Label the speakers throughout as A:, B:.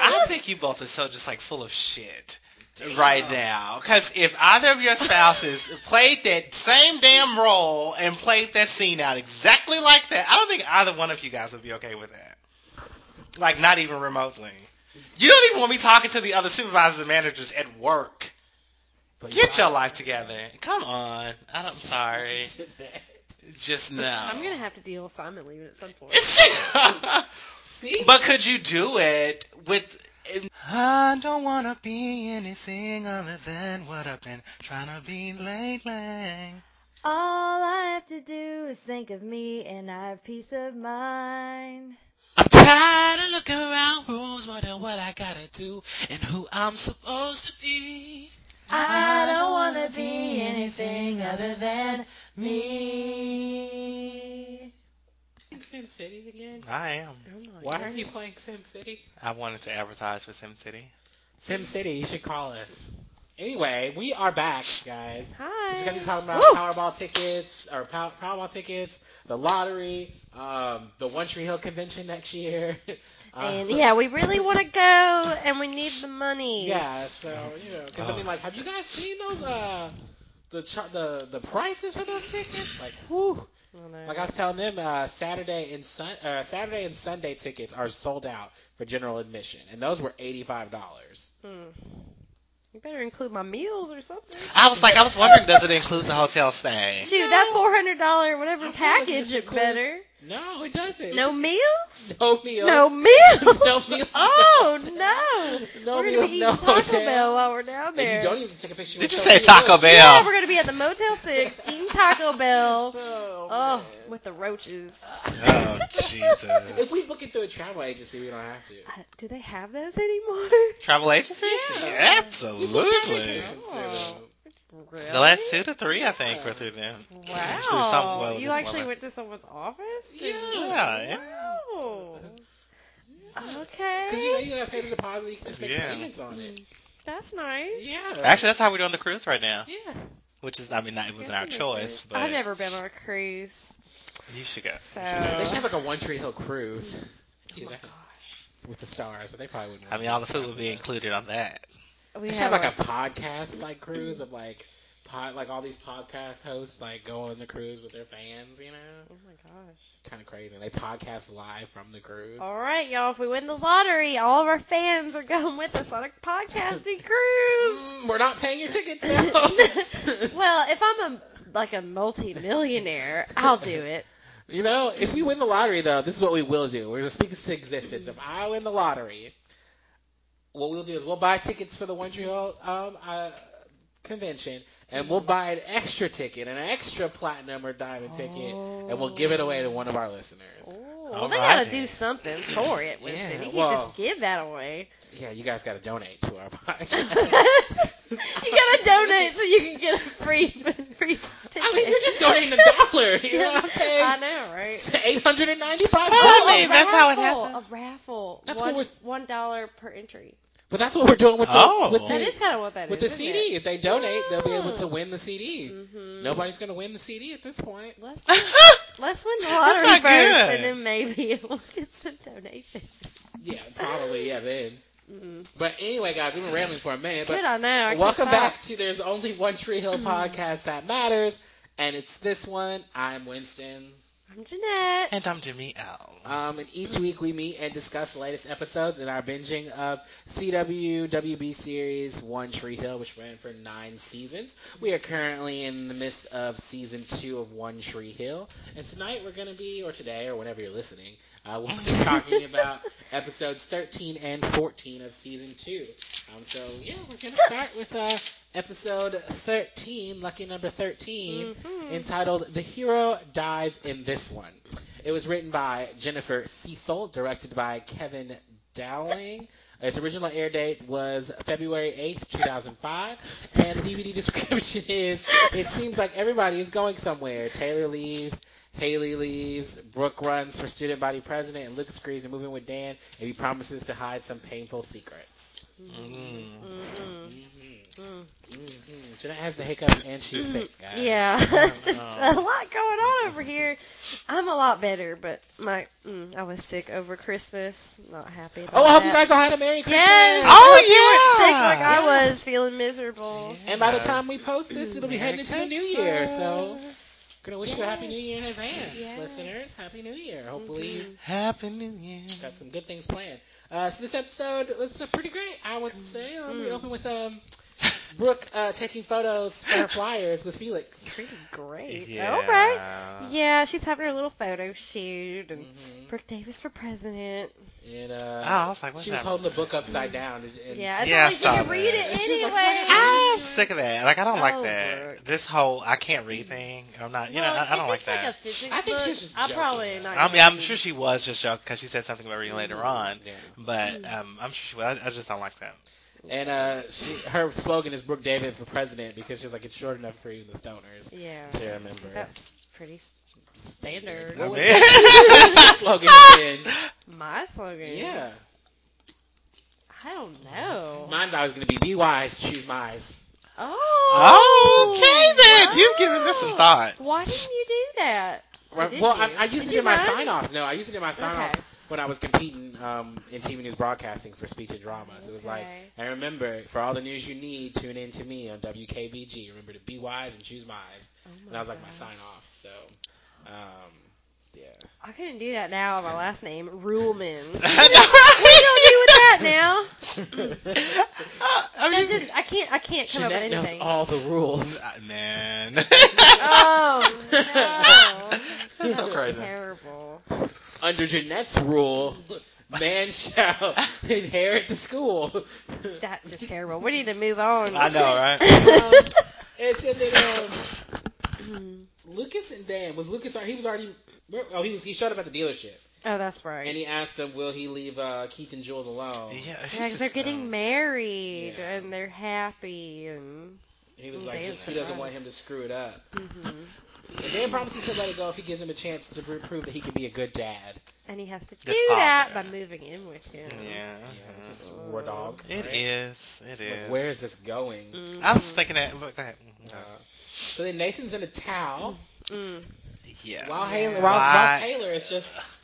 A: I think you both are so just like full of shit right now. Because if either of your spouses played that same damn role and played that scene out exactly like that, I don't think either one of you guys would be okay with that. Like, not even remotely. You don't even want me talking to the other supervisors and managers at work.
B: But
A: Get
B: you
A: your life together. Come on. I don't, I'm sorry.
B: did that.
A: Just now.
C: I'm gonna have to deal with Simon leaving at some point.
B: See?
A: but could you do it with? I don't wanna be anything other than what I've been trying to be lately.
D: All I have to do is think of me and I have peace of mind.
B: I'm tired of looking around rooms, wondering what I gotta do and who I'm supposed to be.
D: I don't want to be anything other than me.
B: Sim City again?
A: I am.
C: I'm not-
B: Why are you playing Sim City?
A: I wanted to advertise for SimCity.
B: Sim City, you should call us. Anyway, we are back, guys. We're just gonna be
C: Hi.
B: talking about Powerball tickets or Pow- Powerball tickets, the lottery, um, the One Tree Hill convention next year.
C: And
B: Um,
C: yeah, we really want to go, and we need the money.
B: Yeah, so you know, because I
A: Oh.
B: mean, like, have you guys seen those uh the char- the the prices for those tickets? Like, whew. Like I was telling them, uh, Saturday and Sun uh, Saturday and Sunday tickets are sold out for general admission, and those were eighty five dollars.
C: Hmm. You better include my meals or something.
A: I was like, I was wondering, does it include the hotel stay?
C: Shoot, that four hundred dollar whatever
B: I thought it was
C: package,
B: just
C: it
B: include-
C: better.
B: No, it doesn't.
C: No meals?
B: no meals.
C: No meals?
B: No meals.
C: Oh no!
B: no
C: we're gonna
B: meals,
C: be eating
B: no
C: Taco
B: hotel.
C: Bell while we're down
B: And
C: there.
B: you don't even take a picture.
A: Did
B: with
A: you say
B: Sophia
A: Taco
B: Bush.
A: Bell?
C: yeah, we're gonna be at the Motel Six eating Taco Bell.
B: Oh,
C: Oh,
B: man.
C: with the roaches.
A: Oh Jesus!
B: If we book it through a travel agency, we don't have to.
C: Uh, Do they have those anymore?
A: Travel agencies?
B: Yeah. We booked
A: Absolutely.
B: everything through them.
C: Really?
A: The last two to three, I think, were through them. do something well
C: Wow!
A: with
C: You
A: this
C: actually
A: woman.
C: went to someone's office?
B: Yeah.
A: Yeah. yeah.
C: Wow.
B: Because you know
C: Okay.
B: you gotta pay the deposit, you can just make
A: Yeah.
B: payments on it.
C: That's nice.
B: Yeah.
A: Actually, that's how we're doing the cruise right now.
B: Yeah.
A: Which is, I mean, not, it wasn't our
C: That's
A: choice,
C: nice.
A: but
C: I've never been on a cruise.
A: you should go.
C: So-
A: You should go.
B: They should have like a One Tree Hill cruise. Do
C: Oh my
B: that. With the stars, but they probably wouldn't.
A: I mean, all the food would be included on that.
C: We
B: They should have like a podcast like cruise of like pod like all these podcast hosts like go on the cruise with their fans. You know,
C: Oh my gosh.
B: kind of crazy. And they podcast live from the cruise.
C: All right, y'all. If we win the lottery, all of our fans are going with us on a podcasting cruise.
B: Mm, we're not paying your tickets now.
C: well, if I'm a like a multi-millionaire, I'll do it.
B: you know, if we win the lottery though, this is what we will do. We're gonna speak this to existence. If I win the lottery, what we'll do is we'll buy tickets for the One Tree Hill um, uh, convention, and we'll buy an extra ticket, an extra platinum or diamond ticket. and we'll give it away to one of our listeners.
C: Oh,
A: All
C: well, they gotta
A: righty.
C: do something for it, Winston.
B: Yeah,
C: you can't
B: well-
C: just give that away.
B: Yeah, you guys got to donate to our
C: you
B: podcast.
C: gotta donate so you can get a free free ticket.
B: I mean, you're just donating a dollar. You know, I'm
C: I
B: paying
C: know, right?
B: eight hundred and ninety-five
A: Well, I
B: dollars.
A: mean, that's how it
C: Oh, raffle,
A: happens.
C: A raffle.
B: That's
C: one,
B: what we're-
C: one dollar per entry.
B: But that's what we're doing with the
A: Oh.
B: with
C: That is
B: the,
C: kind of what that
B: with the
C: is, isn't
B: CD. If they donate, they'll be able to win the
C: It?
B: CD.
C: Mm-hmm.
B: Nobody's gonna win the CD at this point.
C: Let's,
A: That's
C: let's win the
A: That's
C: lottery
A: not
C: first,
A: good.
C: and then maybe we'll get some donations.
B: Yeah, probably. Yeah, then.
C: Mm.
B: But anyway, guys, we've been rambling for a minute. But
C: Good, I know. I can't
B: Welcome
C: talk.
B: back to There's Only One Tree Hill
C: Mm-hmm.
B: podcast that matters, and it's this one. I'm Winston.
C: I'm Jeanette.
A: and I'm Jimmy L.
B: Um, and each week we meet and discuss the latest episodes in our binging of CW WB series One Tree Hill, which ran for nine seasons. We are currently in the midst of season two of One Tree Hill, and tonight we're going to be, or today, or whenever you're listening, uh, we'll be talking about episodes 13 and 14 of season two. Um, so yeah, we're going to start with uh, episode 13, lucky number 13
C: Mhm.
B: entitled The Hero Dies in This One. It was written by Jennifer Cecil, directed by Kevin Dowling. Its original air date was February 8th, 2005, and the DVD description is It seems like everybody is going somewhere. Taylor leaves, Haley leaves. Brooke runs for student body president, and Lucas agrees to move in with Dan, and he promises to hide some painful secrets.
A: Mm.
B: hmm
C: Mm-mm. Mm.
B: hmm Jeanette has the hiccups, and she's sick, guys.
C: Yeah,
B: Oh,
C: it's just
B: no.
C: a lot going on over here. I'm a lot better, but my mm, I was sick over Christmas. Not happy. About
B: Oh, I hope you
C: that.
B: guys all had a Merry Christmas.
C: Yes.
A: Oh,
C: you weren't sick
A: yeah.
C: like I
B: Yeah.
C: was, feeling miserable.
B: And by the time we post this, it'll be
C: Merry
B: heading into the new year. So, gonna wish you a happy new year in advance,
C: Yes. Mm-hmm.
B: listeners. Happy new year. Hopefully, you
A: Happy New Year.
B: got some good things planned. Uh, so this episode was uh, pretty great, I would say. Um, We
C: Mm.
B: open with um, Brooke uh, taking photos for her flyers with Felix.
C: Great.
A: Yeah.
C: Okay. Yeah, she's having her little photo shoot and
A: Mm-hmm.
B: Mhm.
C: Brooke Davis for president.
B: And
A: Oh,
B: uh,
A: I was like, what's
B: she was
A: happening?
B: holding the book upside down. and- and-
C: Yeah,
A: Yeah, I
C: it's yeah, only she
A: saw
C: can
A: that.
C: read it
B: She's like,
C: anyway. Ah,
A: I'm sick of that. Like, I don't like
C: Oh,
A: that.
C: Brooke.
A: This whole I can't read thing. I'm not, you know, I, I don't like that.
B: I think she was just
C: I'm
B: joking,
C: probably
B: though.
C: not.
A: I mean, I'm
C: gonna
A: sure she was just joking because she said something about reading
B: Mm.
A: later on.
B: Yeah.
A: But
C: Hmm.
A: um, I'm sure she was. I, I just don't like that.
B: And uh, she, her slogan is Brooke Davis for president because she's like, it's short enough for even the stoners
C: read. Yeah,
B: to remember.
C: that's pretty standard.
A: I
B: What
A: mean-
B: Her slogan has been,
C: My slogan.
B: yeah.
C: I don't know.
B: Mine's always going to be be wise, choose wise.
C: oh.
A: okay then, you've given this some
C: wow.
A: thought.
C: Why didn't you do that?
B: Right.
C: Did
B: Well,
C: you?
B: I, I used
C: Did
B: to do
C: you
B: my
C: run?
B: sign offs. No, I used to do my sign offs
C: Okay.
B: when I was competing um, in TV News Broadcasting for speech and drama. So it was like,
C: Okay.
B: I remember for all the news you need, tune in to me on WKBG. Remember to be wise and choose wise.
C: Oh
B: And that was like my
C: God.
B: sign off. So, um, yeah.
C: I couldn't do that now. My last name Ruleman. What do
A: I
C: that now?
A: I
C: That
A: mean,
C: just, I can't. I can't come
B: Jeanette
C: up with
B: knows
C: anything.
B: all the rules.
A: uh, man,
C: Oh no!
A: that's so crazy.
C: Terrible.
B: Under Jeanette's rule, man shall inherit the school.
C: That's just terrible. We need to move on.
A: I know, right?
B: um, and so then, um,
C: oh,
B: Lucas and Dan was Lucas. He was already. where- Oh, he was. He showed up at the dealership,
C: Oh, that's right.
B: and he asked them, "Will he leave uh, Keith and Jules alone?"
A: Yeah, it's
C: Yeah, 'cause
A: just,
C: they're getting
A: um,
C: married
B: yeah.
C: and they're happy and.
B: He was
C: Mm,
B: like,
C: they
B: just,
C: were
B: "He doesn't
C: surprised.
B: want him to screw it up."
C: hmm
B: And Dan promises to let it go if he gives him a chance to pr- prove that he can be a good dad.
C: And he has to do
A: The
C: that by
A: father.
C: moving in with him.
A: Yeah,
C: Uh-huh.
A: uh-huh.
B: Yeah, it's just war dog.
A: it
B: right?
A: is. It
B: Like,
A: is.
B: where is this going?
C: Mhm.
A: I was thinking that. But go ahead.
B: Uh, so then Nathan's in a towel
C: Mm.
A: Yeah.
B: while Haley,
C: Yeah.
B: while, while
A: Why-
B: Taylor is just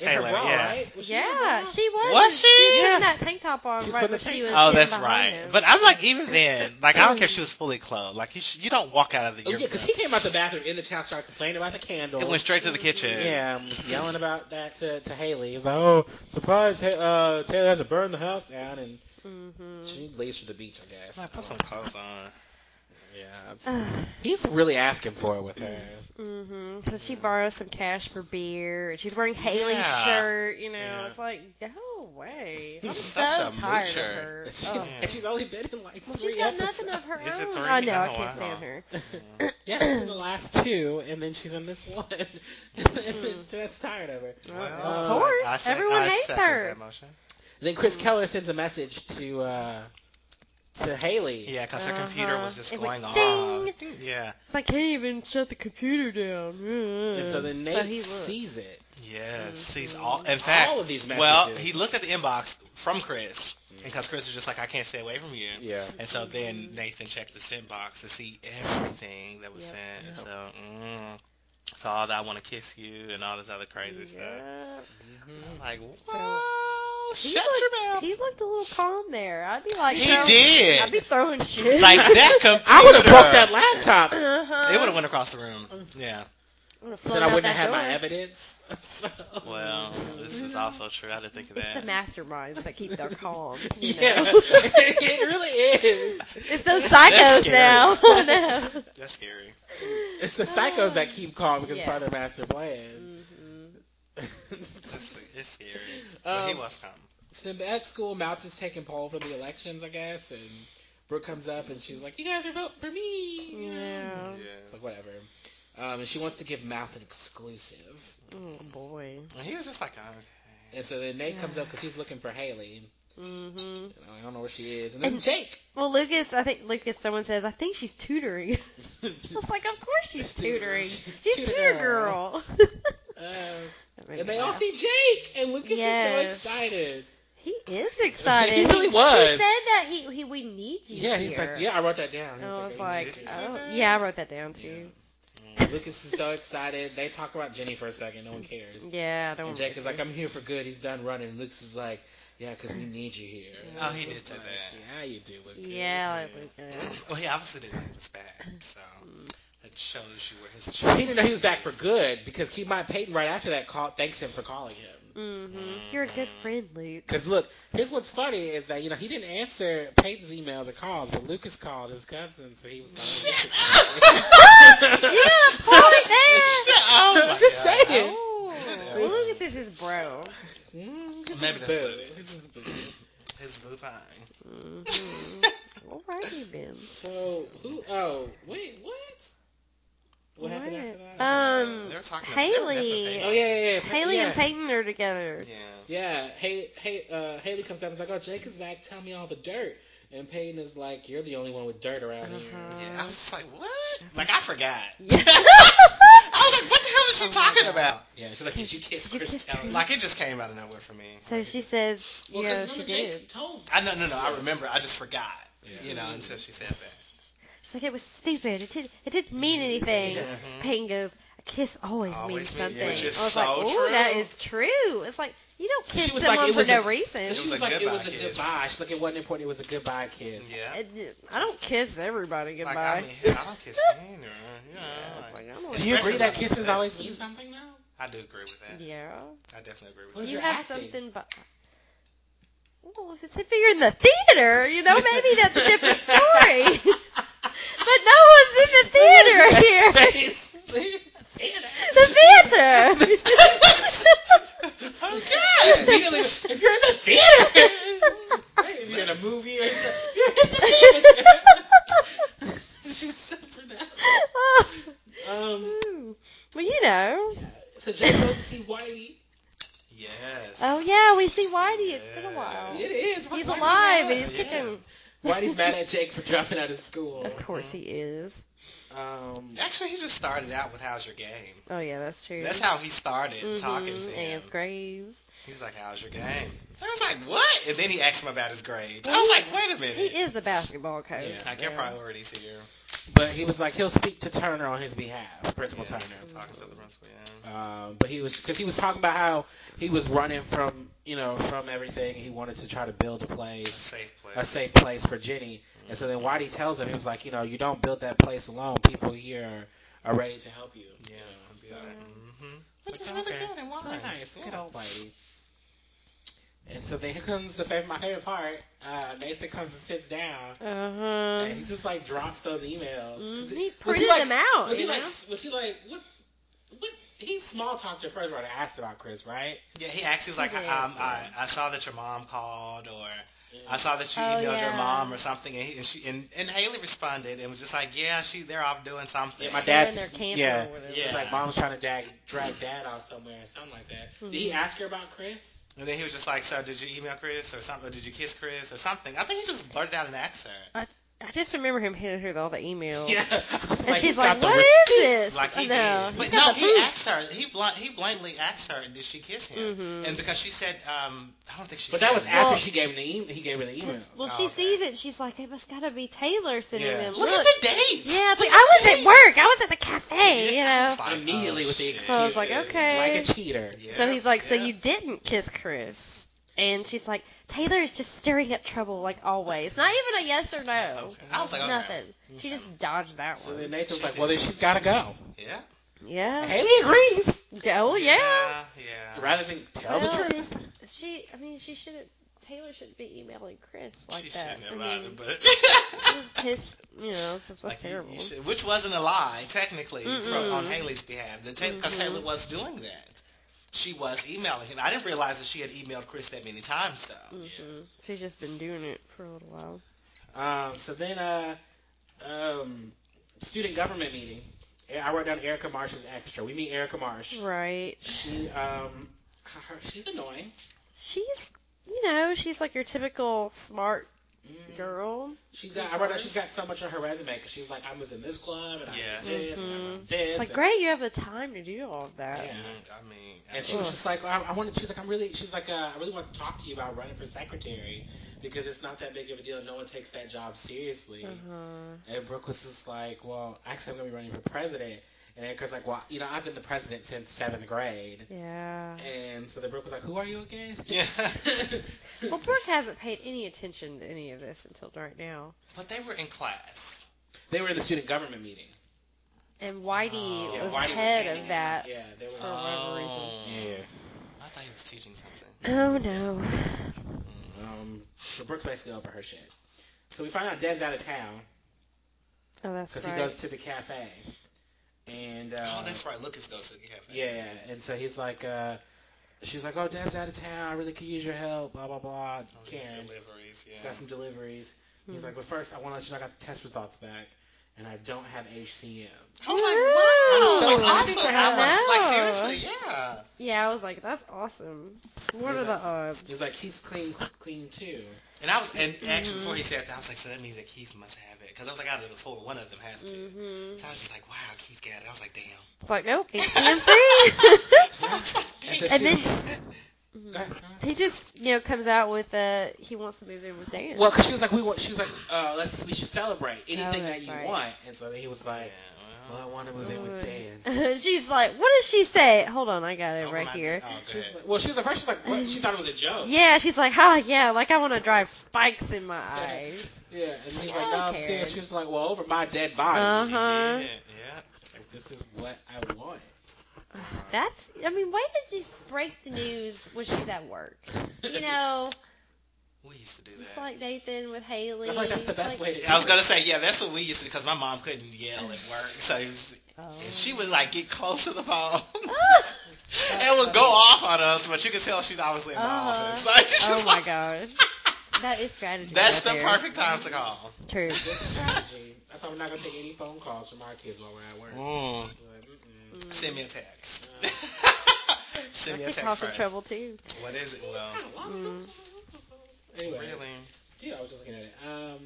B: in
A: Taylor,
B: her bra,
A: yeah.
B: right? Was she in her
C: Yeah,
B: bra?
C: she was.
A: Was she?
C: She
B: Yeah.
C: had that tank top on
B: She was
C: right when
B: putting the
C: she
B: tank
C: was.
B: top
A: Oh,
C: sitting
A: that's
C: behind
A: right.
C: him.
A: But I'm like, even then, like, I don't care if she was fully clothed. Like, you sh- you don't walk out of the
B: Oh, yeah,
A: your
B: because he came out the bathroom in the towel, started complaining about the candle.
A: It went straight to the kitchen.
B: Yeah, I'm just yelling about that to, to Haley. He's like, oh, surprise, Ha- uh, Taylor has to burn the house down, and
C: Mhm.
B: she leaves for the beach, I guess.
A: Like, put some clothes on.
B: yeah, it's- he's really asking for it with her.
C: Mhm. So she borrows some cash for beer, and she's wearing Haley's
A: Yeah.
C: shirt. You know,
B: Yeah.
C: it's like go away. I'm
A: She's
C: so
A: such a
C: tired of
A: moocher.
C: her.
B: And she's,
C: Oh.
B: and she's only been in like
C: Well,
B: three
C: she's got
B: episodes.
C: nothing of her
A: Is it
C: own.
A: three?
C: I know. I
A: Oh,
C: can't
A: wow.
C: stand her.
B: Yeah, she's in the last two, and then she's in this one.
C: Hmm.
B: and Jeanette's tired of her.
C: of
B: Uh,
C: course,
A: I sec-
C: everyone
A: I
C: hates
A: second
C: her.
A: that motion.
B: Then Chris
C: Mm-hmm.
B: Keller sends a message to uh, to Haley.
A: Yeah, because her computer
C: Uh-huh.
A: was just
C: It
A: going
C: went
A: off.
C: ding.
A: Yeah.
C: So I can't even shut the computer down.
B: And so then Nate
C: Mm. But he looked.
B: sees it.
A: Yes.
C: Mhm.
A: Sees all. In fact,
B: all of these messages.
A: well, he looked at the inbox from Chris, because Chris was just like, I can't stay away from you.
B: Yeah.
A: And so then Nathan checked the send box to see everything that was
C: Mm-hmm.
A: sent.
C: Yep.
B: Yep.
A: So, mm, it's all that I want to kiss you and all this other crazy stuff.
C: Yeah.
A: I'm like,
C: So-
A: whoa,
C: He
A: shut
C: looked-
A: your mouth.
C: He looked a little calm there. I'd be like,
A: He
C: throwing-
A: did.
C: I'd be throwing shit.
A: like that computer.
B: I would have broke that laptop.
A: It would
C: uh-huh.
A: have went across the room. Yeah.
B: Then I wouldn't have had my evidence. So-
A: Well, this is also true. I didn't think of
C: It's the
A: that.
C: masterminds that keep their calm. You know?
B: yeah, it really is.
C: It's those psychos
A: scary.
C: now. No.
A: That's scary.
B: It's the psychos that keep calm because it's part of the master plan.
C: Mhm. Mm.
A: It's, it's scary. but he
B: Um,
A: was calm.
B: so at school, Mouth is taking poll for the elections, I guess, and Brooke comes up and she's like, "You guys are voting for me." You know?
C: Yeah.
B: It's like whatever. Um, and she wants to give Mouth an exclusive,
C: Oh boy.
A: And he was just like, okay.
B: and so then Nate comes up because he's looking for Haley,
C: hmm
B: And I don't know where she is. And then
C: And-
B: Jake.
C: Well, Lucas, I think Lucas. Someone says I think she's tutoring.
B: Uh,
C: I was like, of course she's
B: Tutoring.
C: tutoring. She's
B: Tutor
C: tutor
B: girl.
C: girl.
B: Uh,
C: That made
B: and
C: me
B: they all
C: laugh.
B: see Jake, and Lucas
C: Yes.
B: is so excited.
C: He is excited.
B: He really
C: He
B: was.
C: said that he, he we need you.
B: Yeah, he's
C: here.
B: like, yeah, I wrote that down. He
C: I was
A: Did
C: like,
A: he say
C: oh,
A: that?
C: yeah, I wrote that down too.
A: Mm.
B: Lucas is so excited. They talk about Jenny for a second. No one cares.
C: Yeah, I don't.
B: And Jake is like, I'm here for good. He's done running. And Lucas is like, yeah, because we need you here. And
A: Oh,
B: it's
A: he
B: just
A: did say
B: like,
A: that.
B: Yeah, you do, Lucas.
C: Yeah, like, Lucas.
A: Well, he obviously didn't know he was back, so that shows you where his.
B: He didn't know he was back for good because keep my Peyton right after that call thanks him for calling him.
C: Mm-hmm. You're a good friend, Luke.
B: Because look, here's what's funny is that you know he didn't answer Peyton's emails or calls, but Lucas called his cousin, so he was like,
C: You got a point there.
A: Oh my
B: just
A: God.
B: saying.
C: Oh, well, Lucas is his bro.
B: Mm, this
A: Maybe
B: is
A: that's
B: boo.
A: what it
B: This is boo.
A: His boo thing.
C: Mm-hmm. All righty then.
B: So who? Oh wait, what? What, happened after that?
C: Um,
A: they were talking.
C: Haley.
A: About, they were messing
B: oh
A: with
B: yeah, yeah, yeah.
C: Haley
B: yeah.
C: and Peyton are together.
A: Haley.
B: Yeah, hey, hey, uh, Haley comes up and is like, "Oh, Jake is back. Tell me all the dirt." And Peyton is like, "You're the only one with dirt around
C: Uh-huh.
B: here."
A: Yeah. Yeah. I was just like, what? Like I forgot.
C: Yeah.
A: I was like, what the hell is she
C: Oh my
A: talking
C: God.
A: about?
B: Yeah, she's like, "Did you kiss
C: Did you kiss
B: Chris Kelly?"
A: Like it just came out of nowhere for me.
C: so she says,
B: well,
C: yeah,
B: remember
C: she
B: Jake
C: did.
B: told.
A: I no no no. I remember. I just forgot.
B: Yeah.
A: You know, until she said that.
C: She's like, it was stupid. It, did, it didn't mean anything.
B: Yeah.
C: Peyton goes, a kiss always,
A: Mm-hmm. Always
C: means
A: mean-
C: something.
B: which
A: is
C: I was
A: so
C: like, oh,
A: true.
C: that is true. It's like, you don't
B: She
C: kiss
B: was like,
C: someone
B: it
C: for
B: was
C: no
B: a-
C: reason.
B: And she
A: was
B: was
A: a
B: like, "It
A: goodbye
B: was a
A: kiss.
B: goodbye." She's like, "It wasn't important. It was a goodbye kiss."
A: Yeah.
C: It- I don't kiss everybody goodbye.
A: Like I mean, I don't kiss anyone. You know,
C: yeah, it's
A: like,
C: like, I'm
B: Do you
C: like,
B: agree that
A: Especially
B: kisses
A: like-
B: always mean something though?
A: I do agree with that.
C: yeah.
A: I definitely agree with that.
B: Well, if
C: You
B: you're
C: have
B: acting.
C: something, but. Well, if it's if you're in the theater, you know, maybe that's a different story. but no one's in the theater here. The theater.
A: Okay.
B: You don't even- if you're in the theater, if you're in a movie or something, you're in the theater. She's so pronounced.
C: Oh.
B: Um,
C: Ooh. well, you know.
B: so Jake goes to see Whitey.
A: yes.
C: Oh yeah, we see Whitey. It's been a while.
B: It is.
C: He's
B: Whitey
C: alive and
B: Mad.
C: he's kicking.
B: Whitey's mad at Jake for dropping out of school.
C: Of course he is.
B: Um,
A: Actually, he just started out with "How's your game?"
C: Oh yeah, that's true.
A: That's how he started talking
C: Mhm,
A: to him.
C: And his graves.
A: He was like, "How's your game?" I was like, "What?" And then he asked him about his grades. I was like, "Wait a
C: He
A: minute."
C: is the basketball coach.
B: Yeah.
A: Like your priorities here.
B: but he was like, he'll speak to Turner on his behalf, Principal
A: Yeah,
B: Turner.
A: talking to the principal. Yeah.
B: Um, but he was because he was talking about how he was running from you know from everything. He wanted to try to build a place,
A: Safe place.
B: a safe place for Jenny. And so then Whitey tells him he was like, you know, you don't build that place alone. People here are, are ready to help you.
A: Yeah.
B: so,
A: Mm-hmm.
B: it's
A: Which is
B: like,
A: really
B: okay,
A: good and
B: it's
A: wise.
B: really nice.
A: Yeah.
B: Good old Whitey. And so then here comes the favorite, my favorite part. Uh, Nathan comes and sits down,
C: Uh
B: and he just like drops those emahuh.
A: Mm-hmm.
C: huh.
B: emails.
C: Mm-hmm. He
B: Was he
C: printed
B: like-
C: them out.
B: Was he
C: you
B: like?
C: know?
B: Was he like? What? What? He small talked at first when I asked about Chris, right?
A: Yeah, he asked, he was like,
C: Yeah.
A: um, I, I saw that your mom called, or I saw that you
C: Oh,
A: emailed your
C: yeah.
A: mom or something, and, he, and she and, and Haley responded and was just like, yeah, she they're off doing something.
B: Yeah, my
C: They're
B: dad's
C: in their camper
B: yeah.
C: or whatever.
A: Yeah.
B: It's like mom's trying to drag, drag dad out somewhere or something like that. Did
A: Mm-hmm.
B: he ask her about Chris?
A: and then he was just like, so did you email Chris or something? Or did you kiss Chris or something? I think he just blurted out an accent.
C: I just remember him hitting her with all the emails.
B: Yeah. I was
C: And she's
B: he's
C: like,
B: got the
C: "What
B: receipt."
C: is this?"
A: Like
C: I
A: he
C: know.
A: did,
C: He's
A: but
C: got
A: no,
C: the
A: he
C: boots.
A: asked her. He blunt, he blatantly asked her, did she kiss him?
C: Mm-hmm.
A: And because she said, um, I don't think she.
B: But
A: said
B: that was
A: it.
B: after
C: Well-
B: she gave him the email. He gave her the email.
C: Well,
A: Oh,
C: she
A: okay.
C: sees it. She's like, it must gotta be Taylor sending
B: Yeah.
C: them.
A: Look, at the date.
C: Yeah, it's
A: Look
C: like I
A: the
C: was at
A: date.
C: work. I was at the cafe. You
A: Yeah, I
C: know.
A: was like,
B: Immediately
A: oh,
B: with the
A: shit.
B: excuse.
C: So I was like, okay.
B: Like a cheater.
A: Yeah,
C: So he's like, so
A: yeah.
C: you didn't kiss Chris? And she's like, Taylor is just stirring up trouble like always. Not even a yes or no.
A: Okay. I was like, okay.
C: Nothing. She just dodged that
B: So
C: one.
B: then Nathan's
A: She
B: like,
A: did.
B: well, then she's got to go.
A: Yeah.
C: Yeah.
B: Haley agrees.
C: Oh yeah.
A: Yeah.
B: Rather than tell the
C: Well,
B: truth.
C: She. I mean, she shouldn't. Taylor shouldn't be emailing Chris like
A: she
C: that. Mm-hmm.
A: shouldn't
C: I
A: have either,
C: mean,
A: but
C: his. You know, this is
A: like
C: what's
A: you- you
C: terrible.
A: should- which wasn't a lie technically from
C: Mm-mm. Mm-hmm.
A: on Haley's behalf. The because Taylor was doing that. She was emailing him. I didn't realize that she had emailed Chris that many times though.
C: Mhm. She's just been doing it for a little while.
B: Um, so then, uh, um, student government meeting. I wrote down Erica Marsh is extra. We meet Erica Marsh.
C: Right.
B: She um, her, she's annoying.
C: She's you know, she's like your typical smart
B: Mm.
C: girl.
B: She's got, I wrote down she's got so much on her resume because she's like, I was in this club and I
A: Yes.
B: did this and I
C: Mhm.
B: wrote this.
C: It's like,
B: and-
C: great, you have the time to do all of that.
B: Yeah.
A: I mean,
B: And she was just like, I, I wanted. She's like, I'm really. She's like, uh, I really want to talk to you about running for secretary because it's not that big of a deal. No one takes that job seriously.
C: Uh-huh.
B: And Brooke was just like, Well, actually, I'm gonna be running for president. And Erica's like, Well, you know, I've been the president since seventh grade.
C: Yeah.
B: And so the Brooke was like, Who are you again?
A: Yeah.
C: Well, Brooke hasn't paid any attention to any of this until right now.
A: but they were in class.
B: they were in the student government meeting.
C: And Whitey
A: Oh. Yeah,
C: was
A: Whitey was
C: head of
B: handing out-
C: that.
B: Yeah, they were.
C: for whatever reason.
B: yeah.
A: Um, I thought he was teaching something.
C: Oh no.
B: Um, so Brooke's basically over her shit. So we find out Deb's out of town
C: Oh, that's
B: because
C: right.
B: he goes to the cafe. And uh,
A: oh, that's right. Lucas goes to the cafe.
B: Yeah, and so he's like, uh, she's like, oh, Deb's out of town. I really could use your help. Blah blah blah.
A: Oh,
B: Karen
A: these deliveries. Yeah.
B: got some deliveries. He's
C: Hmm.
B: like, but first, I want to let you know I got the test results back, and I don't have HCM.
A: I was like,
C: Woo!
A: wow.
C: I'm so
A: I was like,
B: happy for
A: I
C: her.
A: was like, seriously, yeah.
C: yeah, I was like, that's awesome. What
B: He's
C: are the
B: like-
C: odds?
B: He's like, he's clean, clean too.
A: And I was, and actually,
C: Mhm.
A: before he said that, I was like, so that means that Keith must have it, because I was like, out of the four, one of them has to.
C: Mm-hmm.
A: So I was just like, wow, Keith got it. I was like, damn.
C: It's like, nope, HCM free.
A: I was
B: And
A: like,
B: so
A: dang.
C: And
B: she-
C: Mhm.
B: Go ahead, go ahead.
C: he just, you know, comes out with uh he wants to move in with Dan.
B: Well, 'cause she was like, we want. She was like, uh, let's we should celebrate anything that
C: Oh, that's
B: you
C: right.
B: want. And so then he was
A: Yeah,
B: like, well,
A: well,
B: I want to move in with Dan.
C: She's like, what does she say? Hold on, I got it
A: so
C: right
A: my-
C: here.
A: Oh,
B: She
A: good.
B: was like, well, she was at first she's like, what? She thought it was a joke.
C: Yeah, she's like, oh yeah, like I want to drive spikes in my eyes.
B: Yeah, and he's
C: I
B: like,
C: don't
B: no, I'm
C: care."
B: serious. She was like, well, over my dead body.
C: Uh-huh.
A: She
C: Uh-huh.
A: did, yeah.
B: Like, this is what I want.
C: That's, I mean, why did she break the news when she's at work? You know,
A: We used to do
C: just
A: that.
C: like Nathan with Haley.
B: I feel like that's the best
C: like,
B: way to do
A: I was
B: it.
A: gonna say, yeah, that's what we used to, because my mom couldn't yell at work, so it was,
C: Oh.
A: and she would like get close to the phone.
C: Ah!
A: and would go off on us, but you can tell she's obviously in the
C: Uh-huh.
A: office. Like, she's
C: oh my
A: like,
C: gosh, that is strategy.
A: That's the
C: right there.
A: perfect time to call.
C: True.
B: Good strategy. That's why we're not gonna take any phone calls from our kids while we're at work.
A: Mm.
B: We're like, mm-mm.
A: Send me a text. Send me a
C: That could
A: text
C: cause some
A: first.
C: trouble too.
A: What is it? Well,
C: Mm.
B: Anyway,
A: really?
B: dude, I was just looking at it. Um,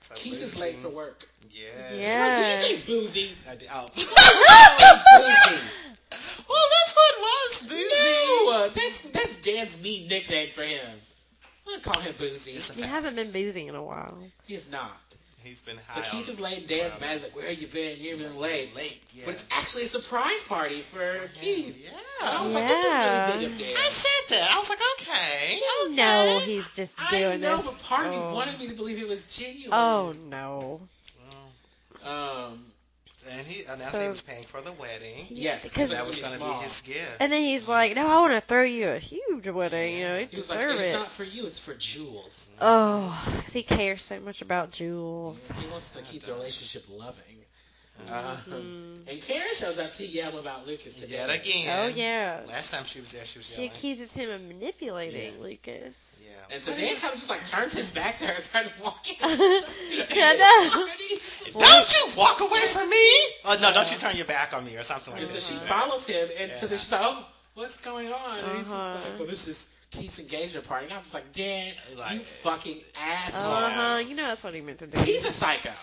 A: So
B: Keith is
A: Lucy-
B: late for work.
A: Yeah.
C: Yeah.
B: Like, you say boozy.
A: I did, oh.
B: Boozy.
A: well, that's what it was, Boozy.
B: No, uh, that's that's Dan's mean nickname for him. I'm gonna call him Boozy.
A: It's a
C: He
A: fact.
C: hasn't been boozing in a while.
B: He's not.
A: He's been
B: So
A: high.
B: Keith
A: on-
B: is late. Dan's
A: Wow.
B: mad. He's like, where you been? You've been late.
A: Late, yeah.
B: But it's actually a surprise party for Keith.
A: Yeah.
B: I was
A: I,
B: like, this is
C: Yeah.
B: really big of Dan.
A: said that. I was like, okay.
C: Oh
A: okay.
C: No, he's just doing
B: I know,
C: this.
B: but part of me
C: oh.
B: wanted me to believe it was genuine.
C: Oh no.
A: Well,
B: Um,
A: And he announced
C: So-
A: he was paying for the wedding.
B: yes,
C: Because-
A: that was
B: gonna
A: going to
B: small.
A: be his gift.
C: And then he's like, "No, I want to throw you a huge wedding. You know, you
B: He was like,
C: deserve
B: it's
C: it."
B: not for you, it's for Jules.
C: Oh, 'cause he cares so much about Jules.
B: He wants to keep the relationship loving. Um,
C: Mm.
B: and Karen shows up to yell about Lucas today.
A: Yet again.
C: Oh yeah,
A: Last time she was there, she was
C: she
A: yelling.
C: accuses him of manipulating
B: Yes.
C: Lucas.
A: Yeah.
B: And so Dan kind of just like turns his back to her and starts walking.
C: I
A: Don't you walk away from me? Oh, no, don't you turn your back on me or something like
B: And so
A: that.
B: she
A: said.
B: follows him, and so
A: Yeah.
B: then she's like, "Oh, what's going on?" And he's just
C: Uh-huh.
B: like, "Well, this is Keith's engagement party." And I was just like, "Dan, you
A: Like-
B: fucking asshole!
C: Uh huh. You know that's what he meant to do.
B: He's a psycho.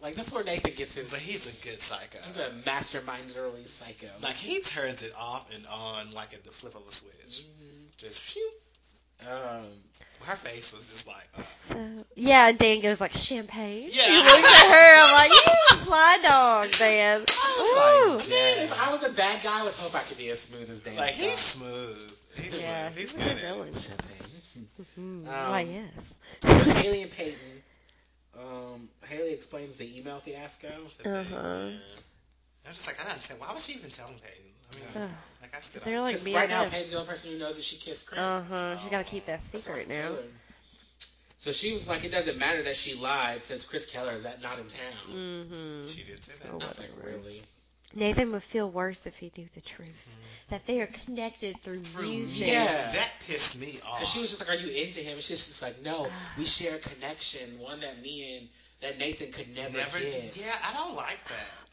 B: Like that's where Nathan gets his.
A: But he's a good psycho.
B: He's a masterminderly psycho.
A: Like, he turns it off and on like at the flip of a switch. Just, phew.
B: Um,
A: Her face was just like, uh,
C: So- yeah, and Dan goes like champagne.
A: Yeah.
C: He looks at her. I'm like, "You sly dog, Dan."
B: Oh,
A: I
C: Ooh.
A: was like,
B: man, if
A: "Damn."
B: I was a bad guy, I would hope I could be as smooth as Dan.
A: Oh, Like,
B: Stein.
A: he's smooth. He's
C: Yeah,
A: smooth. He's,
C: he's a
A: good at it.
C: villain. Mm, why
B: Um,
C: yes.
B: But Haley and Peyton. Um, Haley explains the email fiasco.
C: Uh-huh.
A: I'm just like, I don't understand. Why was she even telling Peyton? I mean,
C: Ugh.
A: like, I still
C: Is there,
A: don't-
C: like,
B: 'Cause right now,
C: BFFs.
B: Peyton's the only person who knows that she kissed Chris.
C: Uh huh. She's got to keep that secret now.
B: Taylor. So she was like, it doesn't matter that she lied since Chris Keller is at, not in town.
C: Mm-hmm.
A: She did say that.
C: Oh,
B: I was like,
C: whatever.
B: really?
C: Nathan would feel worse if he knew the truth. That they are connected through music.
A: Yeah,
B: Yeah.
A: that pissed me off.
B: And she was just like, "Are you into him?" And she's just like, "No, we share a connection, one that me and that Nathan could never,
A: never.
B: get."
A: Yeah, I don't like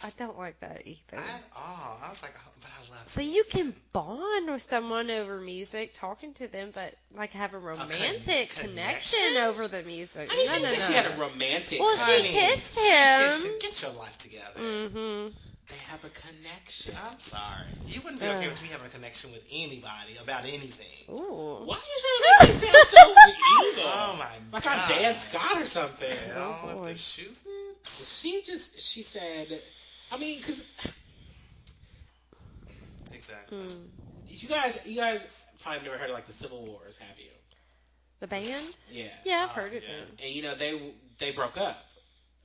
C: I
A: that
C: don't like that either.
A: at all. I was like, oh, but I love.
C: So you can bond with someone over music, talking to them, but like have a romantic
A: connection?
C: connection? over the music.
B: I mean,
C: no,
B: she
C: no,
B: said
C: no.
B: she had a romantic.
C: Well,
A: Honey,
B: connection.
C: she kissed
A: she kissed
C: him.
A: Get your life together.
C: Mm-hmm.
B: They have a connection.
A: I'm sorry. You wouldn't be
C: Uh.
A: okay with me having a connection with anybody about anything.
C: Ooh.
B: Why are you trying to make me sound so evil?
A: Oh my
B: like
A: god.
B: I'm Dan Scott or something.
A: Hell,
C: Oh,
A: if
C: boy.
A: they shoot it.
B: She just she said, I mean, because
A: Exactly.
C: Mm.
B: you guys you guys probably never heard of like the Civil Wars, have you?
C: The band?
B: Uh, Yeah.
C: Yeah, I've
A: Oh,
C: heard of
A: yeah.
C: them.
B: And you know they they broke up.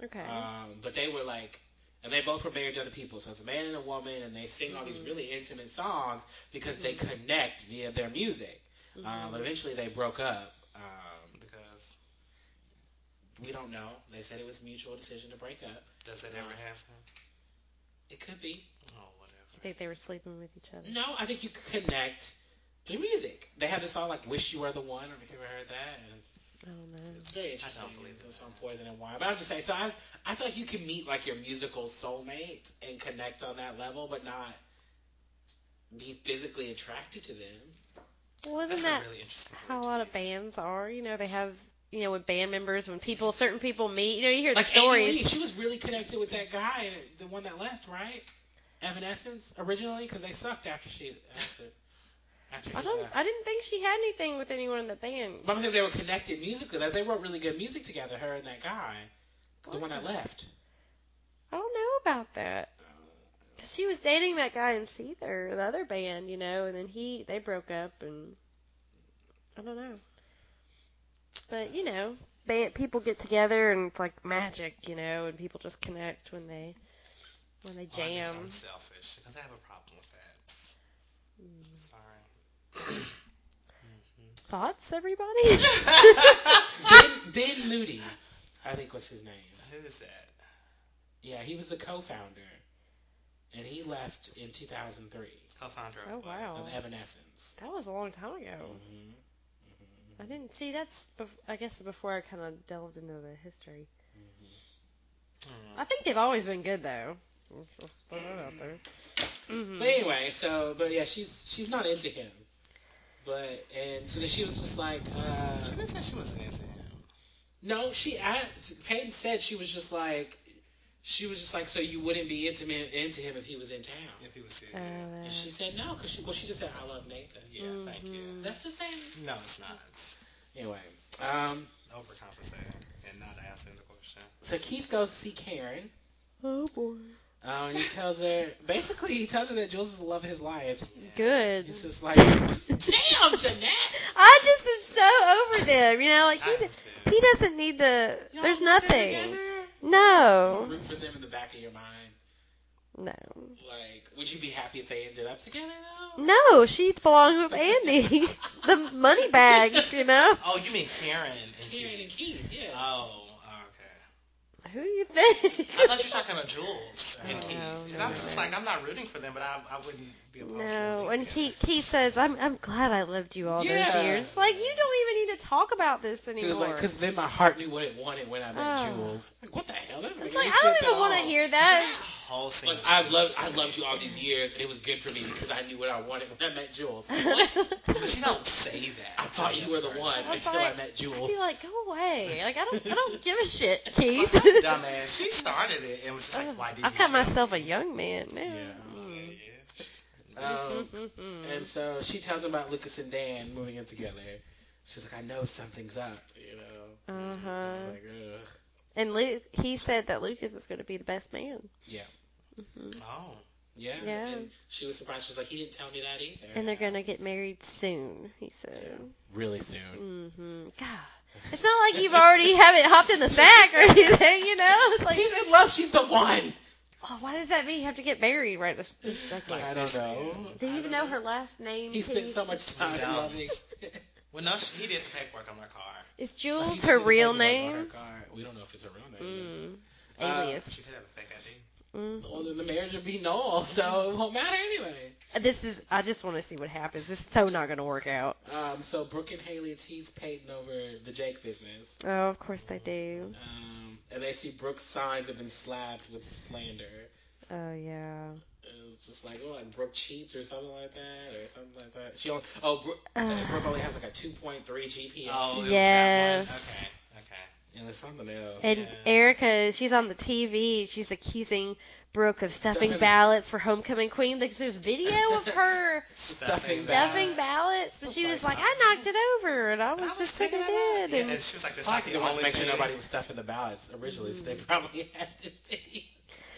C: Okay.
B: Um, but they were like, and they both were married to other people. So it's a man and a woman, and they sing all these really intimate songs because they connect via their music.
C: Mm-hmm.
B: Um, but eventually they broke up um,
C: Mm.
B: because we don't know. They said it was a mutual decision to break up.
A: Does that ever happen?
B: It could be.
A: Oh, whatever.
C: I think they were sleeping with each other.
B: No, I think you could connect through music. They have this song like "Wish You Were the One." I don't know if you ever heard that. And it's,
C: I don't know.
B: it's very interesting.
A: believe
B: It
A: that.
B: was on Poison and Wine. But I'm just saying. So I, I feel like you can meet like your musical soulmate and connect on that level, but not be physically attracted to them.
C: Well, isn't
A: That's
C: that
A: a really interesting way
C: how a
A: to
C: lot of
A: use-
C: bands are? You know, they have, you know, when band members, when people, certain people meet, you know, you hear
B: Like
C: the
B: Amy
C: stories.
B: Lee, she was really connected with that guy, the one that left, right? Evanescence originally, because they sucked after she after. after
C: I
B: he
C: don't.
B: left.
C: I didn't think she had anything with anyone in the band.
B: But I think they were connected musically. Like they wrote really good music together, her and that guy, the one that left.
C: I don't know about that. 'Cause she was dating that guy in Seether, the other band, you know, and then he they broke up, and I don't know. But you know, band, people get together and it's like magic, you know, and people just connect when they when
A: Oh,
C: they
A: I guess
C: jam.
A: I'm selfish because I have a problem with that. Sorry. Mm-hmm.
C: Thoughts, everybody?
B: Ben, ben Moody, I think was his name.
A: Who is that?
B: Yeah, he was the co-founder, and he left in 2003
A: Co-founder of
C: oh
A: what?
C: wow,
B: of Evanescence. Mm-hmm.
C: that was a long time ago.
B: hmm
C: I didn't see that's. Bef- I guess before I kind of delved into the history.
B: Mm-hmm.
A: Hmm.
C: I think they've always been good though. Let's, let's put that out there. Mm-hmm.
B: But anyway, so but yeah, she's she's not into him. But and so then she was just like, uh,
A: She didn't say she wasn't into him.
B: No, she asked, Peyton said she was just like, she was just like, so you wouldn't be intimate into him if he was in town.
A: If he was still
C: Uh,
A: here.
B: And she said no, because she, well, she just said I love Nathan.
A: Yeah, thank
C: Mm. mm-hmm.
A: you.
B: That's the same.
A: No, it's not. It's
B: Anyway, um,
A: overcompensating and not answering the question.
B: so Keith goes to see Karen.
C: oh boy.
B: Um, and he tells her basically he tells her that Jules is the love of his life.
C: Good.
B: He's just like, damn, Jeanette.
C: I just am so over them. You know, like
A: I
C: he,
A: am too.
C: he doesn't need to.
B: Y'all
C: There's
B: love them
C: nothing. Oh.
B: together? Don't
C: No,
B: Root for them in the back of your mind.
C: no,
B: Like, would you be happy if they ended up together though?
C: no. She belongs with Andy, the money bags. You know.
A: Oh, you mean Karen and
B: Karen and
A: Keith?
B: Keith, yeah.
A: Oh, okay.
C: Who do you think?
A: I thought you were talking about Jules and
B: No,
A: Keith. and
C: Oh, no,
A: I'm just
C: no.
A: like, I'm not rooting for them, but I, I wouldn't be opposed to them.
C: No,
A: being
C: and he
A: together.
C: he says, "I'm I'm glad I loved you all
B: Yeah.
C: those years." It's Like you don't even need to talk about this
B: He
C: anymore.
B: was like, because then my heart knew what it wanted when I met
C: Oh.
B: Jules. Like, what the hell? That's
C: It's like I don't even want to hear that.
A: whole thing.
B: Like,
A: was
B: I
A: stupid
B: loved,
A: to
B: I
A: me.
B: loved you all these years, and it was good for me because I knew what I wanted when I met Jules. Like,
A: But you don't say that.
B: I thought you were the one
C: I
B: until
C: thought-
B: I met
C: I'd
B: Jules.
C: be like, go away. Like I don't I don't give a shit, Keith.
A: Dumbass. She started it and was just like, Oh, why did
C: I've
A: you
C: got
A: tell me?
C: myself a young man now. Mm-hmm.
A: Yeah, yeah.
B: Yeah. Um,
C: Mhm.
B: and so she tells him about Lucas and Dan moving in together. She's like, I know something's up, you know.
C: Uh-huh.
B: It's like, ugh.
C: And Luke, he said that Lucas was going to be the best man.
B: Yeah.
A: Oh.
B: Yeah.
C: Yeah.
B: And she was surprised. She was like, he didn't tell me that either.
C: And they're going to get married soon, he said.
B: really soon.
C: hmm God. It's not like you've already haven't hopped in the sack or anything, you know? It's like,
B: He's in love. She's the one.
C: oh, why does that mean you have to get married right this this second?
B: I don't know.
C: Do you even know her last name?
B: He spent
C: Pete?
B: so much time
A: No.
B: loving.
A: Well, no, she, he did the paperwork on my car.
C: Is Jules her real name?
B: We don't know if it's her real name.
C: Mm.
B: Uh,
C: Alias.
A: She could have a fake ID.
C: Mm.
B: Well, then the marriage would be null, so it won't matter anyway.
C: This is. I just want to see what happens. This is so not going to work out.
B: Um, so Brooke and Haley, she's painting over the Jake business.
C: Oh, of course they do.
B: Um, and they see Brooke's signs have been slapped with slander.
C: Oh yeah.
B: It was just like, oh, like Brooke cheats or something like that, or something like that. She only, oh, Brooke, uh, Brooke only has like a 2.3 GPA.
A: Oh, it was
C: Yes.
A: that one? Okay, okay.
B: And there's something else.
C: And Erica, she's on the TV. She's accusing Brooke of stuffing
B: Stuffing.
C: ballots for homecoming queen. Like, there's video of her
A: Stuffing
B: Stuffing that.
C: stuffing ballots, but
B: It's
C: she
B: just
C: was
B: like,
C: like, "I knocked it over, and I was,
A: I was
C: just
A: checking
C: thinking
A: that
C: it
A: out.
C: did."
A: Yeah, and she was like, "That's not
B: Foxy
A: the
B: wants
A: only
B: to make
A: thing."
B: sure nobody was stuffing the ballots originally, so they
C: Mm.
B: probably had to be.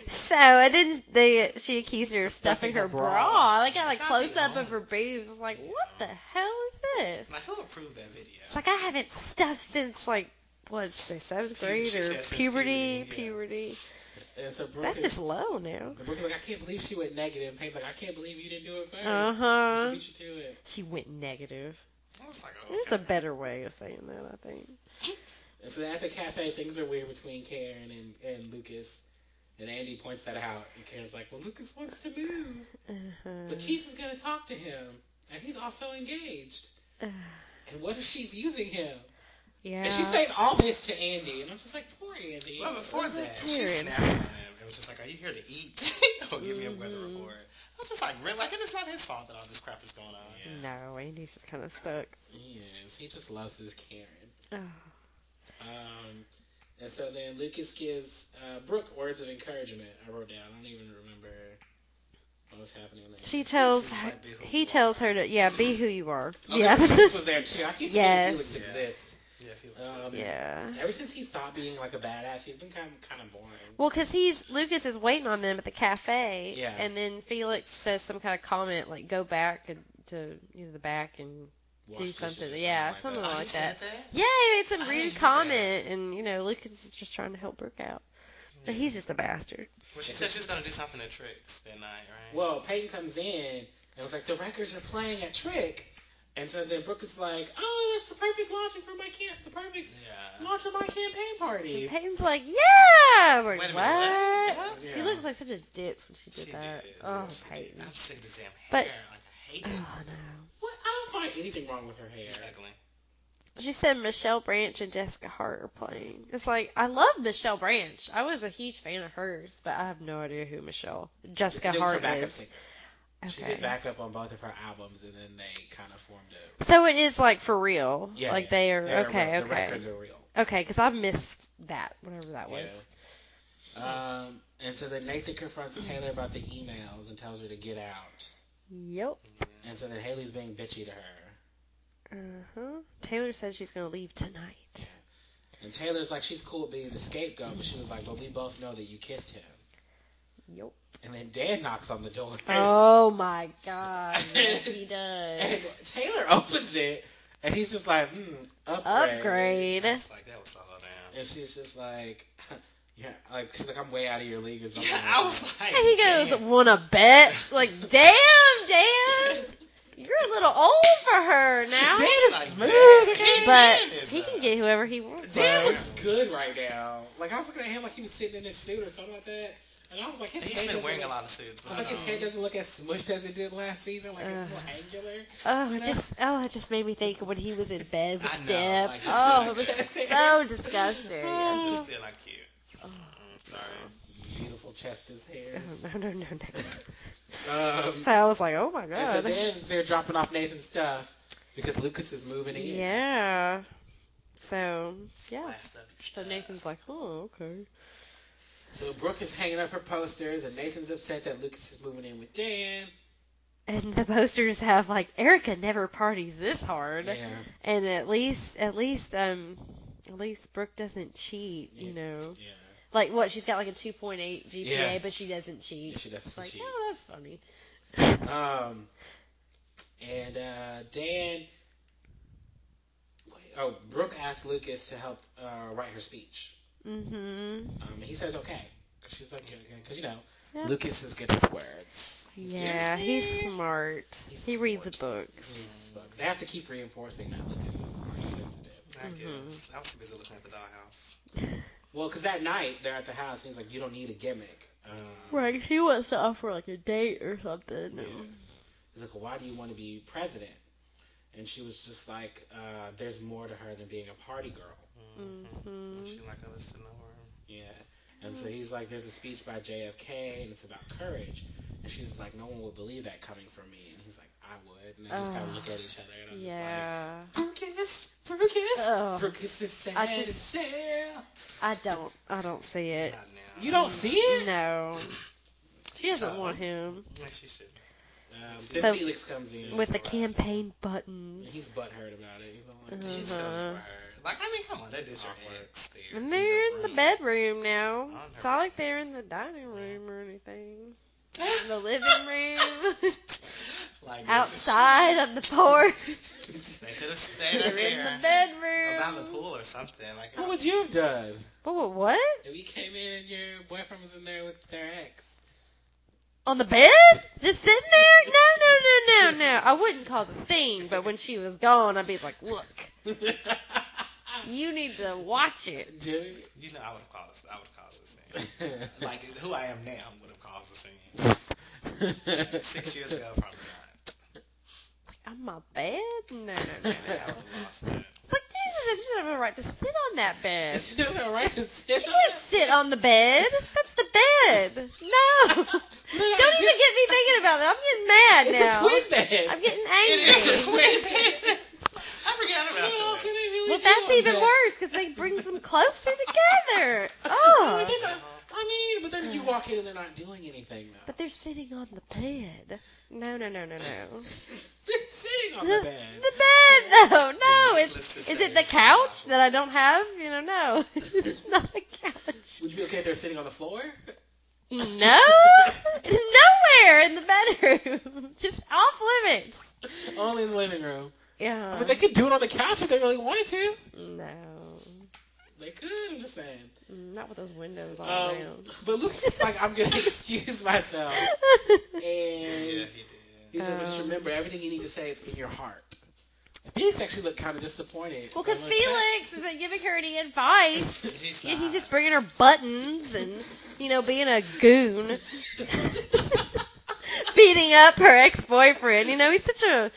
C: So and then they she accused her of stuffing
B: Stuffing her
C: her
B: bra.
C: bra. Like got like
A: That's not
C: close up
A: legal.
C: of her boobs. It's like, what the hell is
A: Like,
C: this?
A: who approved that video?
C: It's like I haven't stuffed since like what did she say, seventh
A: Pu-
C: grade
A: she
C: or
A: said since
C: puberty,
A: puberty, yeah.
C: puberty.
B: And so Brooke
C: That's
B: is,
C: just low now.
B: Brooke is like, I can't believe she went negative. And Paige's like, I can't believe you didn't do it first.
C: Uh huh.
B: She beat you to it.
C: She went negative.
A: I was like, oh,
C: There's a better way of saying that, I think.
B: And so at the cafe, things are weird between Karen and, and Lucas. And Andy points that out. And Karen's like, well, Lucas wants to move. But
C: Uh-huh.
B: Keith is going to talk to him, and he's also engaged. And what if she's using him?
C: Uh-huh. Yeah.
B: And she's saying all this to Andy, and I'm just like, poor Andy.
A: Well, before
C: What was
A: that, she
C: Karen?
A: snapped on him and was just like, "Are you here to eat? or give me a weather
C: Mhm.
A: report." I was just like, "Really? Like, it's not his fault that all this crap is going on."
C: No, Andy's just kind of stuck.
B: Yes, he just loves his Karen.
C: Oh.
B: Um, and so then Lucas gives uh, Brooke words of encouragement. I wrote down. I don't even remember what was happening there.
C: She tells
A: She's
C: her,
A: like, "Be who you
C: he
A: are."
C: tells her to yeah, be who you are.
B: Okay,
C: yeah.
B: Felix was there too. I keep
C: Yes.
B: forgetting Felix
A: Yeah.
B: exists.
A: Yeah, Felix.
B: Um,
A: was-
C: yeah.
B: Ever since he stopped being like a badass, he's been kind of, kind of boring.
C: Well, because he's Lucas is waiting on them at the cafe,
B: Yeah.
C: and then Felix says some kind of comment like "go back and, to you know, the back and
B: Wash
C: do
B: dishes or
C: something." Yeah, something
B: that.
A: Oh,
C: like
A: you said
C: that.
A: that?
C: Yeah, it's
A: I
C: a
A: didn't
C: rude
A: hear
C: comment, and you know Lucas is just trying to help Brooke out. And he's just a bastard.
A: Well, she said she was gonna do something to tricks that night, right?
B: Well, Peyton comes in and was like, the records are playing at Trick. And so then Brooke is like, oh, that's the perfect launching for my camp, the perfect
A: yeah.
B: launch of my campaign
C: And
B: party.
C: Peyton's like, "Yeah," I'm like,
A: Wait a minute,
C: what?
A: what?
C: She
B: Yeah.
C: looks like such a dick when she did
A: She
C: that.
A: did.
C: Oh,
A: She did.
C: Peyton.
A: I'm sick of this damn hair.
C: But-
A: like, I hate it.
C: Oh no.
B: What? I don't find anything wrong with her hair.
A: It's ugly.
C: She said Michelle Branch and Jessica Hart are playing. It's like I love Michelle Branch. I was a huge fan of hers, but I have no idea who Michelle Jessica
B: It was her
C: Hart
B: backup
C: is.
B: singer. She
C: Okay.
B: did backup on both of her albums, and then they kind of formed a.
C: So it is like for real.
B: Yeah,
C: like they are
B: they're
C: okay,
B: real- The
C: okay,
B: records are real.
C: okay. Because I missed that, whatever that
B: Yeah.
C: was.
B: Um, and so then Nathan confronts Taylor about the emails and tells her to get out.
C: Yep.
B: And so then Haley's being bitchy to her.
C: Uh huh. Taylor says she's gonna leave tonight.
B: And Taylor's like, she's cool being the scapegoat, but she was like, but we both know that you kissed him.
C: Yep.
B: And then Dan knocks on the door.
C: Oh my god, yes, he does.
B: And Taylor opens it, and he's just like, hmm, upgrade.
C: Upgrade.
A: It's like that was so low down.
B: And she's just like, yeah, like, she's like, I'm way out of your league or something.
A: Yeah, I was like,
C: And he goes,
A: damn.
C: "Wanna bet?" Like, damn, Dan. You're a little old for her now.
B: Dan is smooth.
A: that.
C: But
A: Dan is,
C: he
A: uh,
C: can get whoever he wants. Oh,
B: Dan
C: though.
B: looks good right now. Like, I was looking at him like he was sitting in his suit or something like that. And I was like, his
A: He's
B: head
A: been
B: doesn't
A: wearing a
B: look-
A: lot of suits. But
B: I was like, his
A: um,
B: head doesn't look as smushed as it did last season. Like, it's
C: Ugh.
B: more angular.
C: Oh, it just oh, it just made me think of when he was in bed
A: I
C: with
A: know,
C: Deb.
A: like, just
C: oh,
A: like-
C: it was so disgusting.
A: It's
C: Oh,
A: still not cute. Mm, sorry.
B: Beautiful chest, his hair.
C: no, oh, no, no, no.
B: Um,
C: So I was like, "Oh my
B: And so
C: god."
B: then they're dropping off Nathan's stuff because Lucas is moving in.
C: Yeah. So yeah.
A: Last of your
C: So
A: stuff.
C: Nathan's like, "Oh, okay."
B: So Brooke is hanging up her posters, and Nathan's upset that Lucas is moving in with Dan.
C: And the posters have like Erica never parties this hard.
B: Yeah.
C: and at least at least um at least Brooke doesn't cheat, you
B: Yeah.
C: know.
B: Yeah.
C: Like what she's got like a 2.8 GPA,
B: Yeah.
C: but she doesn't cheat.
B: Yeah, she doesn't
C: It's like,
B: cheat.
C: oh, that's funny.
B: Um. And uh, Dan. Wait, oh, Brooke asked Lucas to help uh, write her speech.
C: Mm-hmm.
B: Um, and he says okay. 'Cause She's like, because you know,
C: Yeah.
B: Lucas is good with words.
C: Yeah, he's
A: Yeah.
C: smart.
B: He's
C: he reads
B: smart.
C: the books.
B: Yes, folks. They have to keep reinforcing that Lucas is smart and sensitive.
A: I guess.
C: mm-hmm.
A: I was too busy looking at the dollhouse.
B: Well, because that night they're at the house, and he's like, "You don't need a gimmick."
A: Um,
C: Right, she wants to offer like a date or something.
B: He's like, why do you want to be president? And she was just like, uh, there's more to her than being a party girl.
C: Mm-hmm.
A: She like I listen to her.
B: Yeah. And so he's like, there's a speech by JFK and it's about courage. And she's like, no one would believe that coming from me. And he's like, I would. And they just kind of
C: Ah.
B: look at each other and I'm just
C: Yeah.
B: like, Brucus, Brucus,
C: Oh.
B: Brucus is sad.
C: I just-
B: it's sad."
C: I don't. I don't see it.
A: Not now.
B: You don't see it?
C: No. She doesn't
A: So-
C: want him
A: Mm-hmm. Yeah, she should.
B: Um,
C: So-
B: then Felix comes in.
C: with
A: a
C: the
A: lot.
C: campaign button.
B: and he's butthurt about it. He's all like,
A: He's so
C: Uh-huh.
A: smart. Like I mean, come on, that is your
B: Awkward.
A: ex. There.
C: And they're in the bedroom now.
A: On her
C: It's not like
A: bed.
C: they're in the dining room or anything. In the living room,
A: Like
C: outside on the porch.
A: They could have
C: They're
A: stayed up
C: in the
A: there.
C: bedroom.
A: About the pool or something. Like
B: what would you have done
C: What? What? what?
B: if you came in and your boyfriend was in there with their ex?
C: On the bed? Just sitting there? No, no, no, no, no. I wouldn't cause a scene, but when she was gone, I'd be like, look, you need to watch it.
B: Jimmy?
A: you know, I would have called. us- I would have caused a scene. Like who I am now would have caused a scene. Like, six years ago, probably not.
C: On my bed? No, no, no.
A: Like, I would have lost that.
C: It's like, this is, she doesn't have a right to sit on that bed.
B: She doesn't have a right to sit
C: She
B: on
C: can't
B: it.
C: sit on the bed. That's the bed. No. Don't
B: Look, I
C: even get me thinking about that. I'm getting mad
B: It's
C: now.
B: a twin bed.
C: I'm getting
A: It is a
C: angry.
A: twin bed. I forgot
B: What all
A: about that.
B: can they really
C: Well,
B: do
C: that's
B: on
C: even
B: that?
C: worse because they bring them closer together.
B: Well,
C: Oh.
B: they're not- I mean, but then you walk in and they're not doing anything though.
C: But they're sitting on the bed. No, no, no, no, no.
B: They're sitting on
C: the,
B: the
C: the
B: bed.
C: bed, though. No,
A: Needless
C: it's
A: to
C: is
A: say,
C: it the
A: it's
C: couch
A: not.
C: that I don't have? You know, no, it's not the couch.
B: Would you be okay if they're sitting on the floor?
C: No, nowhere in the bedroom. Just off limits.
B: Only in the living room.
C: Yeah.
B: But they could do it on the couch if they really wanted to.
C: No,
B: They could. I'm just saying.
C: Mm, not with those windows all
B: Um,
C: around.
B: but looks like I'm gonna excuse myself. And
A: Yeah, he did.
B: he said, just
C: Um.
B: remember everything you need to say is in your heart. And Felix actually looked kind of disappointed.
C: well, because
B: I looked back.
C: Felix isn't giving her any advice.
A: He's
C: Yeah, he's
A: not.
C: just bringing her buttons and, you know, being a goon. Beating up her ex-boyfriend. You know, he's such a,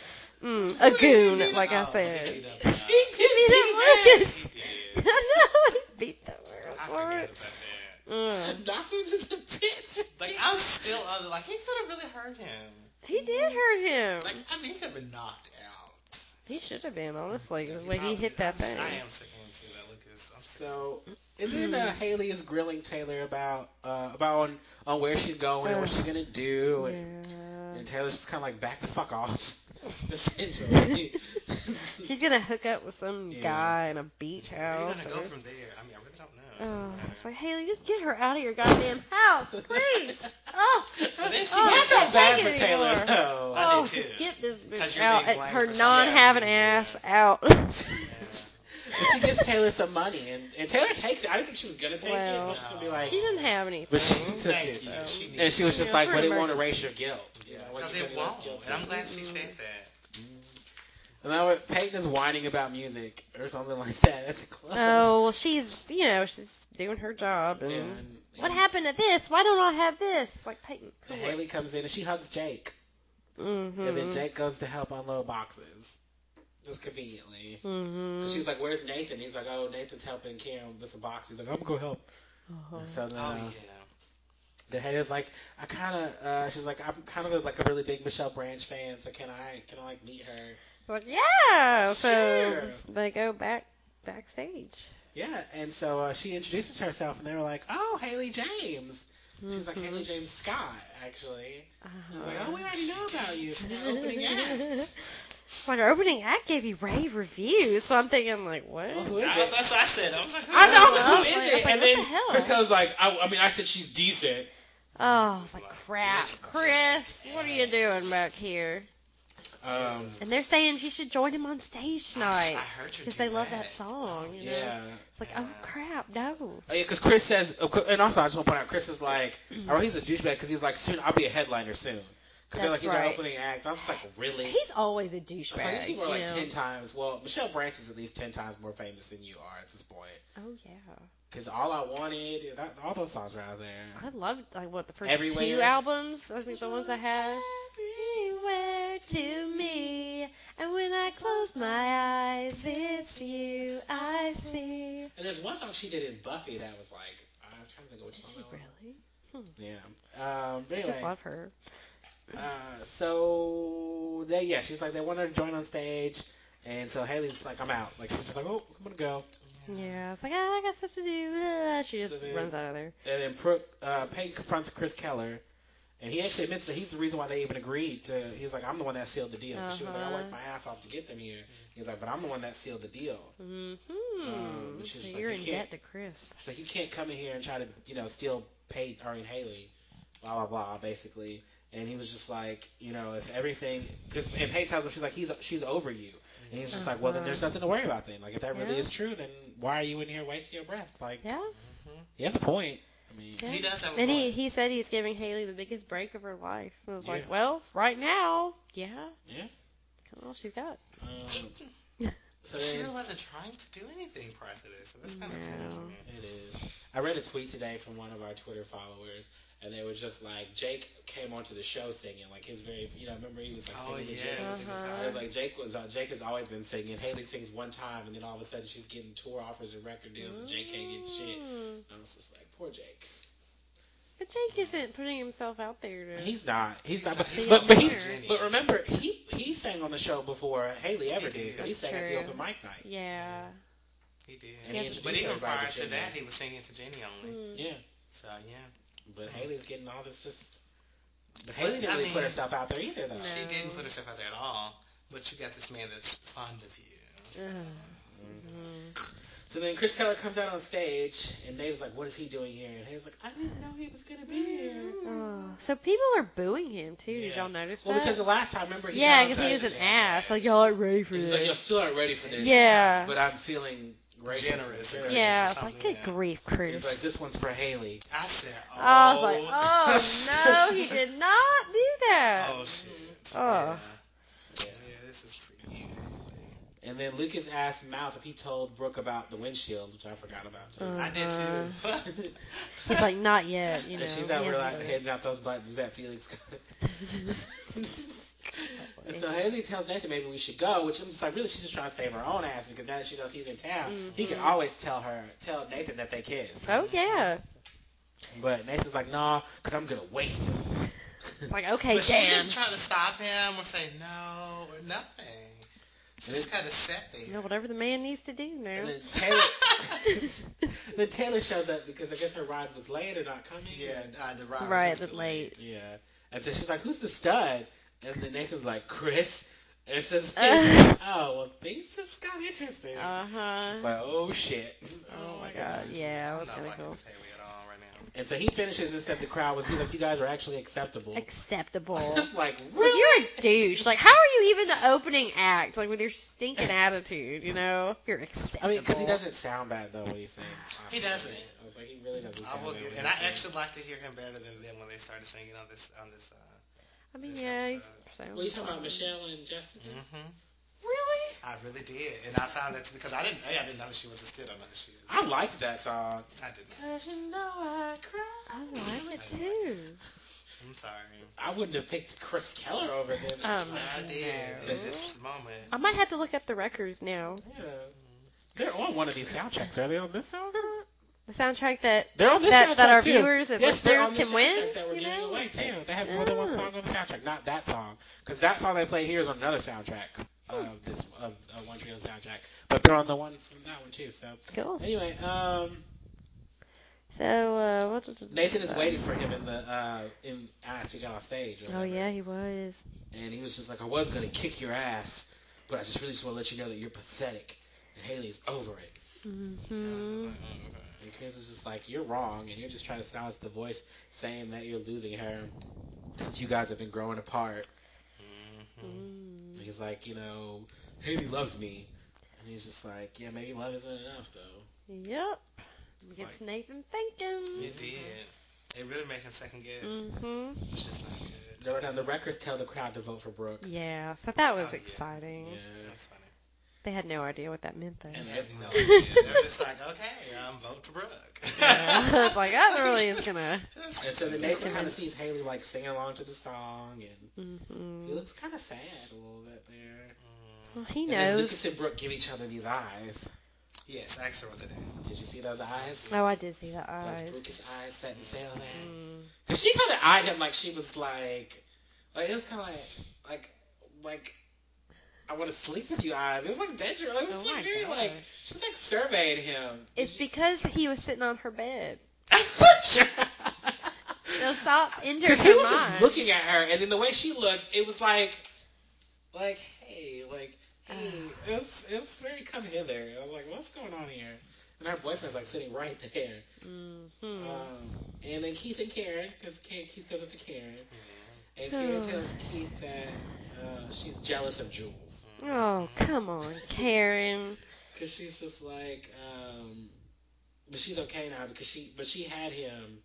C: mm, a goon, like I
A: Oh,
C: said.
A: He did. beat up.
B: He did
C: Beat
B: beat
C: up
B: his ass.
A: He
C: I
A: did.
C: know, he beat the world
A: I
C: for
A: forgot
C: it.
A: about that.
C: Mm.
B: Knocked him to the pitch.
A: Like I'm still other. Like he could have really hurt him.
C: He did hurt him.
A: Like I mean, he could have been knocked out.
C: He should have been, honestly, the way he
A: Probably.
C: hit that
A: I'm-
C: thing.
A: I am sick of him too. That Lucas. I'm sick.
B: So, and then uh,
C: Hmm.
B: Haley is grilling Taylor about uh, about on, on where she's going, and what
C: Ugh.
B: she's gonna do, and,
C: Yeah.
B: and Taylor's just kind of like back the fuck off, essentially.
C: She's gonna hook up with some
B: Yeah.
C: guy in a beach
A: Where are you gonna
C: house.
A: go
C: or-
A: from there? I mean, I really don't know. It
C: Oh,
A: doesn't matter.
C: it's like Haley, just get her out of your goddamn house, please. Oh,
A: But then she
C: Oh,
B: I
A: gets
C: that's
B: felt
A: up
C: okay.
B: bad
C: take it
B: for Taylor
C: anymore.
B: though.
A: I do
C: oh,
A: too.
C: just get this
A: 'Cause
C: bitch
A: you're
C: out.
A: being
C: and
A: blamed
C: Her
A: for
C: non
A: something.
C: having
A: Yeah.
C: ass out.
B: And she gives Taylor some money, and, and Taylor takes it. I didn't think she was gonna take it. I
C: Well,
B: was just gonna be like,
C: she didn't have
B: but she
C: anything.
B: took
A: Thank
B: it.
A: you.
C: though.
A: She
B: And
A: needs.
B: she was just
C: Yeah,
B: like,
C: for
B: but it
C: emer-
B: won't erase your guilt.
A: Yeah,
B: You know,
A: because
B: you
A: it
B: did was
A: won't.
B: guilty.
A: And I'm glad she said that.
B: And now Mm. when Peyton is whining about music or something like that at the club.
C: Oh, well, she's, you know, she's doing her job. And
B: And-
C: what
B: and
C: happened to this? Why don't I have this? It's like, Peyton, cool it.
B: Haley comes in and she hugs Jake. And then
C: Mm-hmm.
B: Jake goes to help unload boxes. Just conveniently.
C: Mm-hmm.
B: 'Cause She's like, Where's Nathan? He's like, Oh, Nathan's helping Karen with some boxes. He's like, I'm gonna go help. And so then
A: Oh
B: uh,
A: yeah.
B: the head is like, I kinda uh, she's like, I'm kind of like a really big Michelle Branch fan, so can I can I like meet her?
C: Like, yeah.
B: Sure.
C: So they go back backstage.
B: Yeah, and so uh, she introduces herself and they were like, Oh, Haley James. She was like
C: Mm-hmm.
B: Haley James Scott, actually. I was like, Oh, we already know about you from our opening act.
C: It's like our opening act gave you rave reviews, so I'm thinking like, what?
B: Well, who is
A: I-
B: it?
A: That's what I said. I was like,
B: I know. I was
C: I
B: like, who
C: was
B: is
C: like- I was like,
B: it? and
C: what
B: then
C: the hell?
B: Chris Kelly's like, I, I mean, I said she's decent.
C: Oh, it's like crap, Chris. What are you doing back here?
B: Um,
C: And they're saying she should join him on stage
A: I
C: tonight
A: heard you
C: because
A: do
C: they love that song. You know?
B: yeah.
C: It's like, oh crap, no.
B: Because Chris
C: Mm-hmm.
B: "Oh, says, of cour- and also I just want to point out, Chris is like, oh, he's a douchebag because he's like, soon I'll be a headliner soon. because they're
C: That's
B: like he's our
C: right.
B: opening act. I'm just like, really?
C: He's always a
B: I was like, these
C: douchebag.
B: people are like
C: you know?
B: ten times. Well, Michelle Branch is at least ten times more famous than you are at this point.
C: Oh yeah,
B: Because all I wanted, and that, all those songs were out there.
C: I loved like what the first two
B: Everywhere.
C: albums. I think the ones I had. Everywhere to me, and when I close my eyes, it's you I see.
B: And there's one song she did in Buffy that was like, uh, I'm trying to think of which
C: Did
B: song.
C: she
B: that was.
C: really?
B: Yeah. Um, but
C: I just
B: anyway,
C: love her.
B: uh, so they, yeah, she's like they want her to join on stage, and so Haley's just like, I'm out. Like she's just like, oh, I'm gonna go.
C: Yeah, it's like "Ah, I got stuff to do. Ah, She just
B: So then-
C: runs out of there.
B: And then Pro, uh, Peyton confronts Chris Keller, and he actually admits that he's the reason why they even agreed to. He's like, I'm the one that sealed the deal. 'Cause She was like, I
C: Uh-huh.
B: worked my ass off to get them here. He's like, but I'm the one that sealed the deal.
C: Mm-hmm.
B: Um, she's just
C: so
B: like,
C: you're
B: "You
C: in
B: can't-
C: debt to Chris.
B: So you can't come in here and try to, you know, steal Peyton or Haley, blah blah blah, basically. And he was just like, you know, if everything, because and Peyton tells him she's like, he's she's over you, and he's just like, well, then
C: Uh-huh.
B: there's nothing to worry about then. Like if that really
C: Yeah.
B: is true, then why are you in here wasting your breath? Like
C: Yeah.
B: he has a point. I mean,
C: Yeah.
A: He does have a
C: And he,
A: point.
C: he said he's giving Haley the biggest break of her life. And I was
B: Yeah.
C: like, well, right now, yeah.
B: Yeah.
C: That's all she's got.
B: um, so
A: she
B: then,
A: really wasn't trying to do anything prior to this, so that's kind of
C: No.
A: upsetting to me.
B: It is. I read a tweet today from one of our Twitter followers, and they were just like, Jake came onto the show singing, like his very, you know, remember he was like
A: Oh yeah,
B: singing to
A: with
B: Jake.
A: the
C: Uh-huh.
A: guitar.
B: It was like Jake was uh, Jake has always been singing. Haley sings one time, and then all of a sudden she's getting tour offers and record deals, and Jake can't get shit.
C: Mm.
B: And I was just like, poor Jake.
C: But Jake isn't putting himself out there to.
B: He's not. He's, not. But,
A: He's
B: but,
A: not
B: but, he,
A: a genie.
B: but remember, he he sang on the show before Haley ever
A: He
B: did.
A: did.
B: He sang at the
C: True.
B: open mic night.
C: yeah.
A: He
B: And
A: did.
B: he
C: Yes.
A: But
B: introduced
A: even
B: everybody
A: prior
B: to
A: to
B: Jenny.
A: that, he was singing to Jenny only.
C: Mm.
B: Yeah.
A: So yeah,
B: But Haley's getting all this just. But
A: Well,
B: Haley didn't
A: I
B: really
A: mean-
B: put herself out there either, though.
C: No.
A: she didn't put herself out there at all. But you got this man that's fond of you.
C: Ugh. Mm-hmm.
B: So then Chris Keller comes out on stage, and Dave's like, "What is he doing here?" And Haley's like, "I didn't know he was gonna be here."
C: Mm. Ugh. Oh, So people are booing him too. Did
B: Yeah.
C: y'all notice
B: Well,
C: that?
B: because the last time, remember, he
C: yeah,
B: was
C: because
B: on
C: he
B: stage
C: was
A: such
C: an
A: a
C: ass.
A: jackass.
C: Like y'all aren't ready for
B: and
C: this.
B: He's like, "You're still not ready for this."
C: yeah.
B: But I'm feeling gracious.
A: Generous.
B: Generous.
C: yeah.
A: or
C: It's like
A: something,
C: good
A: yeah.
C: grief, Chris.
B: He's like, "This one's for Haley."
A: I said, oh,
C: I was like, oh no, he did not do that.
A: oh shit.
C: Oh.
A: Yeah. yeah, this is for you.
B: And then Lucas asked Mouth if he told Brooke about the windshield, which I forgot about too.
A: I did
C: Uh-huh.
A: too.
C: He's like, not yet. You know,
B: and she's
C: he
B: out
C: hasn't
B: there like
C: done it.
B: handing out those buttons that Felix got. And so Haley tells Nathan maybe we should go, which I'm just like, really, she's just trying to save her own ass because now that she knows he's in town, he can always tell her, tell Nathan that they kiss.
C: Mm-hmm. oh yeah.
B: But Nathan's like, nah, because I'm gonna waste him.
C: Like okay,
A: but she
C: Dan.
A: didn't try to stop him or say no or nothing. She just kind of sat there.
C: You know, whatever the man needs to do now.
B: And then Taylor, then Taylor shows up because I guess her ride was late or not coming.
A: yeah, uh, the ride
C: right,
A: was
C: that's
A: too
C: late.
B: Yeah. And so she's like, who's the stud? And then Nathan's like, Chris. And so she's
C: Uh.
B: like, oh, well, things just got interesting.
C: Uh huh.
B: It's like, oh shit.
C: Oh my god. Yeah, that
A: I'm
C: was
A: not
C: kind of
A: liking
C: cool.
A: this Haley at all right now.
B: And so he finishes and said the crowd was, he's like, you guys are actually acceptable.
C: Acceptable.
B: I
C: like
B: was like, really?
C: you're a douche. Like how are you even the opening act? Like with your stinking attitude, you know? You're acceptable.
B: I mean, because he doesn't sound bad though when he's saying.
A: He doesn't.
B: I was like, he really doesn't. Sound
A: I will
B: bad
A: get,
B: when
A: and I
B: he's saying-
A: actually like to hear him better than them when they started singing on this on this. Uh,
C: I mean,
A: This
C: yeah, he's
B: Well, you
C: sounds
B: talking about
C: fine.
B: Michelle and Justin?
A: hmm
B: Really?
A: I really did, and I found that's because I didn't. I didn't know who she was. I still don't know who she is.
B: I liked that song.
A: I didn't.
B: Cause you know I cry.
C: I like it too.
A: I'm sorry.
B: I wouldn't have picked Chris Keller over them.
C: Um,
A: I did
C: no.
A: in this moment.
C: I might have to look up the records now.
B: yeah. They're on one of these soundtracks. Are they on this song?
C: The soundtrack that
B: They're on this soundtrack
C: that, that our
B: too.
C: viewers and
B: yes, they're on
C: listeners
B: this
C: can win.
B: soundtrack that we're
C: you
B: giving
C: know?
B: away too. They have more than one
C: Yeah.
B: song on the soundtrack, not that song, because that song they play here is on another soundtrack of this of, of One Trio soundtrack. But they're on the one from that one too. So
C: Cool.
B: anyway, um,
C: So uh, what was it-
B: Nathan is waiting for him in the uh, in as we got on stage. or
C: Oh
B: whatever.
C: yeah, he was.
B: and he was just like, I was gonna kick your ass, but I just really just want to let you know that you're pathetic. And Haley's over it.
C: hmm
B: And Chris is just like, you're wrong, and you're just trying to silence the voice saying that you're losing her since you guys have been growing apart.
A: Mm-hmm.
C: Mm-hmm.
B: And he's like, you know, Haley loves me. And he's just like, yeah, maybe love isn't enough, though.
C: Yep.
B: It's
C: Gets
B: like,
C: Nathan thinking.
A: It did. It really made him second guess.
C: Mm-hmm.
A: It's just not good.
B: No, no, the records tell the crowd to vote for Brooke.
C: Yeah, so that was
E: Oh, yeah.
C: exciting.
B: Yeah.
E: That's funny.
C: They had no idea what that meant, though.
E: And
A: And
E: they
A: then-
E: had no idea. They're just like, okay, I'm vote for Brooke.
C: Yeah. it's like that really is gonna.
B: And so the neighbor kind of sees Haley like singing along to the song, and he
C: hmm
B: looks kind of sad a little bit there.
A: Mm.
C: Well, he
B: And then
C: knows.
B: Lucas and Brooke give each other these eyes.
E: Yes, ask her what to do.
B: Did you see those eyes?
C: Oh, I did see the
B: Those
C: eyes.
B: Brooke's eyes setting sail there.
C: Mm.
B: Cause she kind of eyed him like she was like, like it was kind of like, like, like I want to sleep with you eyes. It was like bedroom. It was
C: Oh my
B: like very like
C: gosh.
B: she was like surveying him.
C: It's because he was sitting on her bed. Those
B: because
C: thoughts injured
B: he
C: her
B: was just
C: mind.
B: looking at her, and then the way she looked, it was like, like hey, like hey, it's it's very come hither. I was like, what's going on here? And her boyfriend's like sitting right there.
C: Mhm.
B: Um, and then Keith and Karen, because Keith goes up to Karen, and Karen
C: Oh.
B: tells Keith that uh, she's jealous of Jules,
C: oh, come on, Karen.
B: because she's just like, um, but she's okay now because she, but she had him.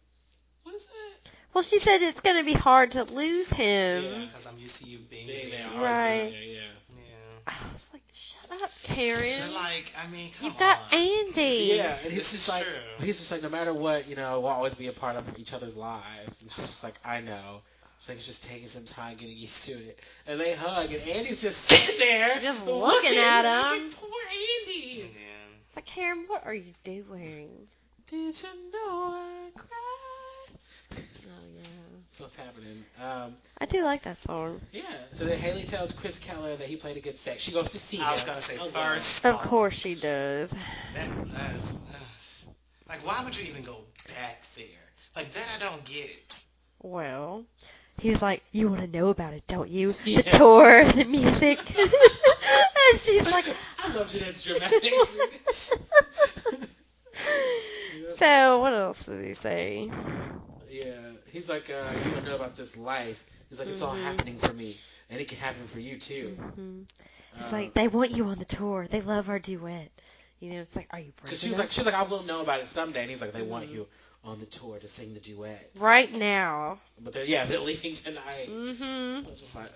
B: What is that?
C: Well, she said it's gonna be hard to lose him.
B: Yeah.
E: Because I'm used to you being
B: Being there,
E: there.
B: arguing
C: Right.
B: there, yeah.
E: Yeah.
C: I was like, shut up, Karen.
E: But like, I mean, come
C: You've got
E: on.
C: Andy.
B: Yeah, and he's
E: This
B: just
E: is
B: like,
E: true.
B: he's just like, no matter what, you know, we'll always be a part of each other's lives. And she's just like, I know. It's like it's just taking some time getting used to it. And they hug, and Andy's just sitting there,
C: Just looking at
B: and
C: him.
B: it's Like, Poor Andy.
C: It's like, Karen, what are you doing?
B: Did you know I cried?
C: Oh yeah,
B: So what's happening? Um,
C: I do like that song.
B: yeah. So then Haley tells Chris Keller that he played a good sex. She goes to see him.
E: I was gonna say
B: Oh, wow.
E: first.
C: Of
E: off,
C: course she does.
E: That, that's, ugh. like, why would you even go back there? Like that, I don't get.
C: Well, he was like, "You want to know about it, don't you?
B: Yeah.
C: The tour, the music." and she's like,
B: I love Jeanette's dramatic.
C: "So what else did he say?"
B: yeah. He's like, uh, you don't know about this life. He's like, it's all
C: Mhm.
B: happening for me, and it can happen for you too.
C: hmm It's
B: Um,
C: like they want you on the tour. They love our duet. You know, it's like, are you brave
B: Because she was
C: enough?
B: like, she was like, I will know about it someday. And he's like, they want
C: Mm-hmm.
B: you on the tour to sing the duet.
C: right now?
B: But they're, yeah, they're leaving tonight.
C: hmm
B: I was just like,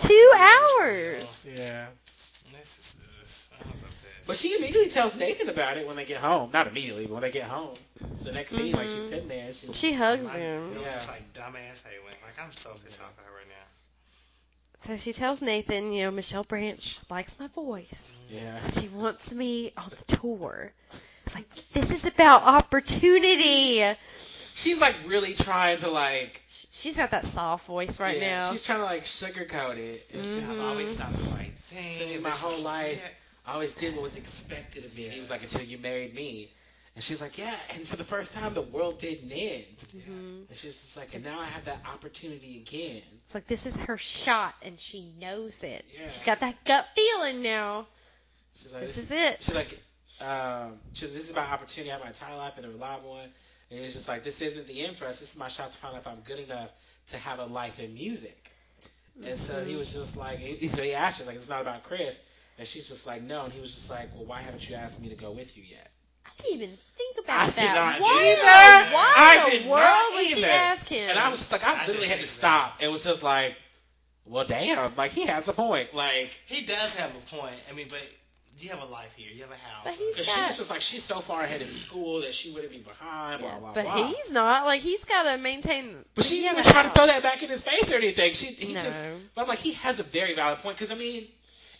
C: Two hours.
B: yeah.
E: That's just. ugh, I was upset.
B: But she immediately tells Nathan about it when they get home. Not immediately, but when they get home. So next scene, like she's
C: Mhm.
B: sitting there, she's
C: She hugs
E: Like,
C: him.
E: It was just
B: Yeah.
E: like dumbass Halen. Like I'm so pissed off at her right now.
C: So she tells Nathan, you know, Michelle Branch likes my voice.
B: yeah.
C: She wants me on the tour. It's like, this is about opportunity.
B: She's like really trying to like
C: She's got that soft voice right
B: yeah,
C: now.
B: She's trying to like sugarcoat it. And she-
E: I've
C: Mhm.
E: always done the right thing.
B: Thing my
E: This-
B: whole life.
E: yeah.
B: I always did what was expected of me. And He was like, until you married me. And she's like, yeah. And for the first time, the world didn't end.
C: hmm
B: And she's just like, and now I have that opportunity again.
C: It's like, this is her shot, and she knows it.
B: Yeah.
C: She's got that gut feeling now.
B: She's like,
C: This
B: this
C: is it.
B: She's like, um, she, this is my opportunity. I have my tie up and a reliable one. And it's just like, this isn't the end for us. This is my shot to find out if I'm good enough to have a life in music. And so he was just like, he, so he asked her, like, it's not about Chris. And she's just like, no. And he was just like, well, why haven't you asked me to go with you yet?
C: I didn't even think
B: I
C: about
B: did
C: that.
B: not
E: either.
C: Why
B: I
C: in
B: did
C: the world
B: not
C: would she
B: either.
C: ask him?
B: And I was just like, I
E: I did
B: literally had to
E: think that.
B: stop. It was just like, well, damn. Like, he has a point. Like,
E: He does have a point. I mean, but you have a life here. You have a house.
C: But he's
B: and she was just like, she's so far ahead in school that she wouldn't be behind, blah, blah,
C: but
B: blah.
C: he's not. Like, he's got to maintain.
B: But she
C: he's
B: never
C: got-
B: tried to throw that back in his face or anything. She he
C: No.
B: just. But I'm like, he has a very valid point because I mean,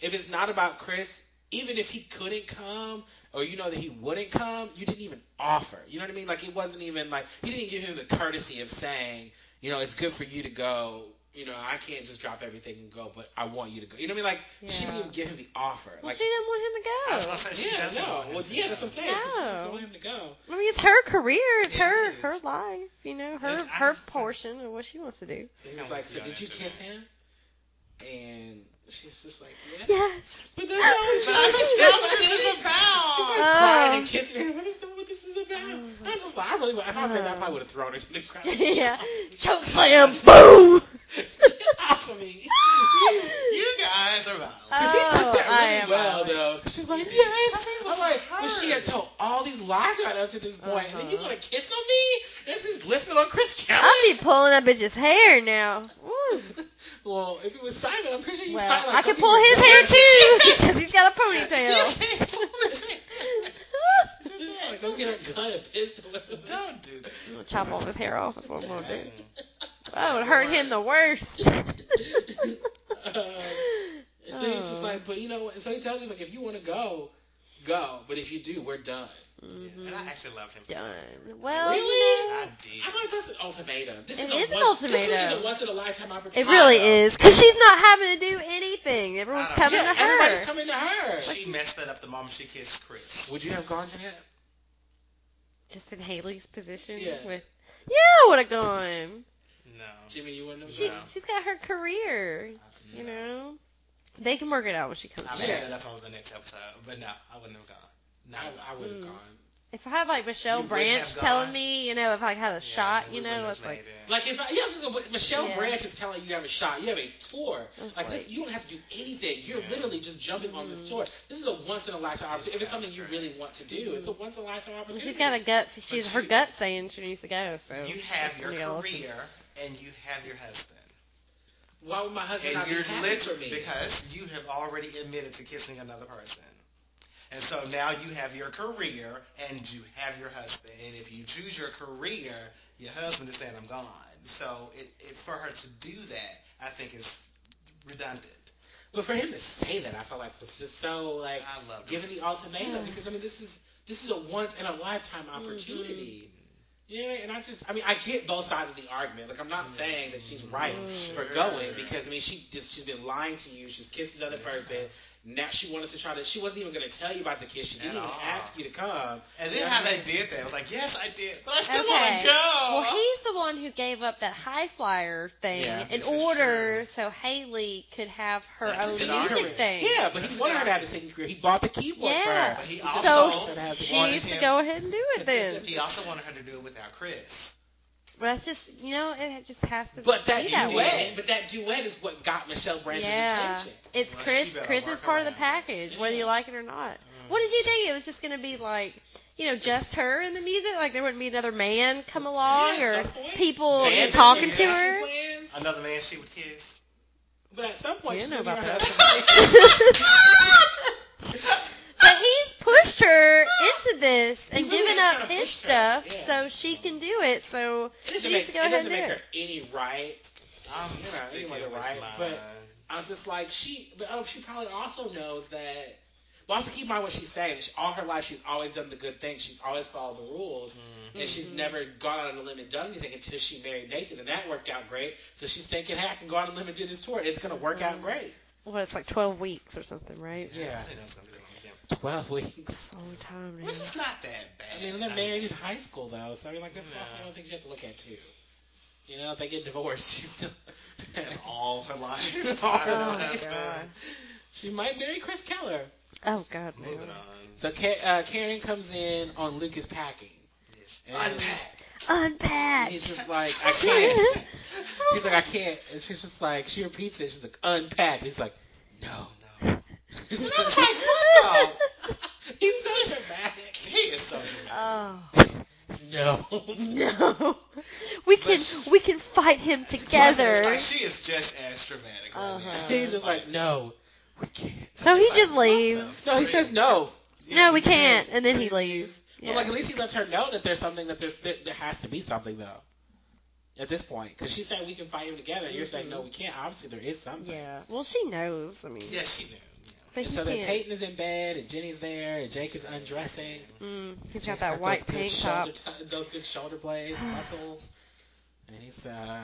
B: if it's not about Chris, even if he couldn't come or you know that he wouldn't come, you didn't even offer. You know what I mean? Like it wasn't even like you didn't give him the courtesy of saying, you know, it's good for you to go. You know, I can't just drop everything and go, but I want you to go. You know what I mean? Like she
C: Yeah.
B: didn't even give him the offer.
C: Well,
B: like
C: she didn't want him to go.
E: I was gonna say she
B: yeah,
E: doesn't
B: no,
E: want him
B: well,
E: to
B: yeah,
E: go.
B: that's what I'm saying. So she doesn't
C: No.
B: want him to go.
C: I mean, it's her career. It's
E: It
C: her
E: is.
C: her life. You know, her
E: It's- I-
C: her portion of what she wants to do.
B: So he
E: I
B: was
E: wanna
B: like,
E: see
B: so
E: on
B: did you
E: Instagram.
B: kiss him? And she was just like, yes.
C: Yes.
B: But that's not what
E: But
B: she
E: I
B: was
E: don't know what this is
B: She's
E: about.
B: like
C: Oh.
B: crying and kissing him. I just don't know what this is about.
C: was like-
B: I'm just like, I really, would- if I was there, I
C: Oh.
B: probably would have thrown her to the ground.
C: yeah. Choke slam. Boom.
B: off of me.
A: You guys are violent.
B: Because he
C: Oh,
B: took that
C: I
B: really
C: am
B: well,
C: on it.
B: though. 'Cause She's like,
A: did.
B: yes.
A: I think it was
B: I'm like, but
A: her.
B: she had told all these lies right up to this point, and then
C: Uh-huh.
B: you're going to kiss on me? And this listening on Chris Kelly?
C: I'll be pulling that bitch's hair now. Woo.
B: well, if it was Simon, I'm pretty sure you
C: Well,
B: probably like,
C: I could
B: "Don't
C: pull his
B: get your
C: hair
B: bitch."
C: too because he's got a ponytail.
A: You can't pull this hair. It's a
B: She's
A: thing.
B: like, Don't get a gun, a pistol.
A: Don't do that.
C: I'm gonna chop all his hair off. That's what I'm gonna do.
A: Mm.
C: That would hurt him the worst.
B: Um, and so he's just like, but you know what? And so he tells us, like, if you want to go, go. But if you do, we're done.
A: And I actually loved him.
C: Mm-hmm. Done. Well, you
B: Really?
C: know,
A: I did.
B: I'm like, that's an ultimatum. This
C: It
B: is
C: is
B: a
C: an
B: one- This really
C: ultimatum.
B: is a once in a lifetime opportunity.
C: it really is because she's not having to do anything. Everyone's
A: I don't
C: coming
A: know.
B: Yeah,
C: to
B: everybody's
C: her.
B: coming to her.
A: She messed that up the moment she kissed Chris.
B: Would you have gone to him?
C: Just in Haley's position
B: Yeah.
C: with. Yeah, I would have gone.
A: No.
B: Jimmy, you wouldn't have
C: She,
B: gone.
C: She's got her career, you know. They can work it out when she comes
A: I'll
C: back.
A: make
B: Yeah.
A: that up over the next episode. But no, I wouldn't have gone. Not
B: I,
A: at all.
B: I would have
C: Mm.
B: gone.
C: If I had like Michelle
A: You would
C: Branch
A: have gone.
C: telling me, you know, if I had a
A: Yeah,
C: shot,
A: we
C: you know,
A: wouldn't
C: it's
A: have
C: like,
A: made it.
B: Like if I, yeah, I was just gonna, but Michelle
C: Yeah.
B: Branch is telling you you have a shot, you have a tour.
C: That's
B: Like
C: right.
B: this, you don't have to do anything. You're
A: Yeah.
B: literally just jumping on this tour. This is a once in a lifetime opportunity. If it's something you really want to do, it's a
A: Mm-hmm.
B: once in a lifetime
C: well,
B: opportunity.
C: she's got a gut. She's her
A: she-
C: gut saying she needs to go. So
A: You have your
C: Somebody else is-
A: career and you have your husband.
B: Why would my husband
A: And
B: not be
A: you're
B: happy for me?
A: literally because you have already admitted to kissing another person. And so now you have your career and you have your husband. And if you choose your career, your husband is saying, I'm gone. So it, it, for her to do that, I think is redundant.
B: But for him to say that, I felt like was just so like
A: I love
B: given the ultimatum
C: Yeah.
B: because I mean this is this is a once in a lifetime
C: Mm-hmm.
B: opportunity. You know, what I mean? and I just I mean I get both sides of the argument. Like I'm
A: Mm-hmm.
B: not saying that she's right for going because I mean she just, she's been lying to you. She's kissed this other person. Now she wanted to try to. She wasn't even going to tell you about the kiss. She
A: At
B: didn't even
A: all.
B: ask you to come.
A: And then how they did that was like, yes, I did, but I still want
C: Okay.
A: to go.
C: Well, he's the one who gave up that high flyer thing
B: Yeah,
C: in
A: this is
C: order
A: true.
C: so Haley could have her
A: That's
C: own
A: his
C: music
A: argument.
C: thing.
B: Yeah, but
A: That's
B: he wanted her
A: good.
B: to have the singing career. He bought the keyboard
C: Yeah.
B: for
A: But
B: her.
A: he
C: So
A: also
C: she
A: wanted
C: needs to
A: him-
C: go ahead and do it then.
A: He also wanted her to do it without Chris.
C: But that's just you know it just has to
B: But that
C: be that
A: did.
B: duet,
C: way.
B: but that duet is what got Michelle Branch's
C: Yeah.
B: attention.
C: It's
A: Well, she
C: Chris.
A: better
C: Chris
A: work
C: is part of the
A: around it.
C: package, whether you like it or not. What did you think? It was just gonna be like, you know, just her in the music. Like there wouldn't be another man come along
B: Yeah, at
C: or
B: some point.
C: people
A: They
B: had
C: talking
A: been
C: to her.
B: plans,
A: Another man she would kiss.
B: But at some point,
C: You
B: she's
C: know
B: gonna
C: about
B: be
C: But he's pushed her into this and
B: He really
C: given
B: is
C: up
B: kinda
C: his
B: pushed her,
C: stuff
B: yeah.
C: so she can do it. So
B: It doesn't
C: She needs
B: make,
C: to
B: it
C: go ahead
B: doesn't
C: and do
B: make her any right.
A: I'm
B: Um, you
A: sticking
B: wanted to
A: with
B: write,
A: mine.
B: but- I'm just like she, but oh, she probably also knows that. Well, also keep in mind what she's saying. She, all her life, she's always done the good thing. She's always followed the rules,
A: Mm-hmm.
C: Mm-hmm.
B: and she's never gone out on a limb and done anything until she married Nathan, and that worked out great. So she's thinking, "Hey, I can go out on a limb and do this tour. It's gonna work
C: Mm-hmm.
B: out great."
C: well, it's like twelve weeks or something, right?
A: yeah,
B: Yeah.
A: I didn't know it was gonna be that long. Yeah.
B: Twelve weeks.
C: It's a long time. now.
A: Which is not that bad.
B: I mean, they're married in high school though, so I mean, like that's
A: Yeah.
B: also one of the things you have to look at too. You know, if they get divorced, she's still.
A: And all her life.
B: All
A: all
B: her
A: her
C: life.
A: husband.
B: She might marry Chris Keller.
C: Oh God, no.
A: Moving on.
B: So Ka- uh, Karen comes in on Lucas packing.
A: Yes.
B: And
A: Unpack.
E: Unpack.
B: he's just like, I can't. He's like, I can't. And she's just like, she repeats it. She's like, unpack. He's like, no.
A: Oh, No.
B: he's
A: It's like, what
B: so dramatic.
A: though? He is so dramatic.
C: Oh
B: No.
C: no, we can
A: Let's-
C: we can fight him together.
A: It's like she is just as dramatic. Right
C: Uh-huh.
A: now.
B: he's just like, no, we can't.
C: So he
A: It's like,
C: just
A: what the
C: leaves.
B: No, he
A: freak?
B: says no.
C: No, we can't. And then he leaves.
B: Well, like at least he lets her know that there's something that there's that there has to be something though. At this point, because she said we can fight him together, you're saying no, we can't. Obviously, there is something.
C: Yeah. Well, she knows. I mean,
A: Yeah, she knew.
C: but
B: And
C: he
B: so then
C: can't.
B: Peyton is in bed, and Jenny's there, and Jake is undressing.
C: Mm, he's got
B: Jake's
C: that white
B: those good
C: tank top.
B: shoulder t- those good shoulder blades, muscles, and he's uh,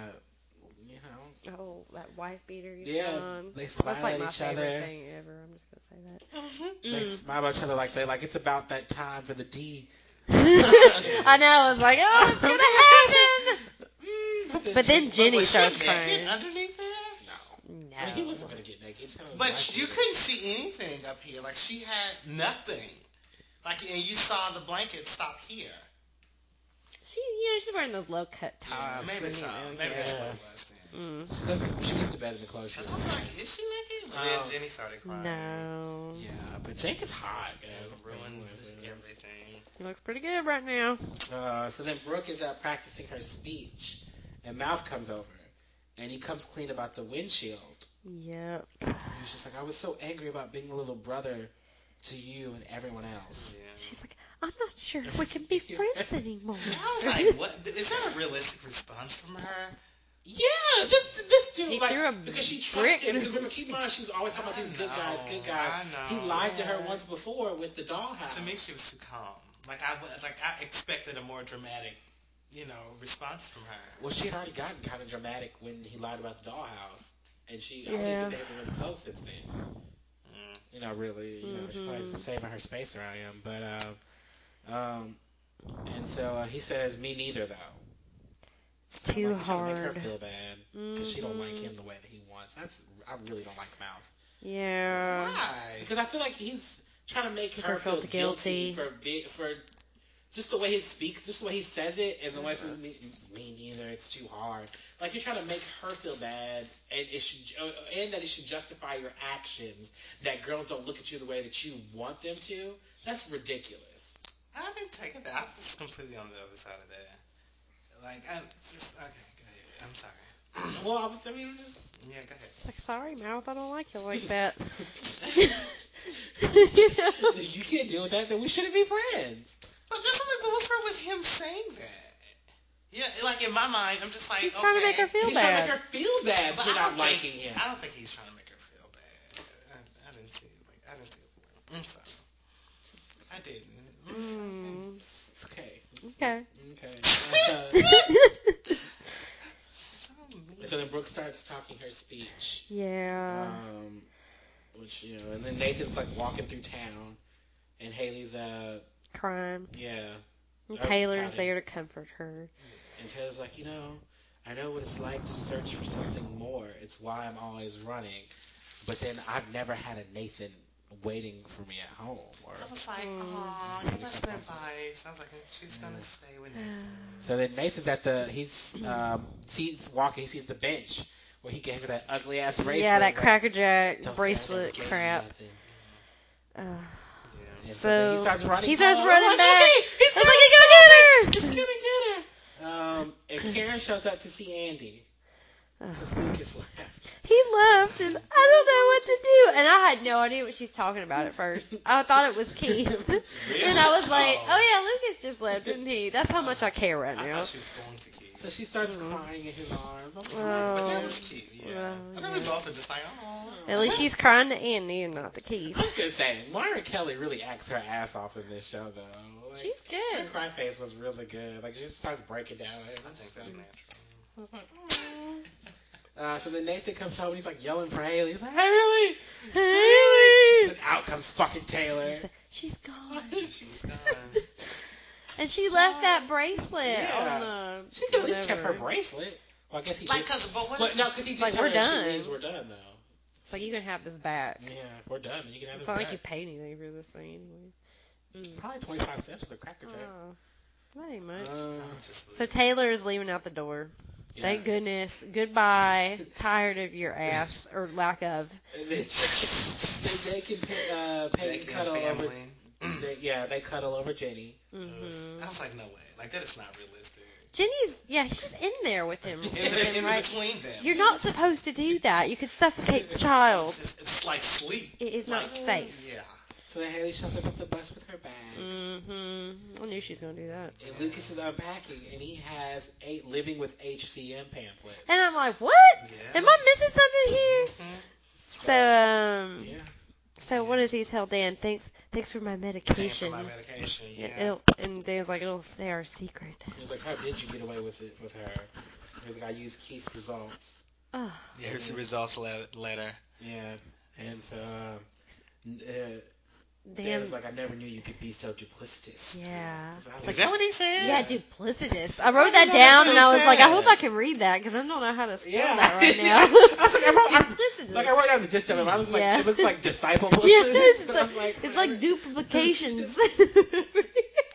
B: you know,
C: Oh, that wife beater. He's
B: Yeah,
C: on.
B: they smile
C: That's like
B: at
C: my
B: each
C: favorite
B: other.
C: thing ever. I'm just gonna say that.
B: they
C: Mm.
B: smile at each other like say like it's about that time for the D.
C: I know. I was like, oh, it's gonna happen.
B: Mm,
C: But then Jenny
A: was she
C: starts
A: naked
C: crying.
A: underneath there?
B: no, I mean, he
C: No.
B: wasn't gonna get naked. so it was
A: But
B: like-
A: you couldn't see anything up here. Like she had nothing. Like and you saw the blanket stop here.
C: She, you know, she's wearing those low cut tops.
A: maybe
C: and, you
A: so.
C: know,
A: Maybe that's
B: yeah.
A: what it was then.
E: Mm.
B: She doesn't. She needs to bed in the clothes.
A: Because I was like, is she naked? But then
B: Oh.
A: Jenny started crying.
E: No.
B: Yeah, but Jake is hot.
A: Yeah,
B: man.
A: ruined everything.
E: He looks pretty good right now.
B: Uh, so then Brooke is out practicing her speech, and Mouth comes over, and he comes clean about the windshield.
E: Yep.
B: He was just like, I was so angry about being a little brother to you and everyone else.
A: Yeah.
E: She's like, I'm not sure if we can be friends anymore.
A: And I was like, what? Is that a realistic response from her?
B: Yeah, this this dude
E: He
B: like
E: threw a
B: because she
E: brick
B: trusts him.
E: in-
B: Because remember, keep in mind, she was always talking about these good
A: I
B: guys, good
A: know,
B: guys.
A: I
B: He
A: know.
B: lied to her once before with the dollhouse.
A: To me, she was too calm. Like I, wa- like I expected a more dramatic, you know, response from her.
B: well, she had already gotten kind of dramatic when he lied about the dollhouse, and she I don't
E: Yeah.
B: even think they've been really close since then.
A: Mm.
B: you know, really, you know, she probably
E: Mhm.
B: saving her space around him. But, um, um, and so uh, he says, "Me neither, though." I'm
E: Too
B: like, it's gonna Make her
E: hard.
B: feel bad because she don't like
E: Mhm.
B: him the way that he wants. That's I really don't like mouth
E: Mm-hmm. Yeah.
A: Why?
B: because I feel like he's trying to make
E: Make
B: her
E: her
B: feel
E: felt guilty.
B: guilty, for be, for just the way he speaks, just the way he says it, and the way it's me, me neither. It's too hard. Like you're trying to make her feel bad, and it should, uh, and that it should justify your actions. That girls don't look at you the way that you want them to. That's ridiculous.
A: I didn't take it. I was completely on the other side of that. Like, I, just, okay, go ahead. I'm sorry.
B: Well, I, was, I mean, I'm just,
A: Yeah, go ahead.
E: It's like, sorry, mouth, I don't like you like that.
B: if you can't deal with that, then we shouldn't be friends.
A: But this one, but what's wrong with him saying that? Yeah, like in my mind, I'm just like,
E: He's
A: okay.
E: trying to make her feel
B: He's trying
E: bad.
B: to make her feel bad
A: But
B: for
A: I
B: not
A: don't
B: liking
A: think,
B: him.
A: I don't think he's trying to make her feel bad. I, I didn't see, like, I didn't see. it. I'm sorry. I didn't.
E: Mm.
B: It's okay.
E: Okay.
B: Okay.
A: So
B: Uh,
A: mean.
B: So then Brooke starts talking her speech,
E: yeah.
B: um, which you know, and then Nathan's like walking through town, and Haley's uh,
E: Crime.
B: yeah,
E: And
B: That's
E: Taylor's
B: funny.
E: there to comfort her.
B: and Taylor's like, you know, I know what it's like to search for something more. It's why I'm always running, but then I've never had a Nathan waiting for me at home. Or
A: I was like,
E: Mm.
A: oh, give her some advice. I was like, she's gonna stay with Nathan.
B: so then Nathan's at the he's um, sees walking. He sees the bench where he gave her that ugly ass bracelet.
E: yeah, that
B: He's like,
E: Cracker Jack
B: "Don't say I
E: bracelet
B: just gave you
E: crap.
B: nothing."
E: Ugh.
A: Yeah.
B: And so then he
E: So,
B: starts running.
E: he starts
B: down.
E: running
B: Oh, it's
E: back.
B: okay. He's
E: It's like, "You gotta
B: He's
E: get
B: gonna
E: her!"
B: get her. Um, and Karen shows up to see Andy because
E: Ugh.
B: Lucas left.
E: He left, and I don't know what to do. And I had no idea what she's talking about at first. I thought it was Keith. and I was like,
A: Oh.
E: oh yeah, Lucas just left, didn't he? That's how much I care right
A: I
E: now.
A: thought she was going to keep.
B: So she starts
E: Mhm.
B: crying in his arms. I'm like,
E: Well,
A: But that
E: Oh.
A: was cute, yeah.
E: Well,
A: I think we both are just like, oh.
E: At least she's crying to Andy and not to Keith.
B: I'm just gonna say, Myra Kelly really acts her ass off in this show, though. Like,
E: She's
B: her
E: good.
B: cry face was really good. Like she just starts breaking down. I
A: I think
E: Mm-hmm.
A: that's natural.
B: was like, "Aw." uh, so then Nathan comes home and he's like yelling for Haley. He's like, Haley!
E: Haley!
B: And out comes fucking Taylor.
E: She's gone.
A: She's gone.
E: And she left that bracelet
B: Yeah.
E: on the.
B: She could at least kept her
E: whatever.
B: bracelet. Well, I guess he
A: like,
B: did.
A: cause, but what
B: But
A: if-
B: no, because he did
E: Like,
B: tell
E: we're
B: her
E: done.
B: she leaves, we're done though.
E: So you can have this back.
B: Yeah, if we're done, you can have
E: It's
B: this
E: not
B: back.
E: like you pay anything for this thing, anyways. Mm.
B: Probably twenty five cents for the cracker jack.
E: Oh, that ain't much.
B: Uh,
A: I'm just
E: So Taylor is leaving out the door.
B: yeah.
E: Thank goodness. Goodbye. Tired of your ass or lack of.
B: And then then Jake and Pe- uh, Peyton
A: Jake and
B: cuddle over.
A: family.
B: They, yeah, they cuddle over Jenny.
E: hmm
A: I was like, no way. Like, that is not realistic.
E: Jenny's yeah, she's in there with him.
A: In,
E: with
A: the,
E: him,
A: in
E: right?
A: between them.
E: You're not supposed to do that. You could suffocate the child.
A: It's, just, it's like sleep.
E: It is not
A: Like,
E: safe.
A: Yeah.
B: So then Haley shows up at the bus with her bags,
E: Mm-hmm. I knew she was gonna do that.
B: and Lucas is unpacking, and he has a living with HCM pamphlet.
E: And I'm like, what?
A: Yeah.
E: Am I missing something here?
A: Mhm.
E: So um,
B: yeah,
E: so what does he tell Dan? Thanks, thanks for my
A: Thanks for
E: medication.
A: my medication. Yeah.
E: Yeah, it'll- and Dan's like, it'll stay our secret.
B: he's like, "How did you get away with it with her?" He's like, "I used Keith's results."
E: Oh,
A: Yeah, here's the results let- letter.
B: Yeah, and so um, n- uh,
E: Dan.
B: Dan's like, I never knew you could be so duplicitous.
E: Yeah.
B: Is that
A: Is that what he said?
E: Yeah, duplicitous. I wrote that
A: Isn't that
E: down and I
A: what
E: was
A: it
E: like, I
A: said?
E: hope I can read that because I don't know how to spell
B: Yeah.
E: that right now.
B: I was like, I wrote, I'm,
E: duplicitous.
B: like, I wrote down the gist of it. I was like,
E: Yeah.
B: it looks like disciple.
E: Yes, it's
B: I was
E: like, it's
B: whatever.
E: like duplications.
A: I didn't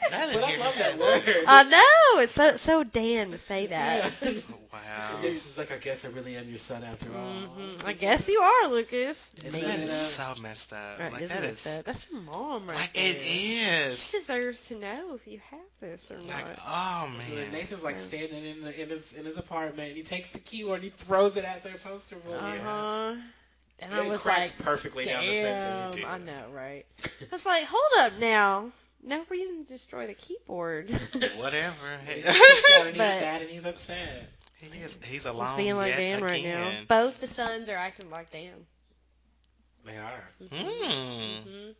B: But I
A: hear
B: love
A: you say
B: that word.
C: I know it's so so Dan to say that.
B: Yeah.
A: Wow.
B: It's just like I guess I really am your son after all.
C: hmm I guess you are, Lucas.
B: It's uh,
A: That
B: not
A: is
B: enough.
A: so messed up.
C: Right,
A: like
C: isn't
A: that
C: it
A: is,
C: that- That's your mom, right?
A: like
C: there.
A: it is.
C: She deserves to know if you have this or
A: Like
C: not.
A: oh
B: And
A: man.
B: Nathan's like standing in, the, in his in his apartment, and he takes the keyboard and he throws it at their poster board.
C: Uh
A: Yeah.
E: Uh-huh.
C: huh. And I
B: it
C: was like,
B: cracks perfectly down the center.
C: damn,
A: did.
C: I know, right? I was like, hold up now. No reason to destroy the keyboard.
A: Whatever.
B: He's
A: he
B: sad and he's
C: But-
B: sad and he's upset.
A: is. He's alone.
C: I'm feeling like
A: yet
C: Dan right now.
A: again.
C: Both the sons are acting like Dan.
B: They are.
A: Hmm.
C: Mhm.
B: Mm.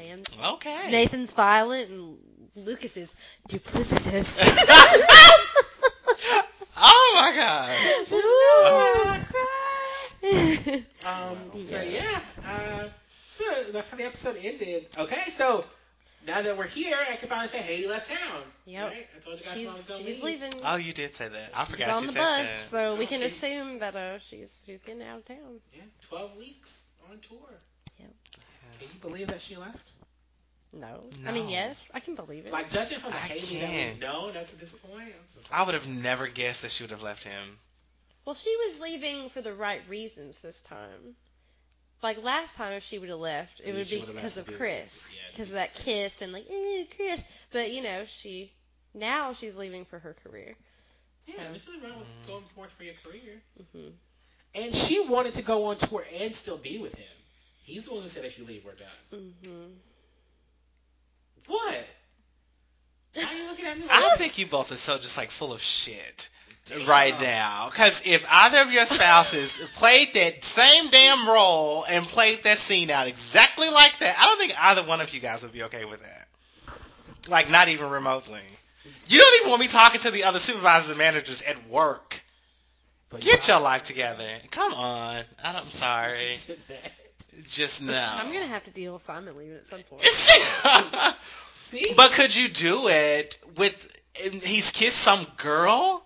C: Dan's
A: Okay.
C: Nathan's violent and Lucas is duplicitous.
A: oh my god.
C: Oh.
A: Oh.
C: Ooh.
B: Um, So
C: Yeah.
B: yeah, uh, so that's how the episode ended. Okay, so now that we're here, I can finally say Haiti left town.
C: Yep.
B: Right? I told you guys when I was
C: she's,
B: going to
C: she's
B: leave.
C: leaving.
A: Oh, you did say that. I
C: She's
A: forgot
C: on
A: you
C: the
A: said that.
C: bus, so we can
B: Okay.
C: assume that uh, she's she's getting out of town.
B: Yeah, twelve weeks on tour.
C: Yep.
B: Can you believe that she left?
C: No. I mean
A: No.
C: yes, I can believe it.
B: Like judging from the
A: I
B: Haiti that
A: can't.
B: we know, not to this point, I'm just like,
A: I would have never guessed that she would have left him.
C: Well, she was leaving for the right reasons this time. Like last time, if she would have left, it
B: Yeah,
C: would
B: she
C: be
B: would've
C: because
B: had
C: of
B: to do it.
C: Chris,
B: Yeah.
C: because of that kiss and like, ew, Chris. But you know, she now she's leaving for her career.
B: yeah, there's nothing wrong with going forth for your career.
C: hmm
B: Mm. And she wanted to go on tour and still be with him. He's the one who said, "If you leave, we're done."
C: hmm
B: What? Why are you looking at me? Like
A: I
B: that?
A: think you both are so just like full of shit right now. Because if either of your spouses played that same damn role and played that scene out exactly like that, I don't think either one of you guys would be okay with that. Like, not even remotely. You don't even want me talking to the other supervisors and managers at work.
B: But
A: Get
B: you-
A: your life together. Come on. I don't- I'm sorry. Just no.
C: I'm gonna have to deal with Simon leaving at some point.
B: See?
A: But could you do it with? and He's kissed some girl,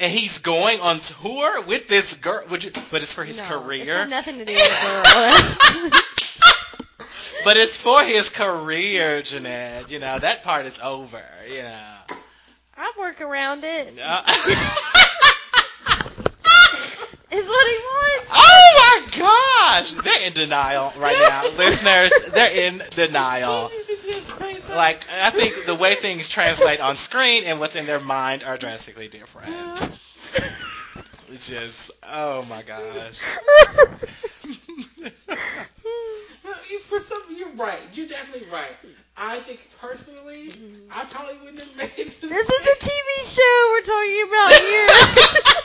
A: and he's going on tour with this girl. Would you? But it's for his
C: No, It's
A: career.
C: got nothing to do with girl.
A: but it's for his career, Jeanette. You know that part is over. You know.
C: I work around it.
A: Uh,
C: Is what he wants.
A: oh my gosh, they're in denial right now, listeners. They're in denial. Like I think the way things translate on screen and what's in their mind are drastically different. It's just, oh my gosh.
B: No, you- For some, you're right. You're definitely right. I think personally, I probably wouldn't have made this.
C: This is a TV show we're talking about here.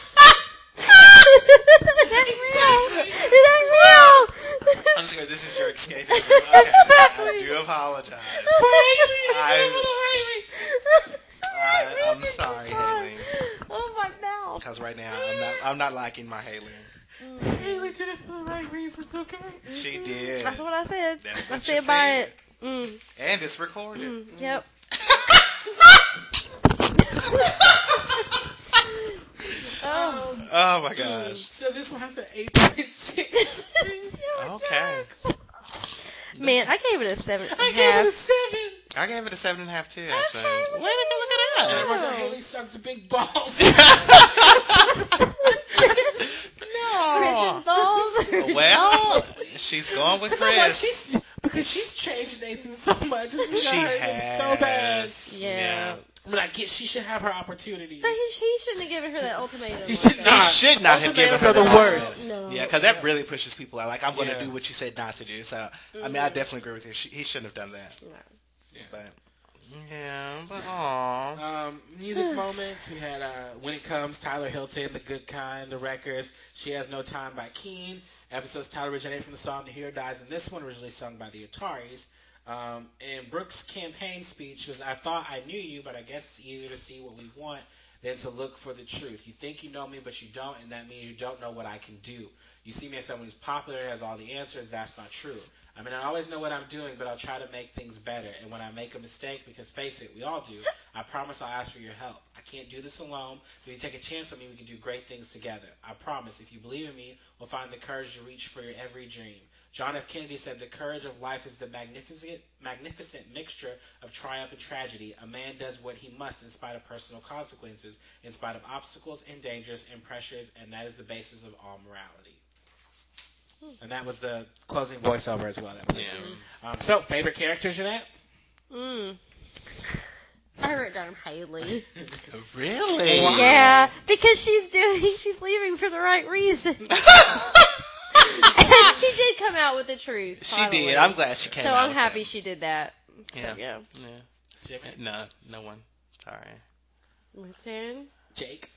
C: it ain't real. It ain't real.
A: I'm sorry, this is your escapism. Okay, I do apologize. I- I- I'm sorry, Haley.
C: Oh my mouth.
A: Because right now, I'm not, I'm not liking my Haley.
B: Haley did it for the right reasons, okay?
A: She did.
C: That's what I said.
A: That's
C: I
A: what you
C: said by
A: said.
C: it. Mm,
A: And it's recorded.
C: mm, yep. Oh.
A: Oh my gosh.
B: So this one has an 8.6.
A: Okay.
C: Man, I gave it a seven and a
B: I gave it a
C: half.
B: 7.
A: I gave it a seven and a half too, actually.
C: Okay,
A: Way to go, look
B: And I
A: at
B: wrote
A: us.
B: that Oh, Haley sucks big balls.
A: no.
C: Chris's balls.
A: Well, she's going with
B: Because I'm like,
A: Chris.
B: she's, because she's changed Nathan so much. It's
A: She
B: she
A: has.
B: so bad.
C: Yeah.
B: But I get she should have her opportunities.
C: But he, he shouldn't have given her that ultimatum.
B: He
C: like
B: should
C: that.
A: He
B: not.
A: should not have given
B: Ultimatums
A: her
B: are
A: the
B: the
A: worst.
B: worst.
C: No.
A: Yeah, because that really pushes people out. Like, I'm going to
B: Yeah.
A: do what you said not to do. So, I
C: Mm-hmm.
A: mean, I definitely agree with you. She, he shouldn't have done that.
C: No.
A: But, yeah, but aw.
B: Um, music moments. We had uh, when it comes Tyler Hilton, The Good Kind, the records. She has no time by Keen. Episodes title originated from the song The Hero Dies, and this one originally sung by the Ataris. Um, and Brooks' campaign speech was, "I thought I knew you, but I guess it's easier to see what we want than to look for the truth. You think you know me, but you don't, and that means you don't know what I can do. You see me as someone who's popular, has all the answers. That's not true. I mean, I always know what I'm doing, but I'll try to make things better. And when I make a mistake, because face it, we all do, I promise I'll ask for your help. I can't do this alone, but if you take a chance on me, we can do great things together. I promise. If you believe in me, we'll find the courage to reach for your every dream. John F. Kennedy said, "The courage of life is the magnificent, magnificent mixture of triumph and tragedy. A man does what he must in spite of personal consequences, in spite of obstacles and dangers and pressures, and that is the basis of all morality." And that was the closing voiceover as well. That was it. Um, so, favorite character, Jeanette?
C: Mm. I wrote down Haley.
A: Really?
B: Wow.
C: Yeah, because she's doing, she's leaving for the right reason. and she did come out with the truth.
A: She
C: finally.
A: did. I'm glad she came.
C: so
A: out
C: I'm
A: with
C: happy
A: that.
C: she did that.
A: Yeah.
C: So, yeah.
B: Jimmy?
A: No, no one. Sorry.
C: My turn.
B: Jake?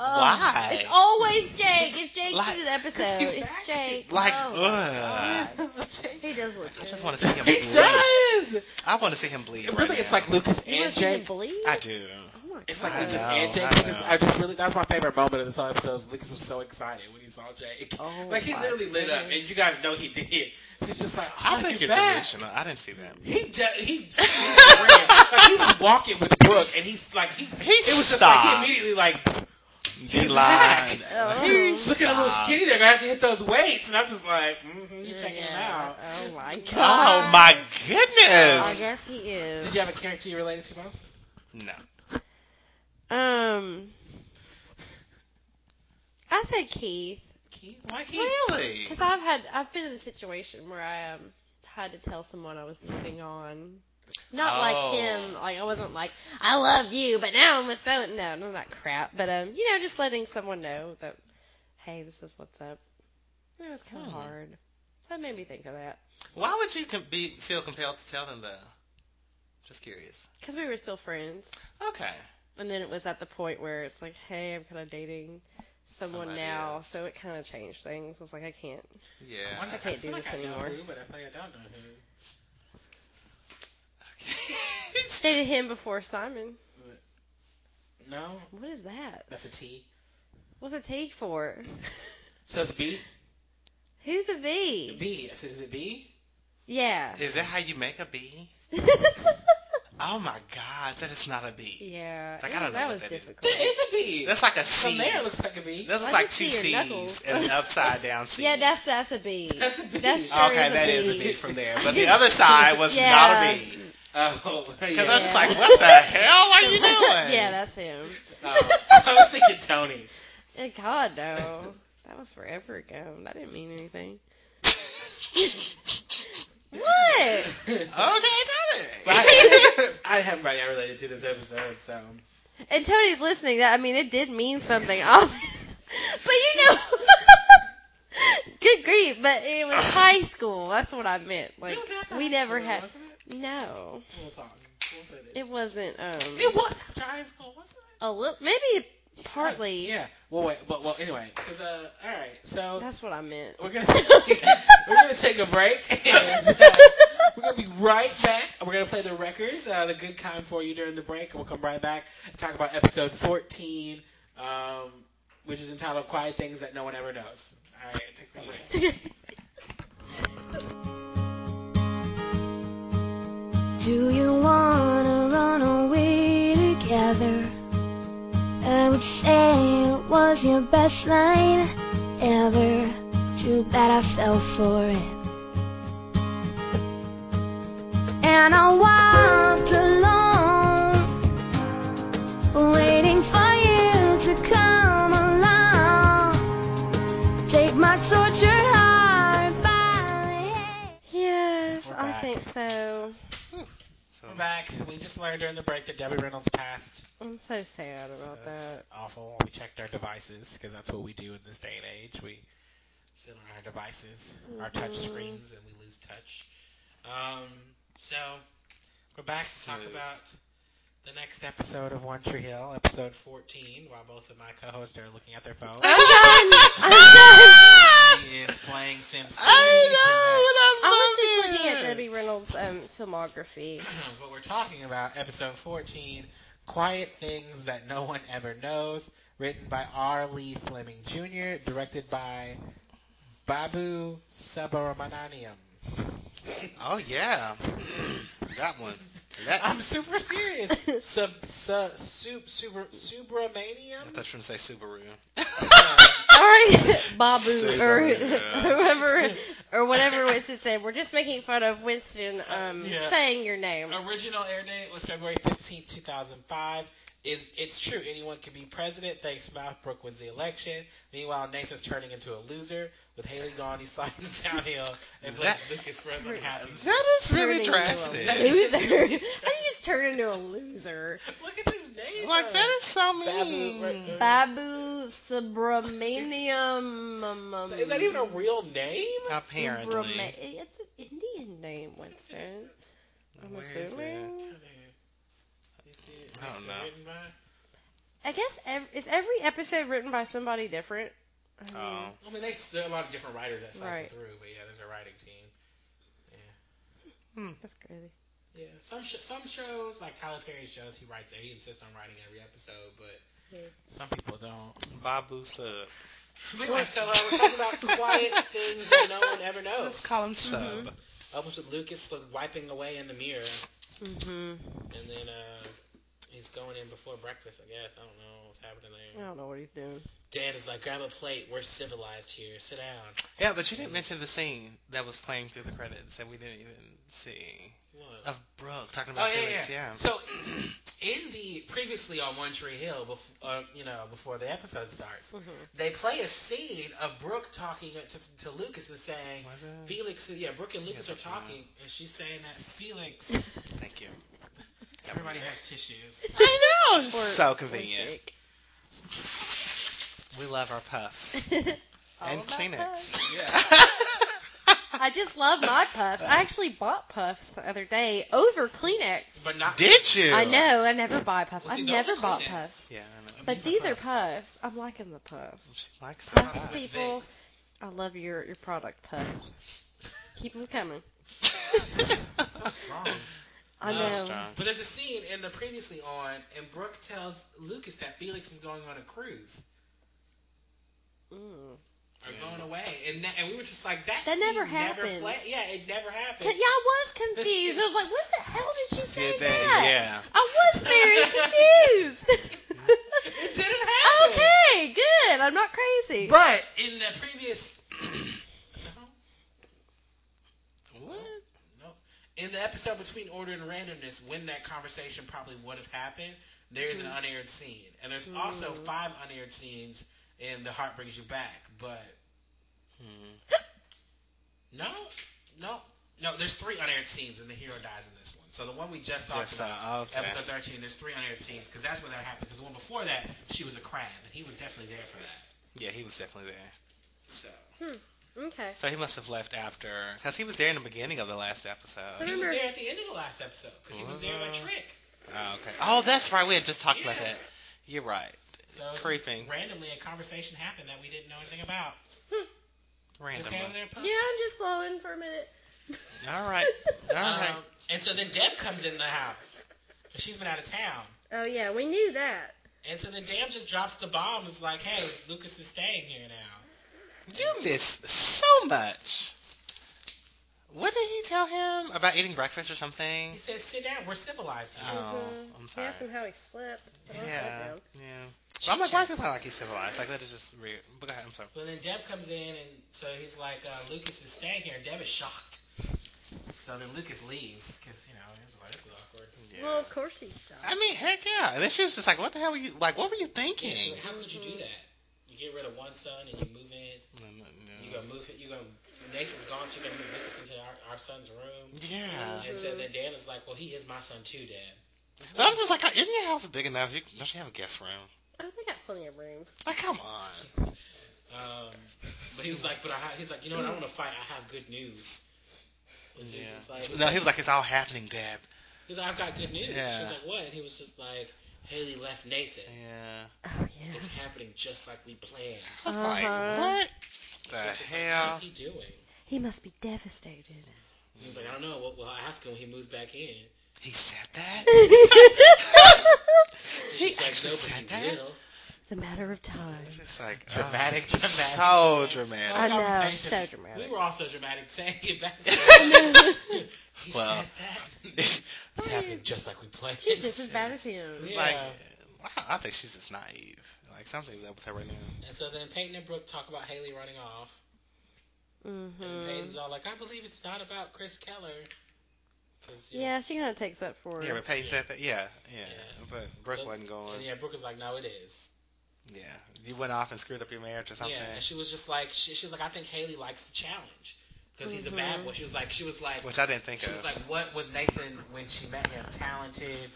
C: Oh,
A: Why?
C: It's always Jake. If Jake
A: Like-
C: did an episode,
B: he's
C: it's
B: back.
C: Jake.
A: Like,
C: Oh,
A: ugh.
C: God.
D: He does look
A: I
D: good.
A: just want to see him
B: He
A: bleed.
B: does!
A: I want to see him bleed.
B: Really,
A: right
B: it's
A: now.
B: like Lucas
C: You
B: and
C: want to see him
B: Jake.
C: bleed?
A: I do.
C: Oh my
B: It's like
A: I
B: Lucas
A: know,
B: and Jake.
A: I
B: Lucas,
A: know.
B: I just really that was my favorite moment of this whole episode. Was Lucas was so excited when he saw Jake.
C: Oh
B: like he
C: my
B: literally lit up,
C: goodness.
B: and you guys know he did. He's just like, oh,
A: I think you're
B: back.
A: delusional. I didn't see that.
B: He just he, he ran. like he was walking with Brooke, and he's like he.
A: He
B: it was just like
A: stopped.
B: he immediately like
A: the
B: He's
A: line.
B: back.
C: Oh.
B: he's looking a little
A: Stop.
B: skinny. They're gonna have to hit those weights, and I'm just like, mm-hmm, you're checking him
C: Yeah.
B: out.
C: Oh my god.
A: Oh my
C: I
A: goodness.
C: guess he
B: Did
C: is.
B: you have a character you related to most?
A: No.
C: Um, I said Keith
B: Keith? Why Keith?
A: Really?
C: because I've had I've been in a situation where I um had to tell someone I was moving on. Not
A: Oh.
C: like him. Like I wasn't like I love you, but now I'm with so no, no, not crap. But um, you know, just letting someone know that hey, this is what's up. It was kind of
A: Hmm.
C: hard. That made me think of that
A: Why would you com- be feel compelled to tell them though? Just curious.
C: because we were still friends.
A: Okay.
C: And then it was at the point where it's like, hey, I'm kind of dating someone
A: Somebody
C: now,
A: else.
C: so it kind of changed things. It's like I can't.
A: Yeah.
B: wonder if
C: can't
B: feel
C: do
B: like
C: this
B: I know
C: anymore.
B: Who, but I feel like I don't know who.
A: Okay.
C: Dated him before Simon.
B: No,
C: What is that?
B: that's a T.
C: What's a T for?
B: So it's B.
C: Who's a V?
B: B. I said, is it B?
C: Yeah.
A: Is that how you make a bee? Oh my god, that is not a bee.
C: yeah.
A: Like, I
C: it-
A: don't know
C: that
A: what
C: was
A: that is.
C: difficult.
B: There is a B.
A: That's like a
B: From
A: C.
B: there, it looks like a B.
A: That's
C: I
A: like
C: can
A: two
C: see your
A: C's
C: knuckles.
A: and an upside down C.
C: Yeah, that's that's a B.
B: That's a B.
C: That's sure
A: okay.
C: is
A: that is
C: bee.
A: a B from there, but the other side was
C: Yeah.
A: not a B.
B: Oh,
A: Because
B: yeah.
A: I'm just like, what the hell are you doing?
C: yeah, that's him.
B: Oh, I was thinking Tony.
C: Eh, God no, that was forever ago. That didn't mean anything. What?
A: okay, Tony.
B: I have everybody I related to this episode, so
C: And Tony's listening. That I mean, it did mean something, obviously. but you know, good grief. But it was high school. That's what I meant. Like we never had. No,
B: We'll talk. We'll say that.
C: it wasn't. Um,
B: It was after high school, wasn't it? Uh,
C: a little. Maybe partly.
B: Yeah. Well, wait. Well, well anyway. 'cause, uh, all right. So
C: That's what I meant.
B: we're gonna take, we're gonna take a break, and uh, we're gonna be right back. We're gonna play the records, uh, the good kind for you during the break, and we'll come right back and talk about episode 14, um, which is entitled "Quiet Things That No One Ever Knows." All right, take a break.
D: Do you wanna run away together? I would say it was your best night ever. Too bad I fell for it. And I walked alone, waiting for you to come along. Take my tortured heart by the hand.
C: Yes,
B: We're
C: I
B: back.
C: think so.
B: We're back. We just learned during the break that Debbie Reynolds passed.
C: I'm so sad about
B: That's
C: that.
B: awful. We checked our devices because that's what we do in this day and age. We sit on our devices, our touch
C: Mm-hmm.
B: screens, and we lose touch. Um, so we're back to talk
A: So-
B: about the next episode of One Tree Hill, episode 14. While both of my co-hosts are looking at their phones,
C: I'm done.
B: he is playing Sims.
A: I know, and I,
C: I
A: love
C: was just looking
A: it.
C: at Debbie Reynolds' um, filmography.
B: but we're talking about episode 14 Quiet Things That No One Ever Knows, written by R. Lee Fleming Jr., directed by Babu Subramaniam.
A: Oh yeah, that one. That, I
B: I'm super serious. Sub, sub, sup, super, Subramanium?
A: thought you were going to say Subaru.
E: Sorry, Babu
A: Say
E: or
A: that.
E: whoever or whatever Winston said. We're just making fun of Winston um,
B: Yeah.
E: saying your name.
B: Original air date was February fifteenth, two 2005. Is It's true, anyone can be president. Thanks, Mouthbrook wins the election. Meanwhile, Nathan's turning into a loser. With Haley gone, he slides downhill and plays
A: That-
B: Lucas Perez unhappy.
A: That is really drastic.
E: Into a loser. How do you just turn into a loser?
B: Look at this name.
A: Like, that is so
B: Babu,
A: mean.
B: right, uh,
E: Babu Subramanium. um, um,
B: Is that even a real name?
A: Apparently.
E: Subrama- It's an Indian name, Winston. I'm
A: Where is
E: assuming.
A: I don't know.
E: I guess ev- is every episode written by somebody different? I mean,
A: Oh.
B: I mean, they, there are a lot of different writers that cycle
E: Right.
B: through, but yeah, there's a writing team.
E: That's crazy.
B: Yeah, some sh- some shows like Tyler Perry's shows, he writes. He insists on writing every episode, but
E: Yeah.
B: some people don't.
A: Babu Sub.
B: Anyway, so uh, we're talking about quiet things that no one ever
A: Let's
B: knows.
A: call him Sub.
B: Opens with Lucas like, wiping away in the mirror,
E: hmm
B: and then uh, he's going in before breakfast. I guess I don't know what's happening
E: I
B: there.
E: don't know what he's doing.
B: Dad is like, grab a plate. We're civilized here. Sit down.
A: Yeah, but you didn't mention the scene that was playing through the credits that we didn't even see.
B: What?
A: Of Brooke talking
B: Oh
A: about
B: yeah,
A: Felix,
B: yeah.
A: yeah.
B: So in the previously on One Tree Hill, before uh, you know, before the episode starts, they play a scene of Brooke talking to, to Lucas and saying,
A: Was it?
B: "Felix, yeah, Brooke and Lucas
A: Yeah,
B: are
A: that's right.
B: talking, and she's saying that Felix,
A: Thank you.
B: everybody has tissues."
A: I know. Just
E: Or-
A: so
E: or
A: convenient.
E: dick.
A: We love our puffs
E: All
A: and
E: about puffs.
A: Kleenex.
E: I just love my puffs. I actually bought puffs the other day over Kleenex.
B: But not
A: Did you?
E: I know. I never buy puffs.
B: Well, see,
E: I've
B: those
E: never
B: are
E: bought
B: Kleenex.
E: puffs.
A: Yeah, I know.
E: But these are puffs. I'm liking the puffs.
A: She likes her
E: Puffs,
A: puffs.
B: Puffs.
E: people. I love your, your product puffs. Keep them coming.
B: so strong.
E: I
B: No,
E: know.
A: Strong.
B: But there's a scene in the previously on, and Brooke tells Lucas that Felix is going on a cruise
E: Mm.
B: or
A: Yeah.
B: going away, and that, and we were just like, "That,
E: That
B: scene
E: never
B: Never
E: happens.
B: play- yeah, it never happened.
E: Yeah, I was confused. I was like, "What the hell did she say
A: Did
E: that?"
A: that?
E: I was very confused.
B: It didn't happen.
E: okay, good. I'm not crazy.
B: But in the previous, uh-huh.
A: Yeah. What?
B: no, in the episode between order and randomness, when that conversation probably would have happened, there is an unaired scene, and there's also five unaired scenes in The Heart Brings You Back. But
A: Hmm.
B: no, no, no. There's three unaired scenes, and the hero dies in this one. So the one we just talked
A: Just,
B: about.
A: uh, okay.
B: Episode 13, there's three unaired scenes because that's when that happened. Because the one before that, she was a crab, and he was definitely there for that.
A: Yeah, he was definitely there.
B: So,
E: Okay.
A: So he must have left after, because he was there in the beginning of the last episode.
B: he was there at the end of the last episode because he was there by
A: Wow.
B: trick.
A: Oh, okay. Oh, that's right. We had just talked about
B: Yeah.
A: that. You're right.
B: So it's
A: Creeping.
B: just randomly, a conversation happened that we didn't know anything about.
A: Random.
B: Okay, there, Puff?
E: Yeah, I'm just blowing for a minute.
A: All right. All right.
B: Um, and so then Deb comes in the house. 'cause She's been out of town.
E: Oh yeah, we knew that.
B: And so then Deb just drops the bomb. It's like, hey, Lucas is staying here now.
A: You miss so much. What did he tell him about eating breakfast or something?
B: He says, sit down. We're civilized here.
A: Oh,
E: Mhm.
A: I'm
E: He
A: sorry.
E: asked him how he slept. I wrote that
A: Yeah,
E: down.
A: yeah. Well, I'm like, why is he playing like he's civilized? Like that is just weird. But go ahead. I'm sorry.
B: But then Deb comes in, and so he's like, uh, Lucas is staying here. And Deb is shocked. So then Lucas leaves because, you know, he was like, this is awkward.
E: Well, of course he stopped.
A: I mean, heck yeah. And then she was just like, what the hell were you? Like, what were you thinking?
B: How could you do that? You get rid of one son and you move in.
A: No, no, no.
B: You gonna move it? You gonna Nathan's gone, so you gonna move Lucas into our, our son's room?
A: Yeah.
B: And so then Dan is like, "Well, he is my son too, Dad."
A: But I'm just like, isn't your house big enough? You, don't you have a guest room?
E: I think I got plenty of room.
A: Like, come on.
B: Um, but he was like, "But I ha-, he's like, you know what? I want to fight. I have good news." Which is just like,
A: no, he was like, it's all happening, Deb.
B: he's like, "I've got good news." She
A: Yeah.
B: was like, "What?" And he was just like, "Haley left Nathan.
A: Yeah.
E: Oh yeah.
B: It's happening just like we planned."
A: I was like,
E: Uh-huh.
A: what the
B: She was just like,
A: hell?
B: what is he doing?
E: He must be devastated.
B: He was like, "I don't know. Well, well, I ask him when he moves back in."
A: He said that?
E: it's
A: He
B: He's like,
A: actually
B: "No,
A: said
B: but
A: that?
B: you will."
E: a matter of time.
A: It's just like, oh,
B: Dramatic, dramatic.
A: So dramatic.
E: I know.
B: Conversation.
E: So
B: We
E: dramatic.
B: were all so dramatic saying it back. he
A: Well.
B: said that. It's happening just like we planned.
E: She's just as bad as him.
B: Yeah.
A: Like, wow, I think she's just naive. Like something's up with her right now.
B: And so then Peyton and Brooke talk about Haley running off. And
E: Mm-hmm.
B: Peyton's all like, I believe it's not about Chris Keller. 'Cause, you know,
E: Yeah, she kind of takes that for
A: Yeah,
E: him.
A: but Peyton said that. Yeah, yeah.
B: Yeah.
A: But Brooke
B: But-
A: wasn't going.
B: And yeah, Brooke is like, no, it is.
A: Yeah, you went off and screwed up your marriage or something.
B: Yeah, and she was just like, she, she was like, I think Haley likes the challenge because he's a bad
E: Mhm.
B: boy. She was like, she was like,
A: Which I didn't think
B: she
A: of.
B: was like, what was Nathan when she met him? Talented,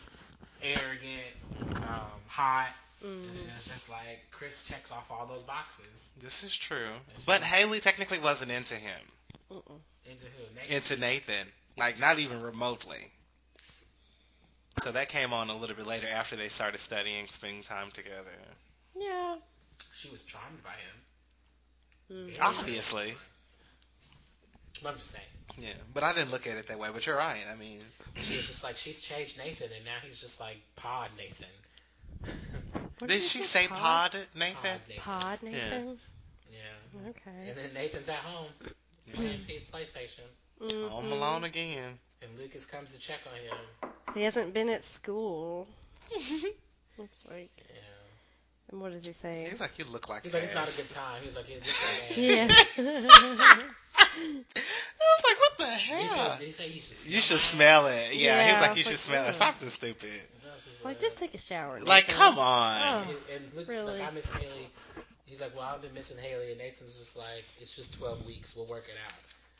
B: arrogant, um, hot. And
E: Mm.
B: she was just like, Chris checks off all those boxes.
A: this is true.
B: That's
A: But
B: true.
A: Haley technically wasn't into him,
E: Mm-mm.
B: Into who? Nathan.
A: into Nathan. Like not even remotely. So that came on a little bit later after they started studying, spending time together.
E: Yeah.
B: she was charmed by him.
E: Mm.
B: Yeah.
A: Ah, Obviously,
B: But I'm just saying.
A: yeah. But I didn't look at it that way. But you're right. I mean,
B: She was just like, she's changed Nathan, and now he's just like, pod Nathan.
E: What
A: did
E: you
A: she
E: say,
A: say pod, Nathan?
B: Pod Nathan.
E: Pod Nathan.
B: Yeah.
E: Okay.
B: And then Nathan's at home
A: Yeah.
E: Mm-hmm.
B: playing P- PlayStation,
A: Home
B: Mm-hmm.
E: Mhm.
A: alone again.
B: and Lucas comes to check on him.
E: He hasn't been at school. Looks like.
B: Yeah.
E: And what does he say?
A: He's like, you look like.
B: He's like, it's not a
A: ass."
B: good time. He's like, it looks like
E: Yeah.
A: I was like, what the
B: He said,
A: hell?
B: did he say you should smell
A: You should
B: it?
A: smell it. Yeah, he
E: Yeah,
A: was like, you
E: it's
A: should
E: like,
A: smell it.
E: ew.
A: Something stupid.
B: And I was just
E: It's like, just take a shower.
A: Like,
E: Nathan.
A: come on.
E: Oh.
B: And, and Lucas is
E: Really?
B: like, I miss Haley. He's like, well, I've been missing Haley, and Nathan's just like, it's just 12 weeks. We'll work it out.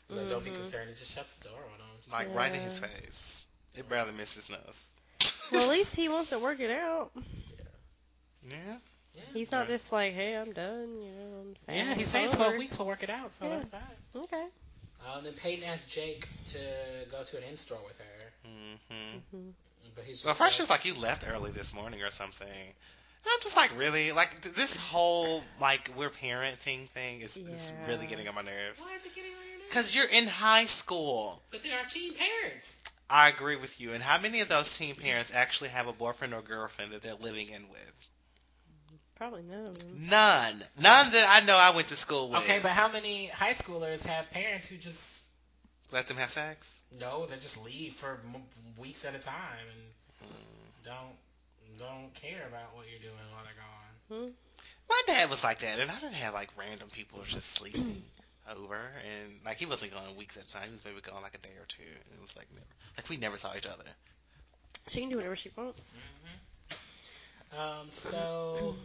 B: He's like, don't be
E: Mhm.
B: concerned. He just shuts the door on him. Just
A: Like, right in his
E: Yeah.
A: face. It barely missed his nose.
E: Well, at least he wants to work it out.
A: yeah.
E: He's not just like, hey, I'm done. You know, I'm sad.
B: yeah, he's
E: it's
B: saying
E: over.
B: 12 weeks. We'll work it out. So
E: Yeah.
B: that's that.
E: Okay.
B: Uh, and then Peyton asked Jake to go to an in store with her,
A: Mm-hmm.
E: hmm
B: but he's just
A: Well, first she was
B: like,
A: like, you left early this morning or something. And I'm just like, really? Like, th- this whole, like, we're parenting thing is, is
E: Yeah.
A: really getting on my nerves.
B: why is it getting on your nerves?
A: Because you're in high school.
B: But they are teen parents.
A: I agree with you. And how many of those teen parents actually have a boyfriend or girlfriend that they're living in with?
E: Probably no.
A: None. None that I know I went to school with.
B: Okay, but how many high schoolers have parents who just
A: Let them have sex?
B: no, they just leave for m- weeks at a time and don't don't care about what you're doing while they're gone.
A: My dad was like that, and I didn't have, like, random people just sleeping
E: Mm.
A: over. And, like, he wasn't gone weeks at a time. He was maybe gone, like, a day or two. And it was, like, never. Like, we never saw each other.
E: She can do whatever she wants.
B: Um, so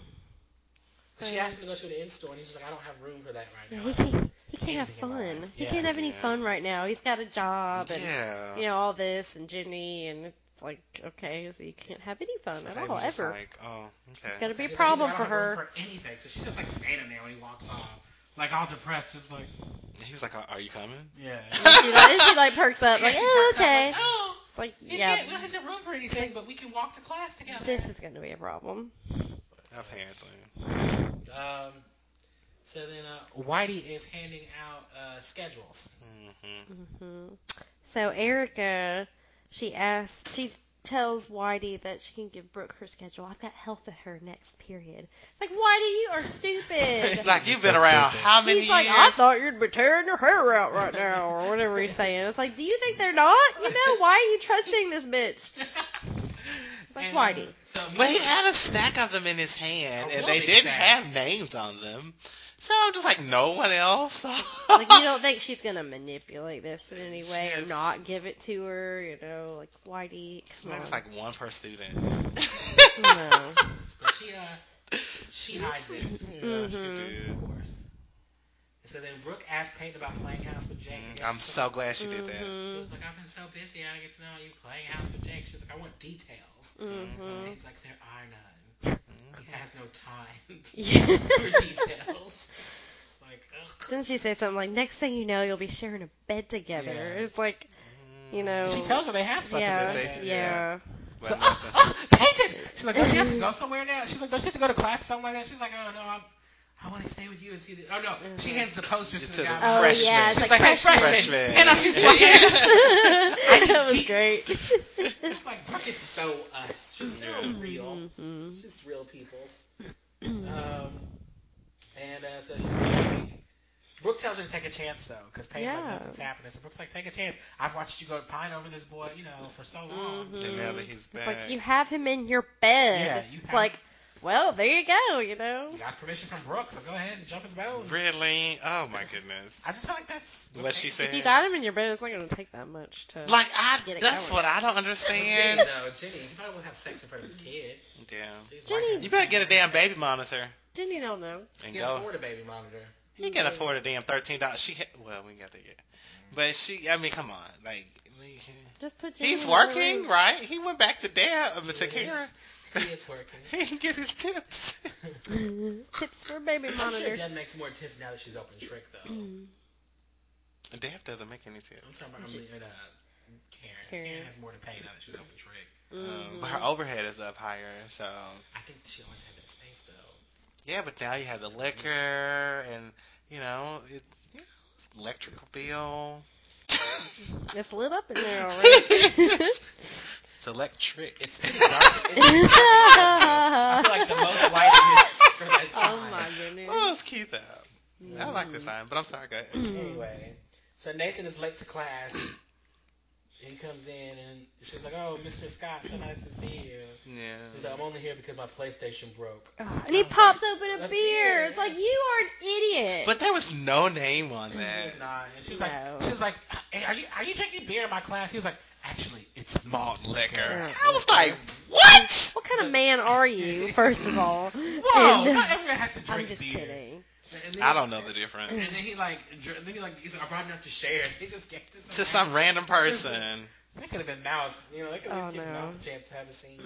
E: So-
B: she asked him to go to the in store, and he's just like, I don't have room for that right
E: Yeah,
B: now.
E: he can't. He can't have
B: Anything in my
E: fun.
B: life.
E: He
B: Yeah.
E: can't have any
A: Yeah.
E: fun right now. He's got a job and
A: yeah.
E: you know all this and Jenny and it's like okay, so you can't have any fun
A: My
E: at
A: dad
E: all
A: was just
E: ever.
A: Like, oh, okay.
E: it's gonna be a
B: He's
E: problem
B: like,
E: for
B: he's like, I don't have
E: her.
B: room For anything, so she's just like standing there when he walks off, like all depressed, just like
A: He was like, "Uh, are, are you coming?
B: yeah.
E: she, like, and she like perks up
B: Yeah,
E: like
B: she
E: "Oh,
B: perks up,
E: okay.
B: like, oh,
E: it's like
B: It
E: yeah,
B: can't- we don't have room for anything, but we can walk to class together.
E: this is gonna be a problem.
A: Apparently.
B: Um, so then uh, Whitey is handing out uh, schedules.
A: Mm-hmm.
E: hmm So Erica, she asks, she tells Whitey that she can give Brooke her schedule. I've got health with her next period. It's like Whitey, you are stupid.
A: Like, you've been
B: so
A: around
B: stupid.
A: how many
E: He's like, I
A: years?
E: thought you'd be tearing your hair out right now, or whatever he's saying. It's like, do you think they're not? You know, why are you trusting this bitch? It's like,
B: And,
E: Whitey.
B: So he,
A: But he had a stack of them in his hand,
B: A
A: and they
B: big
A: didn't
B: stack.
A: have names on them. So I'm just like, no one else.
E: Like, you don't think she's gonna manipulate this in any way or
A: Yes.
E: not give it to her? You know, like Whitey. Come
A: Maybe it's
E: on.
A: like one per student.
E: No.
B: but she, uh, she hides it, of
A: Yeah, she
E: Mhm.
A: did.
B: course. So then Brooke asked Peyton about playing house with Jake. I
A: Mm,
B: guess
A: Mm-hmm. I'm
B: she-
A: so glad she did that.
B: She was like, I've been so busy, I don't get to know how you playing house with Jake. She was like, I want details.
E: Mm-hmm.
B: It's like there are none. He has no time
E: Yeah.
B: for details. It's like, ugh.
E: Didn't she say something like, "Next thing you know, you'll be sharing a bed together"?
B: Yeah.
E: It's like, Mm-hmm. you know,
B: She tells her they have slept
E: yeah,
B: together.
A: They-
E: yeah.
A: But
B: So,
A: not
B: oh,
A: the-
B: oh, Peyton! She's like, don't you have to go somewhere now? She's like, don't you have to go to class or something like that? She's like, oh, no, I'm, I want to stay with you and see the. Oh, no. She hands the posters
A: It's
B: to the
A: to the
B: guy.
E: Oh
A: Freshman.
E: yeah, it's
B: She's
E: like,
B: like, hey,
E: freshman.
B: freshman.
A: Freshman.
B: And I'm just like,
E: that was great.
B: it's like, Brooke is so us. She's so real. Mm-hmm.
E: Mhm.
B: She's just real people. Um, and uh, so she's just like, Brooke tells her to take a chance though, because Paine's like
E: Yeah.
B: nothing's happening. So Brooke's like, take a chance. I've watched you go pine over this boy, you know, for so long.
E: Mhm.
A: And now that he's
E: It's
A: back,
E: like you have him in your bed.
B: Yeah, you
E: it's
B: have-
E: like, well, there you go. You know.
B: You got permission from Brooke, so go ahead and jump his bones.
A: really? Oh my goodness!
B: I just feel like that's
A: What she said.
E: If you got him in your bed, it's not going to take that much to.
A: Like I,
E: Get it
A: that's
E: going.
A: what I don't understand.
B: though, Jenny, you probably won't have sex in front of his kid.
A: Damn.
B: She's
E: Jenny-
B: working.
A: You better get a damn baby monitor
E: Didn't you don't know?
A: and
B: You
A: go.
B: can afford a baby monitor.
A: He can afford a damn thirteen dollars. She ha- well, we ain't got that yet, but she. I mean, come on, like we-
E: Just put. Jimmy
A: he's
E: in another
A: working,
E: room.
A: right? He went back to dad to
B: He
A: Kara.
B: is- He is working.
A: He can get his tips.
E: Tips for baby
B: I'm sure
E: monitor. Mm-hmm.
B: Deb makes more tips now that she's open trick though.
E: Mm.
A: Dad doesn't make any tips,
B: I'm talking about Emily and uh, Karen. Karen.
E: Karen.
B: has more to pay now that she's open trick. Oh.
A: um,
E: Mm-hmm.
A: but her overhead is up higher. So
B: I think she always had that space though.
A: yeah, but now you have the liquor and you know, it, you know it's electrical bill.
E: It's lit up in there already.
A: It's electric.
B: It's pretty dark. It's I feel like the most light in this for that time.
E: oh my goodness.
A: Oh, it's cute though. I like
E: Mm-hmm.
A: this sign, but I'm sorry, go ahead.
E: Hmm.
B: Anyway, so Nathan is late to class. He comes in and she's like, "Oh, Mr. Scott, so nice to see you."
E: Mm-hmm.
B: He's
A: Yeah.
B: like, "I'm only here because my PlayStation broke."
E: Ugh, And he pops open
B: A
E: a
B: beer,
E: beer. It's like you are an idiot.
A: But there was no name on that.
B: He's not. And she's
E: No.
B: like, "She's like, hey, are you are you drinking beer in my class?" He was like, "Actually, it's malt liquor."
A: I was like, what?
E: what kind of man are you, first of all?
B: Whoa!
E: And-
B: not everyone has to
E: I'm
B: drink
E: just
B: beer.
E: kidding.
B: And then-
A: I don't know the difference.
B: And then he like, dr- then he like, he's like, I brought enough to share. He just gave this
A: To some random person.
B: That could have been mouth. You know, that could have
E: Oh,
B: given
E: no.
B: mouth a chance to have a scene.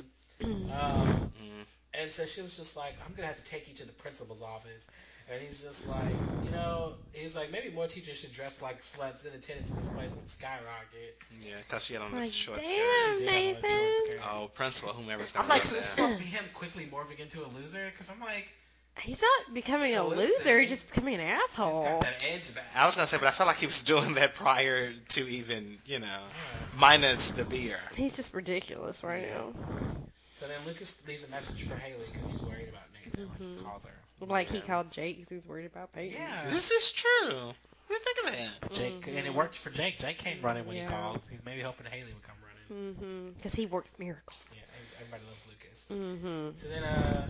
B: Um,
A: Mm.
B: and so she was just like, I'm gonna have to take you to the principal's office. And he's just like, you know, he's like, maybe more teachers should dress like sluts. Then attendance in this place would skyrocket.
A: Yeah, because she had on
E: Like,
A: this short skirt.
E: damn, Nathan.
A: Oh, principal, whomever's
B: I'm
A: going to
B: like,
A: like,
B: so this is
A: that.
B: supposed to be him quickly morphing into a loser? Because I'm like,
E: He's not becoming a
B: A
E: loser.
B: loser.
E: He's just becoming an
B: he's got
E: asshole.
B: that edge back.
A: I was going to say, but I felt like he was doing that prior to even, you know,
B: Yeah.
A: minus the beer.
E: He's just ridiculous right
A: Yeah.
E: now.
B: So then Lucas leaves a message for Haley because he's worried about Nathan when he calls her.
E: Like he
A: Yeah.
E: called Jake because he's worried about Peyton.
B: Yeah.
A: This is true. What do you think of that?
B: Jake, and it worked for Jake. Jake came running when
E: Yeah.
B: he called. He's maybe hoping Haley would come running.
E: Because mm-hmm. he works miracles.
B: Yeah, everybody loves Lucas.
E: Mm-hmm.
B: So then, uh,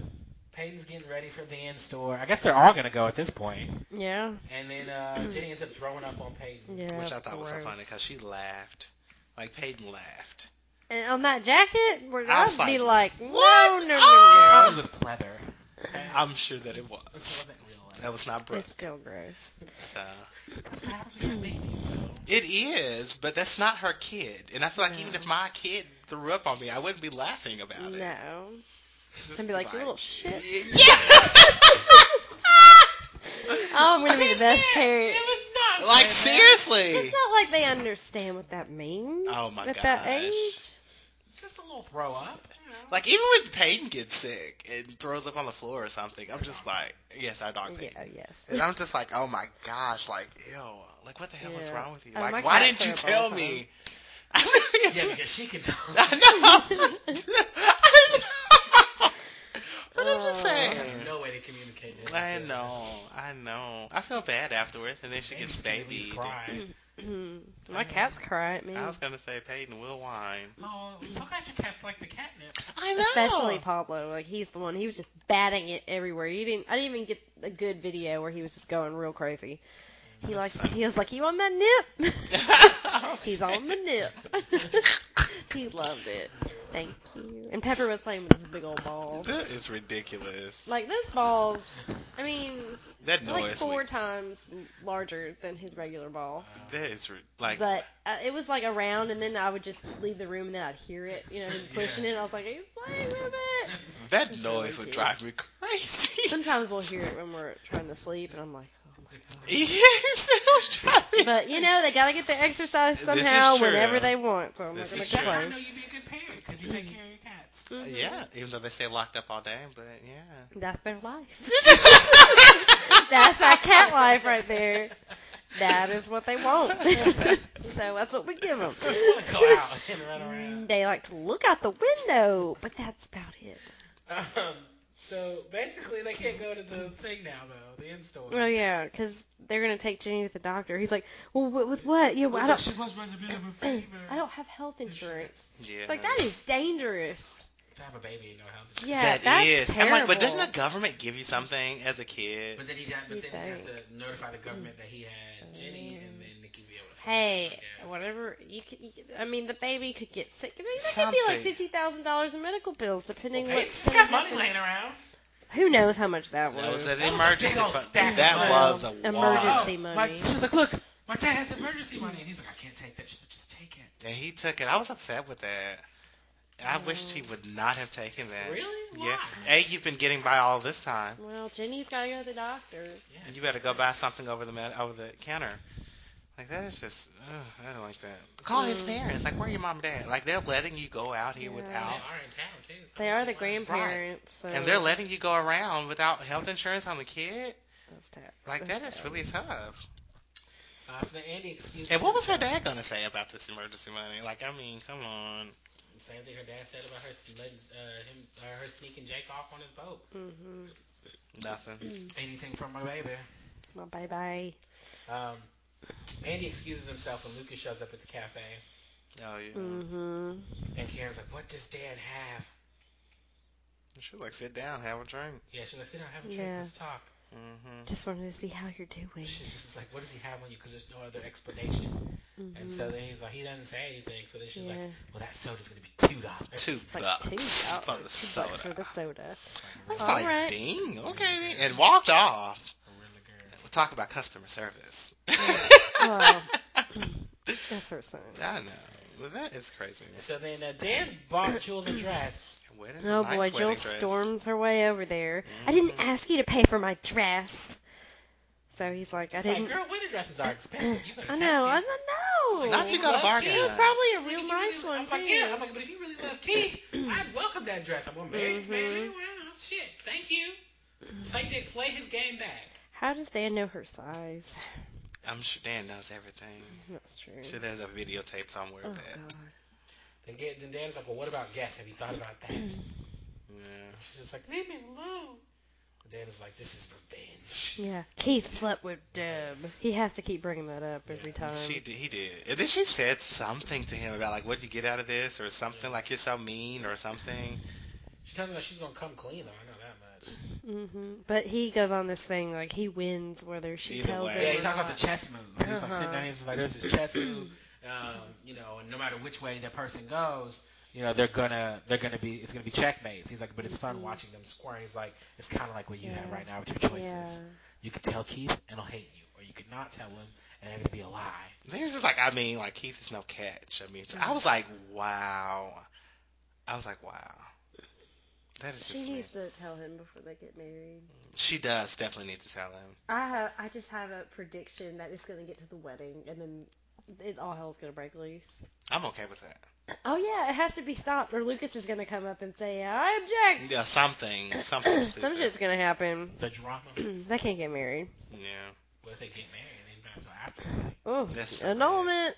B: Peyton's getting ready for the in store. I guess they're all gonna go at this point.
E: Yeah.
B: And then uh, Jenny ends up throwing up on Peyton.
E: Yeah.
A: Which I thought was so
E: gross.
A: funny because she laughed. Like, Peyton laughed.
E: And on that jacket, we're
A: I
E: gonna
A: was
E: be like,
A: like,
E: no,
A: what? Oh!
E: no, no,
B: It
E: no.
B: probably was pleather. Okay?
A: I'm sure that it
B: It
A: was.
B: wasn't real life.
A: That was not Brooke.
E: It's still gross.
A: So.
B: That's what happens when you have babies, though.
A: It is, but that's not her kid. And I feel like
E: No.
A: even if my kid threw up on me, I wouldn't be laughing about it.
E: No.
A: Just
E: I'd be like, you little shit.
A: Yeah.
E: Oh, I'm gonna be the best parent.
A: like seriously.
E: It's not like they understand what that means.
A: Oh my
E: At that
A: gosh.
E: age.
B: It's just a little throw up.
A: Like even when Peyton gets sick and throws up on the floor or something, I'm just like, yes, our dog Peyton.
E: Yeah, yes.
A: And I'm just like, oh my gosh, like ew, like what the hell is
E: Yeah.
A: wrong with you?
E: Oh, my
A: Like why
E: cat
A: didn't you
E: threw up all
A: tell
E: the
A: me?
B: Yeah, because she can tell.
A: I know. I know. But I'm just
E: Oh.
A: saying.
B: have no way to communicate this.
A: I know, I know. I feel bad afterwards, and then she gets babied. I
B: Cry.
E: Mhm. My cats cry at me.
A: was gonna say Peyton will whine.
B: Oh, I'm so glad your cat's like the catnip.
A: I know.
E: Especially Pablo, like he's the one. He was just batting it everywhere. You didn't. I didn't even get a good video where he was just going real crazy. He like he was like, "You on that nip?" He's on the nip. he loved it. Thank you. And Pepper was playing with this big old ball.
A: That is ridiculous.
E: Like those balls. I mean,
A: That
E: like
A: noise.
E: four
A: we-
E: times larger than his regular ball.
A: that is ri- like.
E: But uh, it was like around, and then I would just leave the room, and then I'd hear it. You know, him pushing it. I was like, "He's playing with it."
A: that
E: It's
A: noise
E: really
A: would
E: cute.
A: drive me crazy.
E: Sometimes we'll hear it when we're trying to sleep, and I'm like, oh my god.
A: yes, it would drive me.
E: But you know, they gotta get their exercise
A: This is
E: somehow
A: true.
E: whenever they want, so I'm not
A: This
E: gonna
A: is true.
B: That's how I
E: complain.
B: know you'd be a good parent because you take care of your cats.
E: Mhm.
A: yeah, even though they stay locked up all day, but yeah.
E: That's their life. That's that cat life right there. That is what they want. so that's what we give
B: They want to go out and run around.
E: them. They like to look out the window, but that's about it.
B: Um, So basically, they can't go to the thing now, though the in store.
E: Oh yeah, because they're gonna take Jenny to the doctor. He's like, well, wi- with what? You know, I
B: Looks
E: don't.
B: like she was running a bit of a fever.
E: I don't have health insurance.
A: Yeah.
E: It's like that is dangerous.
B: To have a baby and no health
E: Yeah,
B: insurance.
A: That
E: that's
A: is.
E: terrible.
A: I'm like, but doesn't the government give you something as a kid?
B: But then he had, but
E: You
B: then he had
E: think.
B: to notify the government that he had Jenny, and then Nikki be able to. find
E: Hey,
B: her, I guess.
E: whatever you, could, you could- I mean, the baby could get sick. I mean, that could be like
A: Something.
E: fifty thousand dollars in medical bills, depending
B: Hey,
E: what.
B: she's got money laying around.
E: Who knows how much that was?
A: That was an
B: That was a
A: emergency
B: big old
A: fund.
B: stack of
A: That
B: money.
A: was a wad.
E: Emergency
B: Oh, my-
E: money.
B: she was like, "Look, my dad has emergency money," and he's like, "I can't take that." She's like, "Just take it."
A: And he took it. I was upset with that. I wish she would not have taken that.
B: Really? Why?
A: Yeah. A, you've been getting by all this time.
E: Well, Jenny's got to go to the doctor.
B: Yeah,
A: You better go buy something over the med- over the counter. Like that is just, ugh, I don't like that. Call his parents. Like, where are your mom and dad? Like they're letting you go out here
E: Yeah.
B: They
A: without,
B: are in town too. so
E: They are
B: it's
E: the
B: fine.
E: grandparents, so
A: and they're letting you go around without health insurance on the kid.
E: that's tough.
A: Like that is
E: That's
A: really tough.
B: Uh, so then Andy excused.
A: And what was her dad gonna say about this emergency money? Like, I mean, come on.
B: Same thing her dad said about her s- letting uh, him uh, her sneaking Jake off on his boat.
E: Mhm.
A: Nothing.
B: Anything from my baby.
E: Well, bye bye.
B: Um, Andy excuses himself when Lucas shows up at the cafe,
A: Oh yeah.
E: Mhm.
B: and Karen's like, "What does Dad have?"
A: You should like sit down, have a drink.
B: Yeah, she's like, "Sit down, have a drink,
E: Yeah.
B: let's talk."
A: Mm-hmm.
E: Just wanted to see how you're doing.
B: She's just like, "What does he have on you?" Because there's no other explanation.
E: Mm-hmm.
B: And so then he's like, he doesn't say anything. So then she's like,
E: Yeah.
B: "Well, that soda's gonna be two dollars."
A: Two
E: It's like
A: bucks
E: two
A: for the
E: dollars Two bucks for
A: soda.
E: the soda.
A: I was
E: All
A: like,
E: right.
A: ding, okay, then," and walked off.
B: Really good.
A: We'll talk about customer service.
E: well, that's her son.
A: I know. Well, that is crazy.
B: So then uh, Dan bought Jules a dress.
A: Wedding,
E: Oh
A: nice
E: boy,
A: wedding
E: Jill
A: dress. Mm-hmm.
E: storms her way over there. I didn't ask you to pay for my dress. So he's like, I
B: It's like,
E: didn't.
B: girl, wedding dresses are expensive. You better
E: I
B: take
E: know. I
B: these.
E: don't know.
A: Not if you got a bargain.
E: It was probably a real nice
B: I
E: one
B: was
E: too.
B: like, yeah. I'm like, but if you really love Keith, I'd welcome that dress. I'm gonna marry this man
E: Mhm.
B: anyway. Oh, Shit, thank you. Take that, play his game back.
E: How does Dan know her size?
A: I'm sure Dan knows everything.
E: That's true.
A: I'm sure there's a videotape somewhere
E: Oh
A: of that.
E: god.
B: Then, Dan- then Dan's like, well, what about guests? Have you thought about that?
E: Mm.
A: Yeah.
B: She's just like, leave me alone. Dan is like, this is revenge.
E: Yeah, Keith slept with Deb. He has to keep bringing that up every time.
A: she did, he did. And then she said something to him about like, what did you get out of this, or something like you're so mean, or something.
B: She tells him that she's gonna come clean though. I know that much.
E: hmm But he goes on this thing like he wins whether she
A: Either
E: tells
A: way.
E: him.
B: Yeah,
E: or
B: he talks about
E: not.
B: the chess move. Like, He's like
E: Uh-huh.
B: sitting down, he's just like, there's this chess move. Um, you know, and no matter which way that person goes, you know, they're gonna they're gonna be it's gonna be checkmates. He's like, but it's fun watching them square. He's like, it's kind of like what you have
E: Yeah.
B: right now with your choices.
E: Yeah.
B: You could tell Keith and he'll hate you, or you could not tell him and it would be a lie.
A: He was just like, I mean, like Keith is no catch. I mean, I was like, wow. I was like, wow. That is just
E: She
A: me.
E: needs to tell him before they get married.
A: She does definitely need to tell him.
E: I have, I just have a prediction that it's gonna get to the wedding and then it all hell's gonna break loose.
A: I'm okay with that.
E: Oh yeah, it has to be stopped or Lucas is gonna come up and say I object.
A: Yeah, something, something.
E: Some
A: stupid.
E: shit's gonna happen.
B: The drama.
E: they can't get married.
A: Yeah.
B: what if they get married and then not until after?
E: Oh,
A: That's so bad.
E: annulment.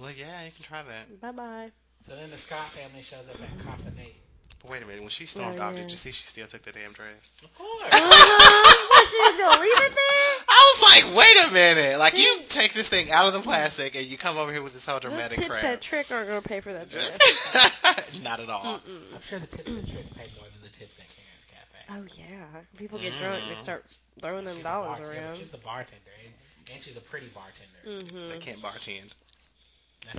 A: Well, yeah, you can try that.
E: Bye bye.
B: So then the Scott family shows up at Casa Nate.
A: But wait a minute. When she stormed
E: Oh,
A: off,
E: yeah.
A: did you see she still took the damn dress?
B: Of course.
E: What, she was gonna leave it there?
A: I was like, wait a minute. Like you take this thing out of the plastic and you come over here with this whole
E: Those
A: dramatic
E: tips
A: crap.
E: that trick aren't gonna pay for that dress.
A: Not at all.
B: I'm sure the tips and tricks pay more than the tips at Karen's Cafe.
E: Oh yeah, people get drunk
A: Mm.
E: and they start throwing them
B: She's a
E: dollars
B: bartender.
E: around.
B: She's the bartender, and, and she's a pretty bartender.
A: They can't bartend.
B: That's-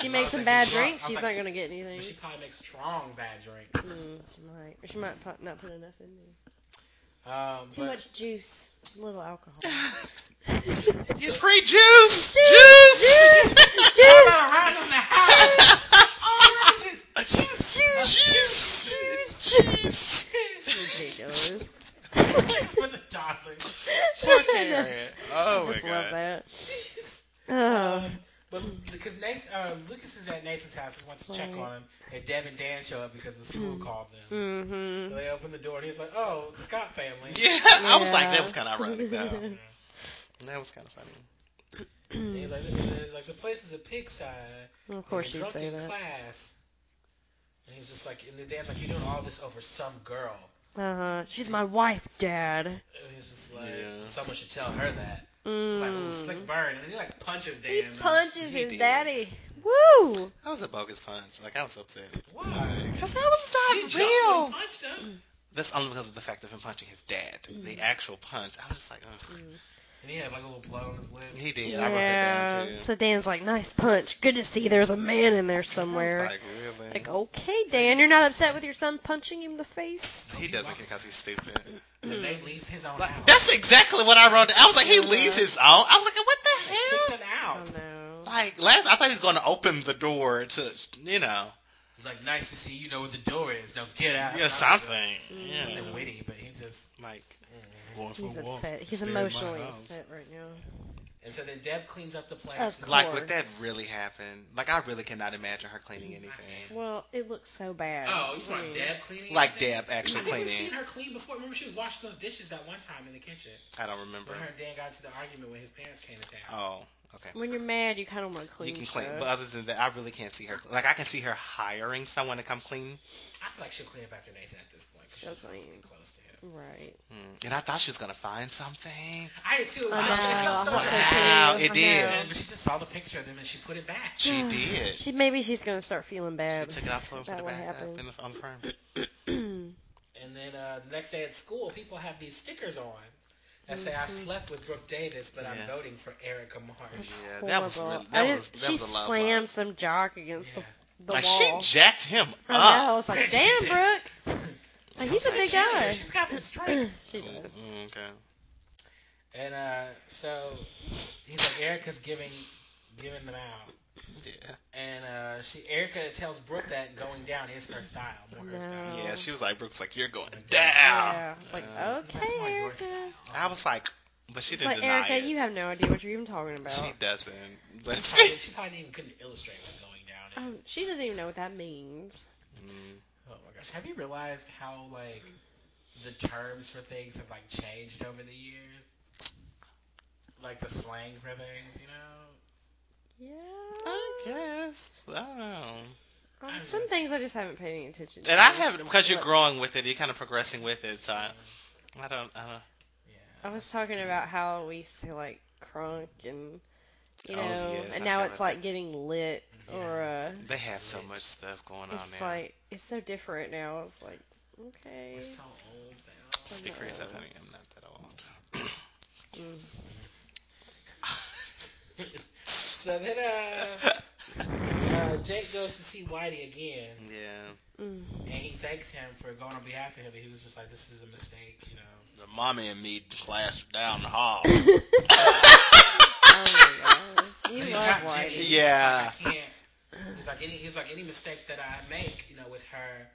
E: she makes some
B: I was thinking
E: bad
B: drunk.
E: drinks.
B: I was
E: She's
B: like,
E: not gonna get anything.
B: But she
E: She,
B: probably makes strong bad drinks.
E: mm, she might. Or She might put, not put enough in there.
B: Um,
E: Too
B: but
E: much juice. Little alcohol.
A: You free juice, juice,
B: I'm not riding on the house. Oh, Regis.
A: juice, juice, juice.
E: Ridiculous.
B: It's a bunch of toddlers.
A: Poor Karen. Oh
E: Just
A: my
E: love
A: god.
E: that.
C: Uh,
E: Oh,
B: Um, but because Nathan, uh, Lucas is at Nathan's house and wants to check
E: Right.
B: on him, and Deb and Dan show up because the school called them.
E: mm-hmm.
B: So they open the door and he's like, "Oh, the Scott family."
A: Yeah, I was like,
E: Yeah.
A: that was kind of ironic though. That was kind of funny.
B: And
C: mm-hmm.
B: he's like, and he's like, "The place is a pigsty."
E: Of course
B: you're
E: you'd
B: drunk
E: say
B: in
E: that.
B: class. And he's just like, and the dad's like, you're doing all this over some girl.
C: Uh huh. She's my wife, Dad.
B: And he's just like,
A: Yeah.
B: someone should tell her that. Like, ooh,
C: Mm.
B: slick burn. And he like punches Dan.
C: He punches
B: He
C: his
B: did.
C: daddy. Woo!
A: That was a bogus punch. Like I was upset.
B: Why?
A: Because that was
B: He
A: not real.
B: jumped and punched him.
A: That's only because of the fact of him punching his dad. The actual punch. I was just like, ugh.
B: And he had like a little blood on his lip.
A: He did. I wrote that down too.
C: So Dan's like, nice punch. Good to see there's a man in there somewhere.
A: I was like, really?
C: Like, okay, Dan, you're not upset with your son punching him in the face?
A: he doesn't care because he's stupid.
B: And
C: Mm.
B: they leaves his own
A: Like,
B: house.
A: that's exactly what I wrote. down. I was like, he
C: Yeah.
A: leaves his own. I was like, what the
B: Kicked
A: hell?
B: him
C: Oh,
B: out.
C: no.
A: Like last, I thought he was going to open the door to, you know,
B: It's like nice to see you know where the door is. Now get out.
A: yeah, something.
C: Mm-hmm.
A: Yeah,
B: Something witty, but he just mm.
A: like going for
C: He's
A: a walk.
C: upset. He's
A: Stay in my
C: emotionally
A: house.
C: upset right now.
B: And so then Deb cleans up the place. Oh,
C: Of course.
A: Like would that really happen? Like I really cannot imagine her cleaning anything.
C: Well, it looks so bad.
B: Oh, you want
C: Mm.
B: Deb cleaning?
A: Like
B: everything?
A: Deb
B: I
A: actually
C: Mm-hmm.
B: think we've seen
A: cleaning.
B: her clean before. Remember, she was washing those dishes that one time in the kitchen.
A: I don't remember.
B: When her and Dan got into the argument when his parents came to town.
A: Oh, okay.
C: When you're mad, you kind of want to clean
A: You can clean,
C: stuff.
A: but other than that, I really can't see her. Like I can see her hiring someone to come clean.
B: I feel like she'll clean up after Nathan at this point because
C: She'll
B: she's supposed to
C: clean.
B: be close to him.
C: Right.
A: Mm. And I thought she was gonna find something.
B: I did too.
C: I
B: I was
C: know.
B: like, I'm so
C: I hope so,
B: sad.
A: Wow,
C: too.
A: it
C: I
A: did.
C: know.
B: And- But she just saw the picture of them and she put it back.
A: She did.
C: She maybe she's gonna start feeling
A: She
C: bad.
A: took it off the floor and put
C: That
A: it
C: what
A: back up
C: happened.
A: in the, on the firm.
B: And then uh, the next day at school, people have these stickers on that say,
C: Mm-hmm.
B: "I slept with Brooke Davis, but I'm
A: Yeah.
B: voting for Erica Marsh."
A: Yeah, that was
C: Horrible.
A: really that
C: I
A: was
C: just-
A: that
C: she
A: was a love.
C: slammed
A: bomb.
C: some jock against
B: Yeah.
C: the, the
A: Like
C: wall.
A: she jacked him
C: I know. I
A: up.
C: was like, damn,
B: Bitch.
C: Brooke. Like, he's a big
B: She-
C: guy.
B: She's got some strength.
C: she does.
A: Mm, okay.
B: And uh, so he's like, Erica's giving giving them out.
A: Yeah.
B: And uh, she Erica tells Brooke that going down is her style, more her style.
C: No.
A: Yeah, she was like Brooke's like you're going down.
C: Yeah. Like,
A: Yeah. Uh,
B: That's
C: okay,
B: more your
C: Erica.
B: style.
A: I was like, but she didn't
C: But
A: deny
C: Erica,
A: it.
C: you have no idea what you're even talking about.
A: she doesn't. But
B: Probably- she probably even couldn't illustrate what going down
C: Um,
B: is.
C: she doesn't even know what that means.
A: Mm.
B: oh my gosh, have you realized how like the terms for things have like changed over the years? Like the slang for things, you know.
C: Yeah.
A: I guess. I don't know.
C: Um, some things I just haven't paid any attention to.
A: And I haven't because you're
C: What?
A: growing with it. You're kind of progressing with it. So I, I don't. I don't.
C: I was talking about how we used to like crunk and you
A: Oh,
C: know,
A: yes, I
C: and now
A: forgot
C: it's
A: about
C: like getting lit
B: Mm-hmm.
C: or uh,
A: They have so much stuff going on
C: it's
A: now.
C: like it's so different now. It's like okay,
B: We're so old now.
A: Speak for yourself, honey. I'm not that old.
B: So then, uh, uh, Jake goes to see Whitey again,
A: Yeah.
C: Mm,
B: and he thanks him for going on behalf of him. And he was just like, "This is a mistake," you know.
A: The mommy and me clashed down the hall.
C: oh my god, you
B: But he's
C: love
B: not Jake.
C: Whitey.
B: He's just
A: Yeah.
B: Like, I can't. He's like any. He's like any mistake that I make, you know, with her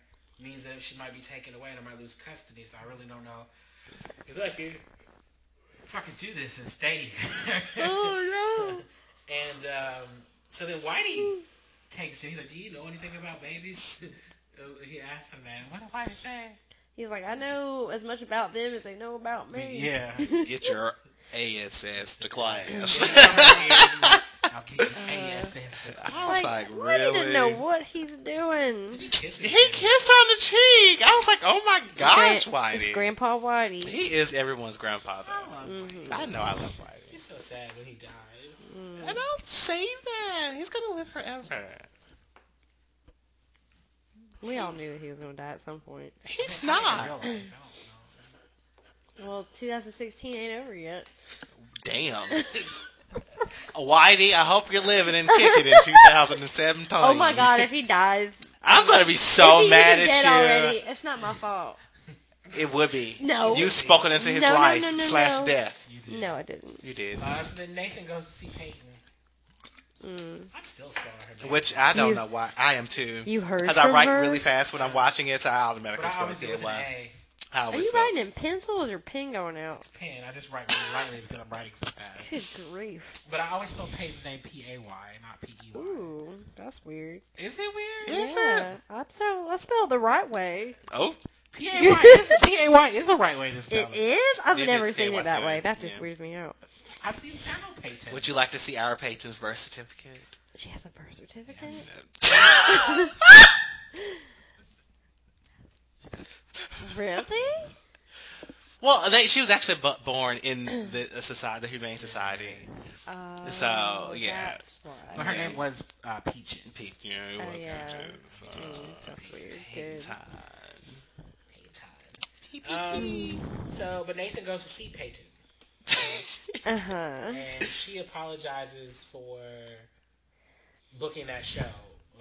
B: means that she might be taken away and I might lose custody. So I really don't know. He's like, you fucking do this and stay here.
C: Oh
B: And um, so then Whitey takes Jane. He's like, "Do you know anything about babies?" Uh, he asked him that. What did Whitey say?
C: He's like, I know as much about them as they know about me.
B: Yeah.
A: Get your ASS to class.
B: I'll get you ASS.
A: Uh, I was
C: Like,
A: like,
C: Whitey doesn't
A: really?
C: know what he's doing.
B: He kisses
A: He
B: him.
A: kissed her on the cheek. I was like, oh my gosh,
C: Gran- it's
A: Whitey.
C: Grandpa Whitey.
A: he is everyone's grandfather.
B: I love him.
C: Mm-hmm.
A: I know I love Whitey.
B: He's so sad when he dies.
A: And
C: Mm,
A: don't say that. He's gonna live forever.
C: we all knew that he was gonna die at some point.
A: He's
B: In real
A: not.
B: life, I don't know.
C: Well, 2016 ain't over yet.
A: Damn. Whitey, I hope you're living and kicking in 2017.
C: Oh my god, if he dies,
A: I'm gonna be
C: if
A: so
C: he
A: mad
C: isn't
A: at
C: dead
A: you.
C: already, it's not my fault.
A: It would be.
C: No.
A: You've spoken into his
C: No, no,
A: life
C: no, no,
A: slash
C: no.
A: death.
B: You do.
C: No, I didn't.
A: You did.
B: Uh, so then Nathan goes to see Peyton.
C: Mm.
B: I'm still scared of her. name.
A: Which I don't
C: You-
A: know why. I am too.
C: You heard
A: Because I
C: from
A: write
C: her?
A: really fast when I'm watching it, so I
B: But
A: automatically
B: I always
A: start
B: do with
A: getting
B: an
A: why.
B: A.
A: I
C: Are
A: always
C: you
A: do.
C: writing in pencil or is your pen going out?
B: It's pen. I just write really lightly because I'm writing so fast.
C: Good grief.
B: But I always spell Peyton's name P A Y, not P E Y.
C: Ooh, that's weird.
B: Is it weird?
A: Is
C: yeah.
A: it?
C: I spell, I spelled the right way.
A: Oh,
B: P A Y is P A Y is the right way to spell
C: It
B: it.
C: is? I've
A: It
C: never
A: is
C: seen it that
A: KYC.
C: way. That just
A: Yeah.
C: weirds me out.
B: I've seen Panel Peyton.
A: would you like to see our patron's birth certificate?
C: She has a birth certificate? Really?
A: Well, they, she was actually bu- born in the a society, the Humane Society.
C: Oh,
A: So, yeah.
C: That's
B: But
C: why.
B: her name was uh, Peaches.
A: Peak, you know, it
C: Oh,
A: was
C: yeah.
A: kind of so.
C: Mm, that's weird.
A: Hey,
C: Good.
A: Todd.
B: Um, so, but Nathan goes to see Peyton,
C: Uh huh.
B: and she apologizes for booking that show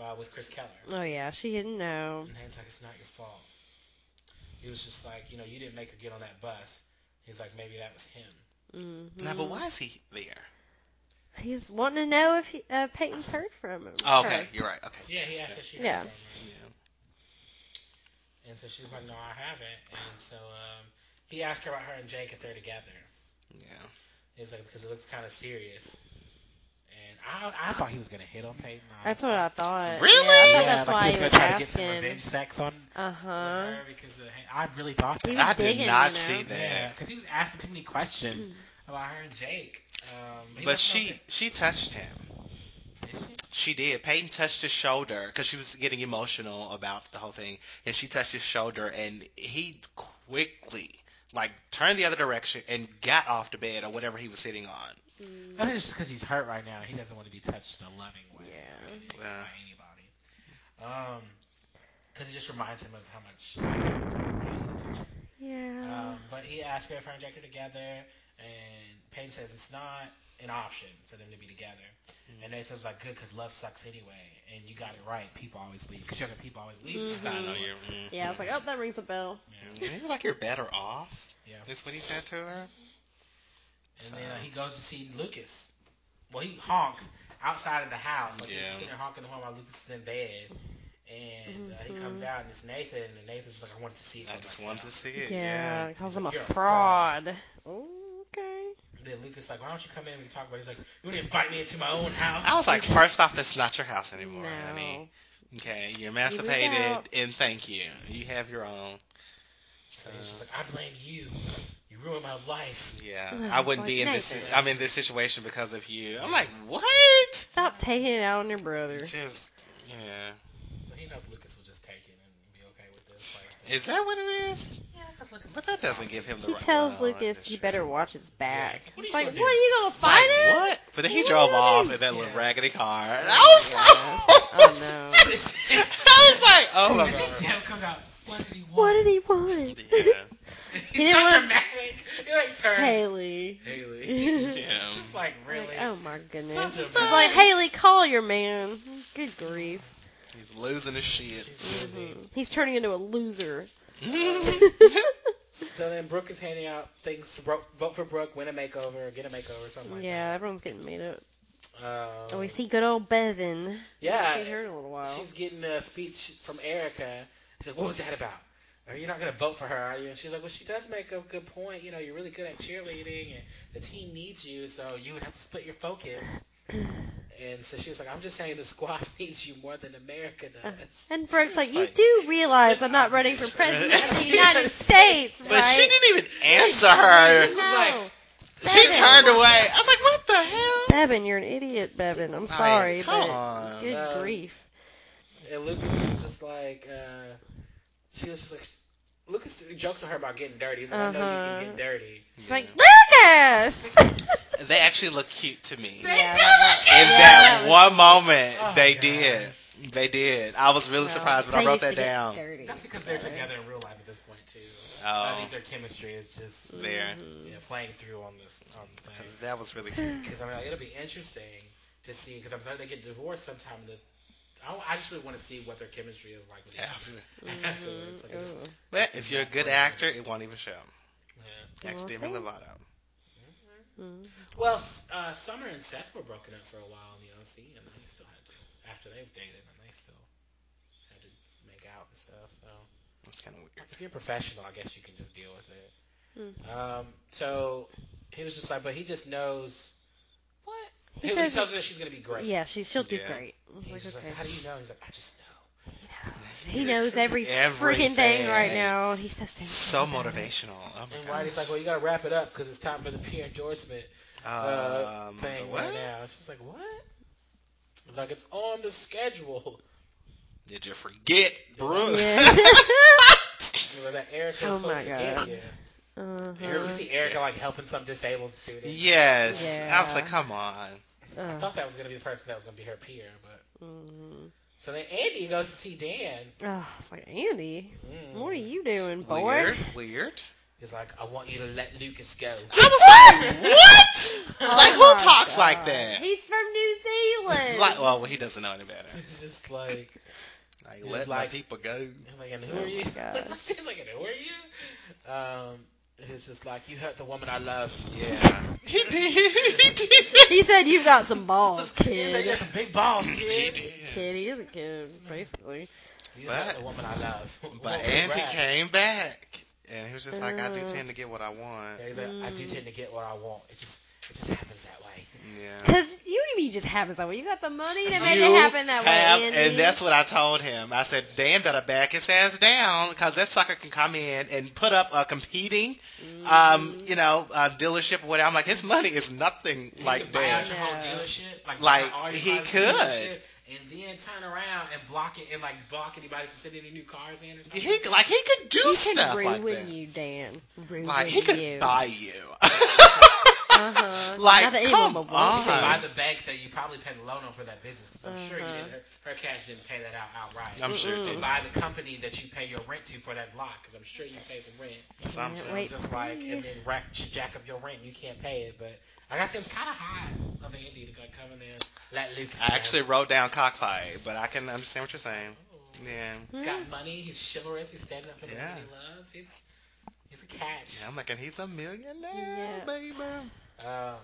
B: uh, with Chris Keller.
C: Oh yeah, she didn't know.
B: And Nathan's like, "It's not your fault." He was just like, you know, you didn't make her get on that bus. He's like, maybe that was him.
C: hmm
A: Now, but why is he there?
C: He's wanting to know if he, uh, Peyton's heard from him.
A: Oh, okay,
C: Her.
A: you're right. Okay.
B: Yeah, he asked if she.
C: Yeah.
B: Yeah. And so she's like, "No, I haven't." And so um, he asked her about her and Jake if they're together.
A: Yeah.
B: He's like, because it looks kind of serious. And I, I thought he was gonna hit on Peyton.
C: That's what I thought.
A: Really?
C: Yeah, I thought
B: yeah,
C: that's
B: like
C: why
B: he was
C: he
B: gonna
C: was
B: try to get some
C: asking.
B: revenge sex on
C: Uh huh.
B: her because of, I really thought that.
C: He was Hmm.
A: I did
C: digging,
A: not
C: you know?
A: see that.
B: yeah, because he was asking too many questions about her and Jake. Um, he
A: But
B: must
A: she
B: know
A: she touched him.
B: that- did she?
A: She did. Peyton touched his shoulder because she was getting emotional about the whole thing, and she touched his shoulder, and he quickly like turned the other direction and got off the bed or whatever he was sitting on.
C: Mm.
B: I think it's just because he's hurt right now. He doesn't want to be touched the loving way
C: Yeah.
A: Yeah.
B: by anybody. Um, because it just reminds him of how much he touched her.
E: Mm-hmm.
C: Yeah.
A: Uh,
B: Um, but he asked her if her and Jack are together, and Payne says it's not an option for them to be together. And Nathan's like, good, because love sucks anyway. And you got it right. People always leave. Because she has her people always leave. She's
A: I
B: not
A: know
B: on
A: you.
B: you.
A: mm.
C: yeah, I was like, oh, that rings a bell.
A: You feel Mm-hmm. like you're better off.
B: Yeah.
A: Is what he said to her.
B: And then uh, he goes to see Lucas. Well, he honks outside of the house. Like, he's
A: Yeah.
B: sitting there honking the horn while Lucas is in bed. And uh, he
C: Mm-hmm.
B: comes out, and it's Nathan. And Nathan's just like, I wanted to see you.
A: I
B: for
A: just
B: myself."
A: wanted to see it.
C: Yeah,
A: Yeah.
C: calls him a
B: You're a
C: fraud. Ooh, okay.
B: Then Lucas is like, why don't you come in and we can talk about it? He's like, you want to invite me into my own house?
A: I was like, first off, that's not your house anymore,
C: No.
A: honey. Okay, you're emancipated,
C: out.
A: and thank you. You have your own.
B: So he's just like, I blame you. You ruined my life.
A: Yeah,
C: Ugh,
A: I wouldn't
C: like
A: be in this.
C: Nathan.
A: I'm in this situation because of you. I'm like, what?
C: Stop taking it out on your brother.
A: Just yeah.
B: But he knows Lucas will just take it and be okay with this. Like,
A: Is that what it is?
B: yeah, 'cause Lucas
A: But
B: is
A: that
B: just-
A: doesn't give him the
C: He
A: right.
C: tells
A: no,
C: Lucas,
A: that's
C: you
A: true.
C: better watch his back.
B: What are
C: it's
B: you
C: like,
B: gonna do?
C: what are you gonna
A: Like,
C: fight him?
A: what? But then he
C: What
A: drove
C: do you
A: off
C: mean?
A: in that little
B: Yeah.
A: raggedy car. And I was like,
C: Oh
A: I was like, oh my
C: no.
B: And then
A: god.
B: Deb comes out. What did he want?
C: What did he want?
A: Yeah,
B: He's
C: He
B: so
C: wants-
B: dramatic. He like turns.
C: Haley.
B: Haley.
A: yeah.
B: just like really.
C: Like, oh my goodness.
B: Such a
C: It's
B: bad-
C: like, Haley, call your man. Good grief.
A: He's losing his shit.
B: She's losing.
C: He's turning into a loser.
B: So then Brooke is handing out things to Bro- vote for Brooke, win a makeover, or get a makeover, something like
C: yeah, everyone's getting made up.
B: that. Um,
C: Oh, we see good old Bevan.
B: yeah,
C: Ain't heard in a little while.
B: She's getting a speech from Erica. She's like, "What was that about? Or you're not going to vote for her, are you?" And she's like, "Well, she does make a good point. You know, you're really good at cheerleading, and the team needs you, so you would have to split your focus." and so she's like, "I'm just saying the squad needs you more than America does."
C: And Brooke's like, you
A: Like-
C: do realize I'm not running for president of the United States, right?
A: But she didn't even answer her.
B: This is
C: no.
B: like-
A: She
C: Bevan.
A: turned away. I was like, what the hell?
C: Bevan, you're an idiot, Bevan. I'm
A: Like,
C: sorry,
A: come
C: but
A: on.
C: good
B: Um,
C: grief.
B: And Lucas is just like, uh, she was just like, Lucas jokes with her about getting dirty. He's like, "I know you
C: Uh-huh.
B: can get dirty."
C: It's like Lucas.
A: They actually look cute to me.
C: Yeah,
A: In that
C: that was-
A: one moment,
B: Oh,
A: they
B: gosh.
A: did. They did. I was really
C: well,
A: surprised when
C: they
A: I wrote
C: used
A: that
C: to get
A: down.
C: dirty
B: That's because they're together in real life at this point too. I
A: Oh,
B: think their chemistry is just
A: there.
B: yeah, playing through on this on the thing.
A: 'Cause That was really cute.
B: Because I mean, like, it'll be interesting to see. Because I'm sorry they get divorced sometime. in The I, don't- I just really want to see what their chemistry is like with each
A: After.
B: other afterwards.
C: Mm-hmm.
B: Like, it's,
C: Ooh.
A: But if you're a good actor, it won't even show.
B: yeah.
A: Next Demi
C: Okay.
A: Lovato.
B: Well, s- uh, Summer and Seth were broken up for a while in the OC, and they still had to after they dated, and they still had to make out and stuff. So
A: That's kind of weird.
B: if you're a professional, I guess you can just deal with it.
C: Hmm.
B: Um, so he was just like, but he just knows what
C: He
B: he, he
C: says
B: tells her that she's gonna be great.
C: Yeah, she she'll do
A: Yeah.
C: great.
B: He's
C: Like,
B: just
C: okay.
B: like, how do you know? He's like, I just know.
C: He knows every freaking thing
A: Everything.
C: right now. He's so stinking
A: So
C: bad.
A: motivational. Oh my
B: And
A: god.
B: Whitey's like, well, you gotta wrap it up because it's time for the peer endorsement uh,
A: um, the
B: thing
A: what?
B: right now. She's like, what? It's like it's on the schedule.
A: Did you forget, Brooke?
C: Yeah.
B: Remember that Erica
C: Oh
B: was
C: my
B: supposed to get
C: God.
B: you.
C: Uh-huh.
B: You see Erica like helping some disabled student.
A: Yes. I
C: Yeah.
A: was like, come on.
B: I
C: Uh,
B: thought that was gonna be the person that was gonna be her peer, but
C: mm.
B: so then Andy goes to see Dan.
C: oh, it's like Andy,
B: Mm.
C: what are you doing, boy?
A: Weird. Weird.
B: He's like, I want you to let Lucas go.
A: I was like, what? Like, who
C: my
A: talks like
C: God.
A: that?
C: He's from New Zealand.
A: Like, well, he doesn't know any better.
B: It's just like
A: Like,
B: He's
A: let
B: like-
A: my people go.
B: he's like, and who
C: Oh
B: are you?
C: my God.
B: he's like, and who are you? Um, he's just like, you hurt the woman I love.
A: Yeah. He did. He did.
C: he said, "You've got some balls,
B: He's like, you
C: kid."
B: have some big balls,
A: He
B: kid.
A: did.
C: kid, he is a kid, basically.
B: You
A: But-
B: hurt the woman I love. Well,
A: But Andy
B: congrats.
A: came back. And he was just like, I do
C: Uh.
A: tend to get what I want.
B: Yeah, he's like, I
C: Mm.
B: do tend to get what I want. It just, it just happens that way.
A: Yeah.
C: Because you you just happens that way. You got the money to make
A: You
C: it happen that
A: have-
C: way, Andy.
A: and that's what I told him. I said, Dan better back his ass down because that sucker can come in and put up a competing, um,
C: Mm.
A: you know, uh, dealership or whatever. I'm like, his money is nothing like
B: could buy out
A: that.
B: your
C: No.
B: whole dealership, like,
A: Like,
B: buy all your
A: he
B: cars'
A: could.
B: dealership, and then turn around and block it, and like block anybody from sending any new cars in or something.
A: He like he could do
C: he
A: stuff
C: can
A: like
C: ruin
A: that.
C: you, Dan. Ruin
A: Like he could
C: you.
A: buy you.
C: Uh-huh.
A: Like,
C: Not that
A: come
C: anyone would want to.
A: on.
B: By the bank that you probably paid a loan on for that business, 'cause I'm sure you
C: Uh-huh.
B: didn't. Her, her cash didn't pay that out outright.
A: I'm sure it
C: Mm-mm.
A: did.
B: By the company that you pay your rent to for that block, because I'm sure you pay some rent.
A: Something.
C: Can't wait
B: just
C: to
B: like
C: see.
B: and then rack, jack up your rent, you can't pay it. But like I said, it was kind of hot of Andy to like come in there, and let Lucas.
A: I
B: go.
A: actually wrote down cockfight, but I can understand what you're saying. Yeah.
B: he's got money. He's chivalrous. He's standing up for the
A: Yeah.
B: man he loves. He's he's a catch.
A: Yeah, I'm like, and he's a millionaire,
C: Yeah.
A: baby.
B: Um,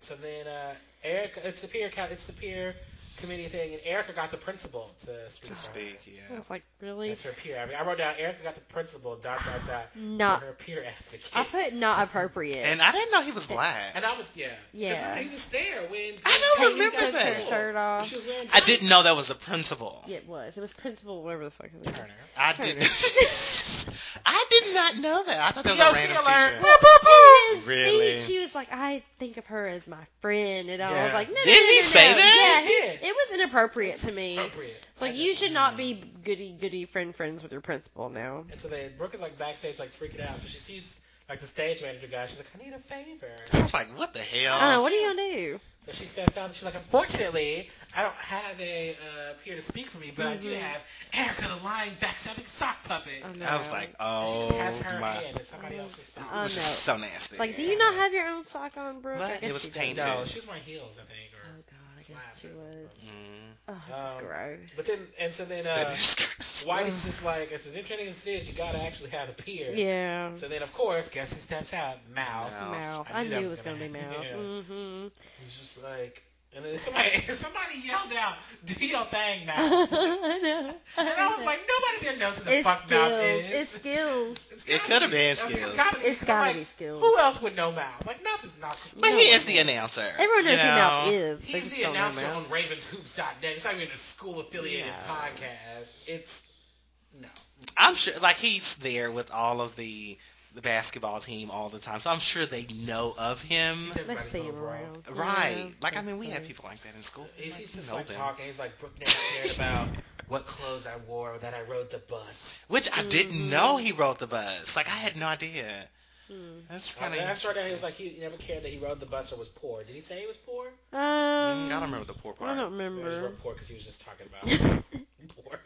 B: so then uh, Erica, it's the peer, co- it's the peer committee thing, and Erica got the principal to speak.
A: To
B: for her.
A: speak,
C: I
A: yeah.
C: was like, really?
B: That's her peer. advocate. I wrote down Erica got the principal. Dot dot dot.
C: Not.
B: for her peer advocate.
C: I put not appropriate.
A: And I didn't know he was black.
B: and I was yeah. 'Cause
C: Yeah.
B: He was there when
A: I don't
B: when
A: remember
B: Peggy got
A: that.
B: the
C: Took her shirt off.
B: She was wearing
A: I
B: black.
A: didn't know that was a principal.
C: Yeah, it was. It was principal, whatever the fuck his name.
B: Turner.
A: I
C: Turner.
A: did. I did not know that. I thought that was a
B: POC
A: random
B: alert.
A: teacher.
C: was. His
A: Really?
C: speech, he was like, I think of her as my friend, and I
B: Yeah.
C: was like, no, no,
A: Didn't
C: no,
A: he
C: no,
A: say
C: no.
A: that?
C: Yeah,
B: He
C: he-
B: did.
C: it was inappropriate to me.
B: Appropriate.
C: It's like
B: I
C: you should not be goody goody friend friends with your principal now.
B: And so then Brooke is like backstage, like freaking out. So she sees like the stage manager guy. She's like, I need a favor.
A: I was like, what the hell?
C: I don't know. What are you gonna do?
B: So she steps out and she's like, Unfortunately, I don't have a uh, peer to speak for me, but I do
C: Mm-hmm.
B: have Erica the lying backstabbing sock puppet.
C: I,
B: And
C: know.
A: I was like,
B: she just
A: oh
B: has her
A: my.
B: hand in
C: Oh,
B: somebody else's sock.
C: I
A: It
C: know.
A: was just
C: It's
A: so nasty.
C: like, do you not have your own sock on, Brooke?
A: But
C: I
A: it
C: guess
A: was
C: she does.
A: painted.
B: no, she was wearing heels, I think.
C: Oh
B: Or,
C: god, I guess she was.
A: Mm,
C: Oh, this
B: Um,
C: is gross.
B: but then, and so then
A: that
B: uh,
A: is gross.
B: Whitey's just like, I said, Entertaining this is, you gotta actually have a peer.
C: Yeah.
B: So then, of course, guess who steps out? Mal.
A: Mal.
C: Mouth.
B: I
C: I
B: knew
C: knew
B: that
C: it
B: was
C: was
B: gonna
C: gonna be
B: happen.
C: mouth. Mm-hmm.
B: He's just like, and then somebody, somebody yelled out, "Do your thing, Mal."
C: I know.
B: And I was like, nobody there knows who the
C: it's
B: fuck Mal
C: skills.
B: is.
C: It's skills.
B: It's
A: It
B: gotta
A: could have
B: be-
A: been
B: that's-
A: skills.
B: It's gotta be.
C: It's
B: 'cause
C: gotta
B: I'm
C: be
B: like,
C: skills.
B: Who else would know Mal? Like, Mouth is not.
A: But he is the announcer.
C: Everyone knows
A: you
C: who Mouth
A: know?
C: is. They
B: He's
C: just
B: the
C: don't know
B: announcer
C: Mouth.
B: on RavensHoops.net. It's not even a school-affiliated
C: No.
B: podcast. It's no.
A: I'm sure, like he's there with all of the the basketball team all the time, so I'm sure they know of him.
B: It's
C: Let's
B: everybody's
C: see him
B: little bro.
C: around.
A: Right?
C: Yeah,
A: like I
C: that's
A: mean, we have
C: funny.
A: people like that in school.
B: He's, he's
A: you
B: just
A: know
B: like
A: them.
B: talking. He's like Brooke never cared about what clothes I wore or that I rode the bus.
A: Which I
C: Mm-hmm.
A: didn't know he wrote the bus. Like I had no idea.
C: Hmm.
A: That's
B: I
A: kind
B: mean,
A: of.
B: that's right. He was like he never cared that he rode the bus or was poor. Did he say he was poor?
A: I
C: Um,
A: don't Mm, remember the poor part.
C: I don't
B: Or he just
C: remember.
B: wrote poor because he was just talking about poor.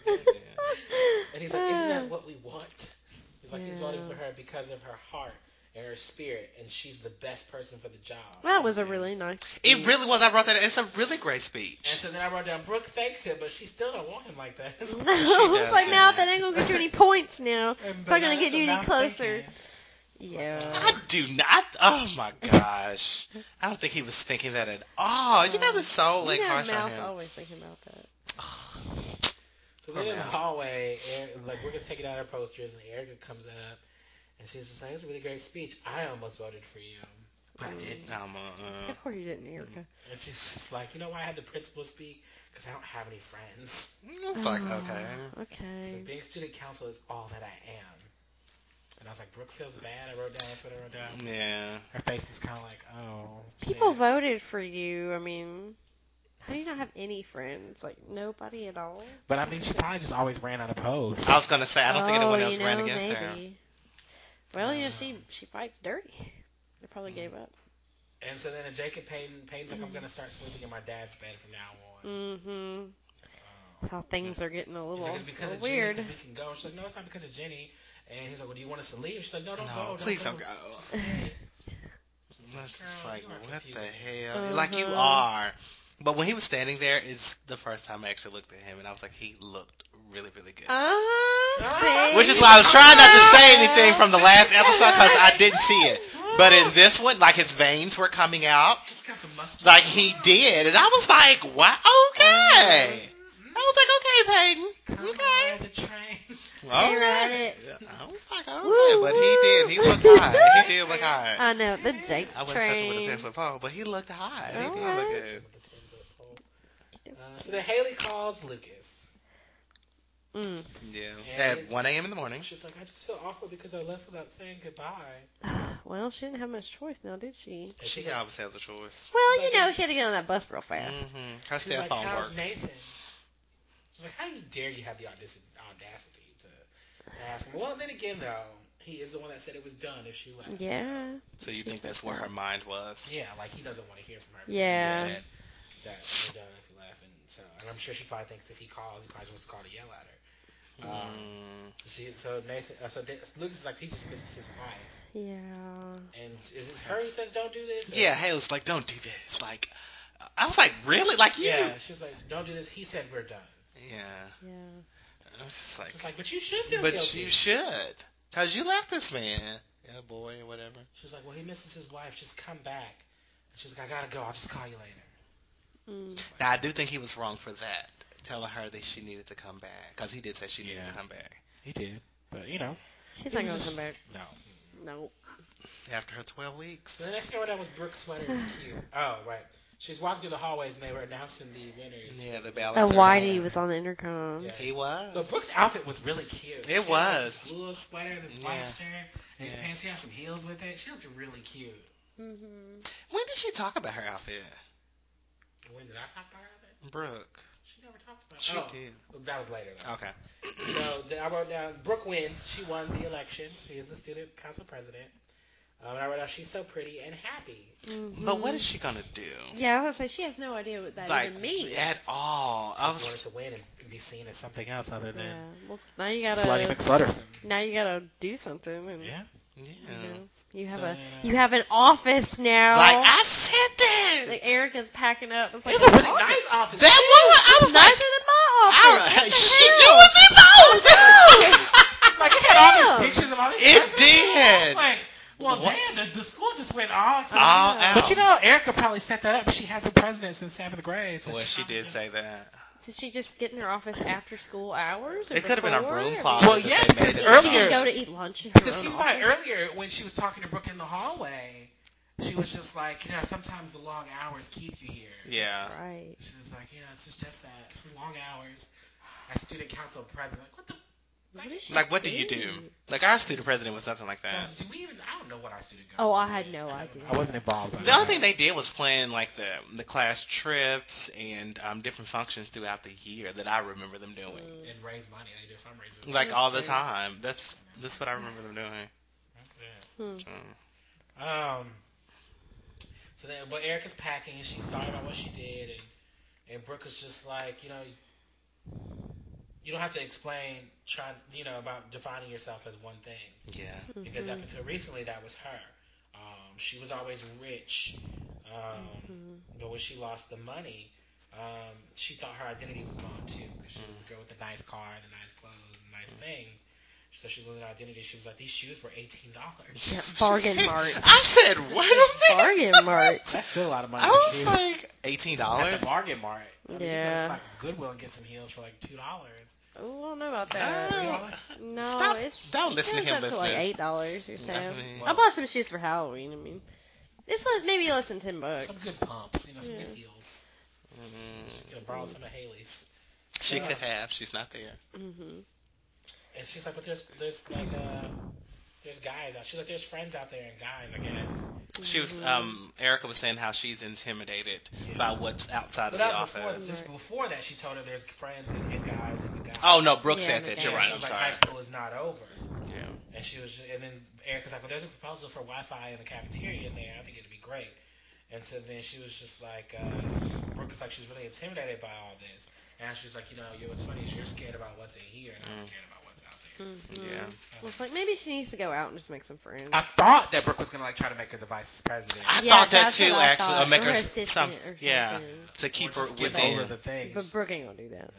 B: And he's like, isn't that what we want? He's like, he's voting for her because of her heart and her spirit, and she's the best person for the job.
C: That was a really nice.
A: It really was. I wrote that. It's a really great
B: And
A: speech.
B: so then I wrote down Brooke thanks him, but she still don't want him like that.
C: I was
A: does
C: like,
A: that.
C: Mouth, that ain't gonna get you any points now.
B: And-
C: It's not
B: but
C: gonna get
B: now that's
C: you
B: what
C: any
B: Mal's
C: closer.
B: thinking.
C: Yeah.
A: I do not. Oh my gosh! I don't think he was thinking that at all. You guys are so like
C: you know,
A: harsh on
C: Mouth's
A: him.
C: always thinking about that.
B: So then in the
A: Mal.
B: hallway, Eric, like Brooke is taking out her posters, and Erica comes up, and she's just like, "It's a really great speech. I almost voted for you, but I didn't."
A: Um, uh,
C: Of course you didn't, Erica.
B: And she's just like, you know why I had the principal speak? Because I don't have any friends.
A: it's like
C: Uh-huh.
A: okay.
B: So
C: Okay.
B: being student council is all that I am. And I was like, Brooke feels bad. I wrote down, that's what I wrote down.
A: Yeah.
B: Her face was kind of like, oh.
C: People
B: shit.
C: voted for you. I mean, How do you not have any friends? Like nobody at all.
B: But I mean, she probably just always ran out of posts.
A: I was gonna say I don't think
C: Oh,
A: anyone
C: you
A: else ran
C: know,
A: against her. Uh.
C: maybe. Well, you know she she fights dirty. They probably gave up.
B: And so then if Jacob Payton, Payton's
C: Mm.
B: like, I'm going to start sleeping in my dad's bed from now on. Um,
C: Mm-hmm. That's how things are getting a
B: He's
C: little,
B: like, it's because
C: little
B: of
C: weird.
B: Jenny 'cause we can go. She's like, no, it's not because of Jenny. And he's like, well, do you want us to leave? She's like, no, don't go.
A: No, please don't go.
B: Just stay.
A: That's just
B: Girl,
A: like
B: you are
A: what the
B: confusing.
A: hell? Like you
C: Uh-huh.
A: are. But when he was standing there, is the first time I actually looked at him, and I was like, he looked really, really good.
C: Uh,
A: Which is why I was trying not to
C: Oh,
A: say anything from the last episode because I didn't see it. But in this one, like his veins were coming out,
B: She's got some muscle.
A: like he did, and I was like, wow, okay. I was like, okay, Peyton, okay.
B: The train.
A: All
C: They
A: right.
C: read it.
A: I was like, all right,
C: Woo,
A: but
C: woo.
A: he did. He looked high. He did look high.
C: I know the Jake
A: I wouldn't touch him with a
C: train.
A: 10 foot pole, but he looked high. He did
C: Alright.
A: look good.
B: Uh, so then Haley calls Lucas.
C: Mm.
A: Yeah.
B: And-
A: At 1 a.m. in the morning.
B: She's like, I just feel awful because I left without saying goodbye.
C: Mm. Well, she didn't have much choice now, did she?
B: And
A: She
B: she's like,
A: always has a choice.
C: Well, you know she had to get on that bus real fast.
A: hmm Her
B: she's
A: cell
B: like
A: phone
B: how's
A: worked.
B: Nathan? She's like, how dare you have the audaci- audacity to ask him? Well, then again, though, he is the one that said it was done if she left.
C: Mm-hmm. Yeah.
A: So you think that's where her mind was?
B: Yeah, like he doesn't want to hear from her.
C: Yeah.
B: He said that we're done if we left, and so and I'm sure she probably thinks if he calls, he probably just wants to call to yell at her. Um,
A: Mm.
B: so she, so Nathan, uh, so Da- Lucas is like he just misses his wife,
C: Yeah.
B: and is this her who says don't do this? Or-
A: Yeah, Haley's like, don't do this. Like, I was like, really? Like, you? Yeah.
B: yeah. She's like, don't do this. He said we're done.
C: Yeah.
A: I was just like,
B: She's like, but you should feel
A: but
B: guilty.
A: you should. Because you left this man. Yeah, boy, whatever.
B: she's like, well, he misses his wife. Just come back. And she's like, I gotta go. I'll just call you later.
C: Mm.
A: Now, I do think he was wrong for that, telling her that she needed to come back. Because he did say she needed
B: Yeah.
A: to come back
B: He did, but you know,
C: She's not
B: It
C: gonna
B: was
C: come back.
B: no.
C: Nope.
A: after her 12 weeks.
B: So the next thing I read was Brooke sweater is cute. Oh right, she's walking through the hallways and they were announcing the winners.
A: Yeah, the balance.
C: And
A: are-
C: Whitey was on the intercom.
B: Yeah.
A: He was.
B: But Brooke's outfit was really cute. She had, like,
A: was.
B: this blue little sweater, this
A: Yeah.
B: white shirt, and these
A: Yeah.
B: pants. She had some heels with it. She looked really cute.
C: Mm-hmm.
A: When did she talk about her outfit?
B: When did I talk about her outfit?
A: Brooke.
B: She never talked about.
A: She
B: oh,
A: did.
B: That was later. Though.
A: Okay.
B: So the, I wrote down Brooke wins. She won the election. She is the student council president. Um, and I wrote down she's so pretty and happy.
A: But what is she going to do?
C: Mm-hmm. Yeah, I was gonna say she has no idea what that
A: Like,
C: even means.
A: at all. I
B: She wanted
A: was.
B: to win and be seen as something else other
C: Yeah.
B: than
C: Well, now you
B: slutty
C: gotta
B: McSlutterson.
C: now you gotta do something. And,
B: Yeah.
A: Yeah.
C: You, know, you have
B: So,
C: a
B: yeah.
C: you have an office now.
A: Like, I said that.
C: Like Erica's packing up. It's like
B: It's a really
C: office.
B: nice office.
A: That woman, I was
C: nicer
A: like,
C: than my
A: I,
C: office.
A: hey, shit, you and me both.
B: like, it had all
C: Damn.
B: these pictures of all these
A: It
B: dresses. I was
A: did.
B: like, well,
A: What? Ah.
B: damn, the, the school just went all to
A: All
B: hell. But
A: out.
B: you know, Erica probably set that up. She has been president since seventh grade. So
A: well, she
B: probably
A: did
B: just-
A: say that.
C: Did she just get in her office after school hours? or
A: It could have been a
C: before?
A: broom
C: I mean,
A: closet.
B: Well,
A: that
B: yeah,
A: they
B: because
A: made it
C: She
B: earlier-
C: didn't
A: about.
C: go to eat lunch in her
B: Because
C: own
B: think about
C: office.
B: it, earlier when she was talking to Brooke in the hallway, she was just like, you know, sometimes the long hours keep you here.
A: Yeah.
C: Right.
B: She was like, you know, it's just, just that. It's long hours. As student council president, what the
C: What is she
A: Like, what do you do? Like, our student president was nothing like
B: fuck?
A: that.
B: Do we even? I don't know what our student
C: Oh, I
B: government
C: had
B: did.
C: no
B: I
C: idea.
B: don't- I wasn't involved. so I
A: The
B: don't
A: only thing
B: know.
A: they did was plan like the the class trips and um, different functions throughout the year that I remember them doing,
C: Mm.
B: and raise money. They do fundraisers.
A: like all the
C: Okay.
A: time. That's that's what I remember them doing. Mm,
C: Hmm.
A: So.
B: Um. So then, but Erica's packing, and she's talking about what she did, and and Brooke is just like, you know, you don't have to explain, try, you know, about defining yourself as one thing,
A: Yeah.
B: because up until recently, that was her. Um, she was always rich, um, but when she lost the money, um, she thought her identity was gone too, because she was the girl with the nice car, and the nice clothes, and nice things. So she's losing her identity. She was like, these shoes were eighteen dollars.
C: Yeah, bargain mart.
A: I said, wait a minute.
C: Bargain mart.
B: That's still a lot of money.
A: I
B: for
A: was
B: shoes.
A: like, eighteen
B: at
A: dollars.
B: the bargain mart. I mean,
C: Yeah.
B: You can go to, like Goodwill and get some heels for like two dollars.
C: Oh, I don't know about
A: Oh.
C: that.
B: dollars.
C: No,
A: Stop.
C: it's
A: Don't
C: it
A: listen to
C: goes
A: him,
C: Up to like
A: listeners.
C: eight dollars or so.
A: Listen to
B: him.
C: I bought some shoes for Halloween. I mean, this was maybe less than ten bucks.
B: Some good pumps, you know, some
C: Yeah.
B: good heels.
A: Mm,
B: You know, borrow some of Haley's.
A: she could have. She's not there.
C: Mm-hmm.
B: And she's like, but there's there's like uh There's guys out. She's like, there's friends out there and guys, I guess.
A: She was
C: Mm-hmm.
A: um Erica was saying how she's intimidated by what's outside
B: But
A: of
B: that
A: the
B: was before.
A: office.
B: This, before that, she told her there's friends and, and guys and the guys.
A: Oh no, Brooke
C: Yeah,
A: said
C: the
A: that. You're
B: And
A: right.
B: She
A: I'm
B: was like, high
A: sorry.
B: school is not over.
A: Yeah.
B: And she was, and then Erica's like, well, there's a proposal for Wi-Fi in the cafeteria in there. I think it'd be great. And so then she was just like, uh, Brooke is like, she's really intimidated by all this. And she's like, you know, yo, what's funny is you're scared about what's in here, and
C: Mm.
B: I'm scared about what's out there.
C: Mm-hmm.
A: Yeah.
B: I
C: Well, it's
B: think-
C: like maybe she needs to go out and just make some
A: Uh,
C: friends.
B: I thought that Brooke was gonna like try to make her the vice president.
A: I
C: Yeah,
A: thought that
C: that's
A: too,
C: what I
A: actually.
C: thought.
A: Or make
C: Or
A: her
C: her
A: s-
C: assistant
A: some,
C: or
A: yeah,
C: something.
A: to keep
B: Or
A: her
B: just get over
A: within.
B: the things.
C: but Brooke ain't gonna do that,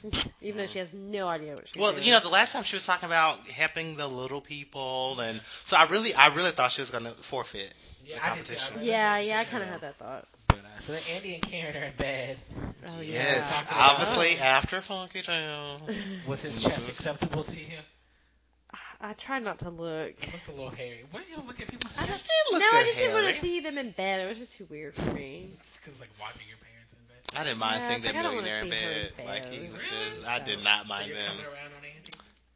B: No.
C: even though she has no idea what she's
A: Well,
C: doing.
A: you know, the last time she was talking about helping the little people, and so I really, I really thought she was going to forfeit.
B: Yeah,
A: the
B: I did too. I
A: competition.
B: read
C: yeah,
B: that.
C: yeah, I kind of had that thought.
B: But, uh, so then Andy and Karen are in bed.
C: Oh,
A: Yes,
B: Talking about-
A: obviously after Funky Town.
B: Was his chest acceptable to you?
C: I try not to look.
B: Looks a little hairy. Why do you look at people's
C: I
B: chests?
A: looked
C: no, I just didn't want
A: hairy.
C: to see them in bed. It was just too weird for me.
B: Because like watching your parents in bed.
A: I didn't mind
C: Yeah,
A: seeing
C: it's like,
A: that
C: I don't wanna
A: millionaire in
C: see her
A: bed.
C: in
A: Like
C: bed.
A: he was
C: Really?
A: just, I did
C: So-
A: not
B: so
A: mind
B: you're
A: them
B: coming around on Andy.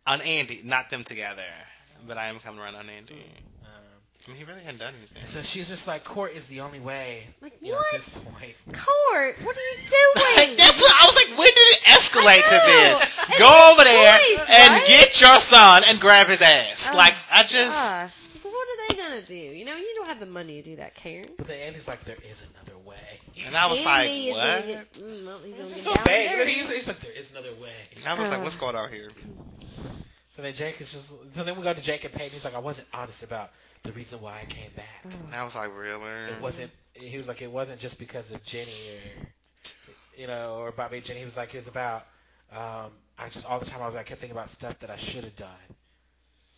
A: on Andy, not them together. But I am coming around on Andy.
B: Um,
A: I mean, he really hadn't done anything.
B: and so she's just like, court is the only way.
C: Like
B: You know,
C: what?
B: at this point.
C: Court? What are you
A: Like,
C: doing?
A: that's what I was like. When did it escalate to
C: I know.
A: this? Go over there
C: choice,
A: and
C: right?
A: get your son and grab his ass.
C: Oh,
A: like I just,
C: Gosh, Ah, what are they gonna do? You know, you don't have the money to do that, Karen.
B: But then Andy's like, there is another way.
A: and I was
C: Andy is
A: like,
C: gonna
A: what?
C: get- mm, well, he's gonna
B: This
C: get
B: is so
C: down and
B: vague. Look,
C: dirty.
B: He's, he's like, there is another way.
A: And I was like,
C: Uh.
A: what's going on here?
B: So then Jake is just. So then we go to Jake and Peyton. He's like, I wasn't honest about the reason why I came back.
A: And I was like, really?
C: Mm.
B: it wasn't he was like it wasn't just because of jenny or you know or bobby and jenny he was like it was about um i just all the time i was i kept thinking about stuff that i should have done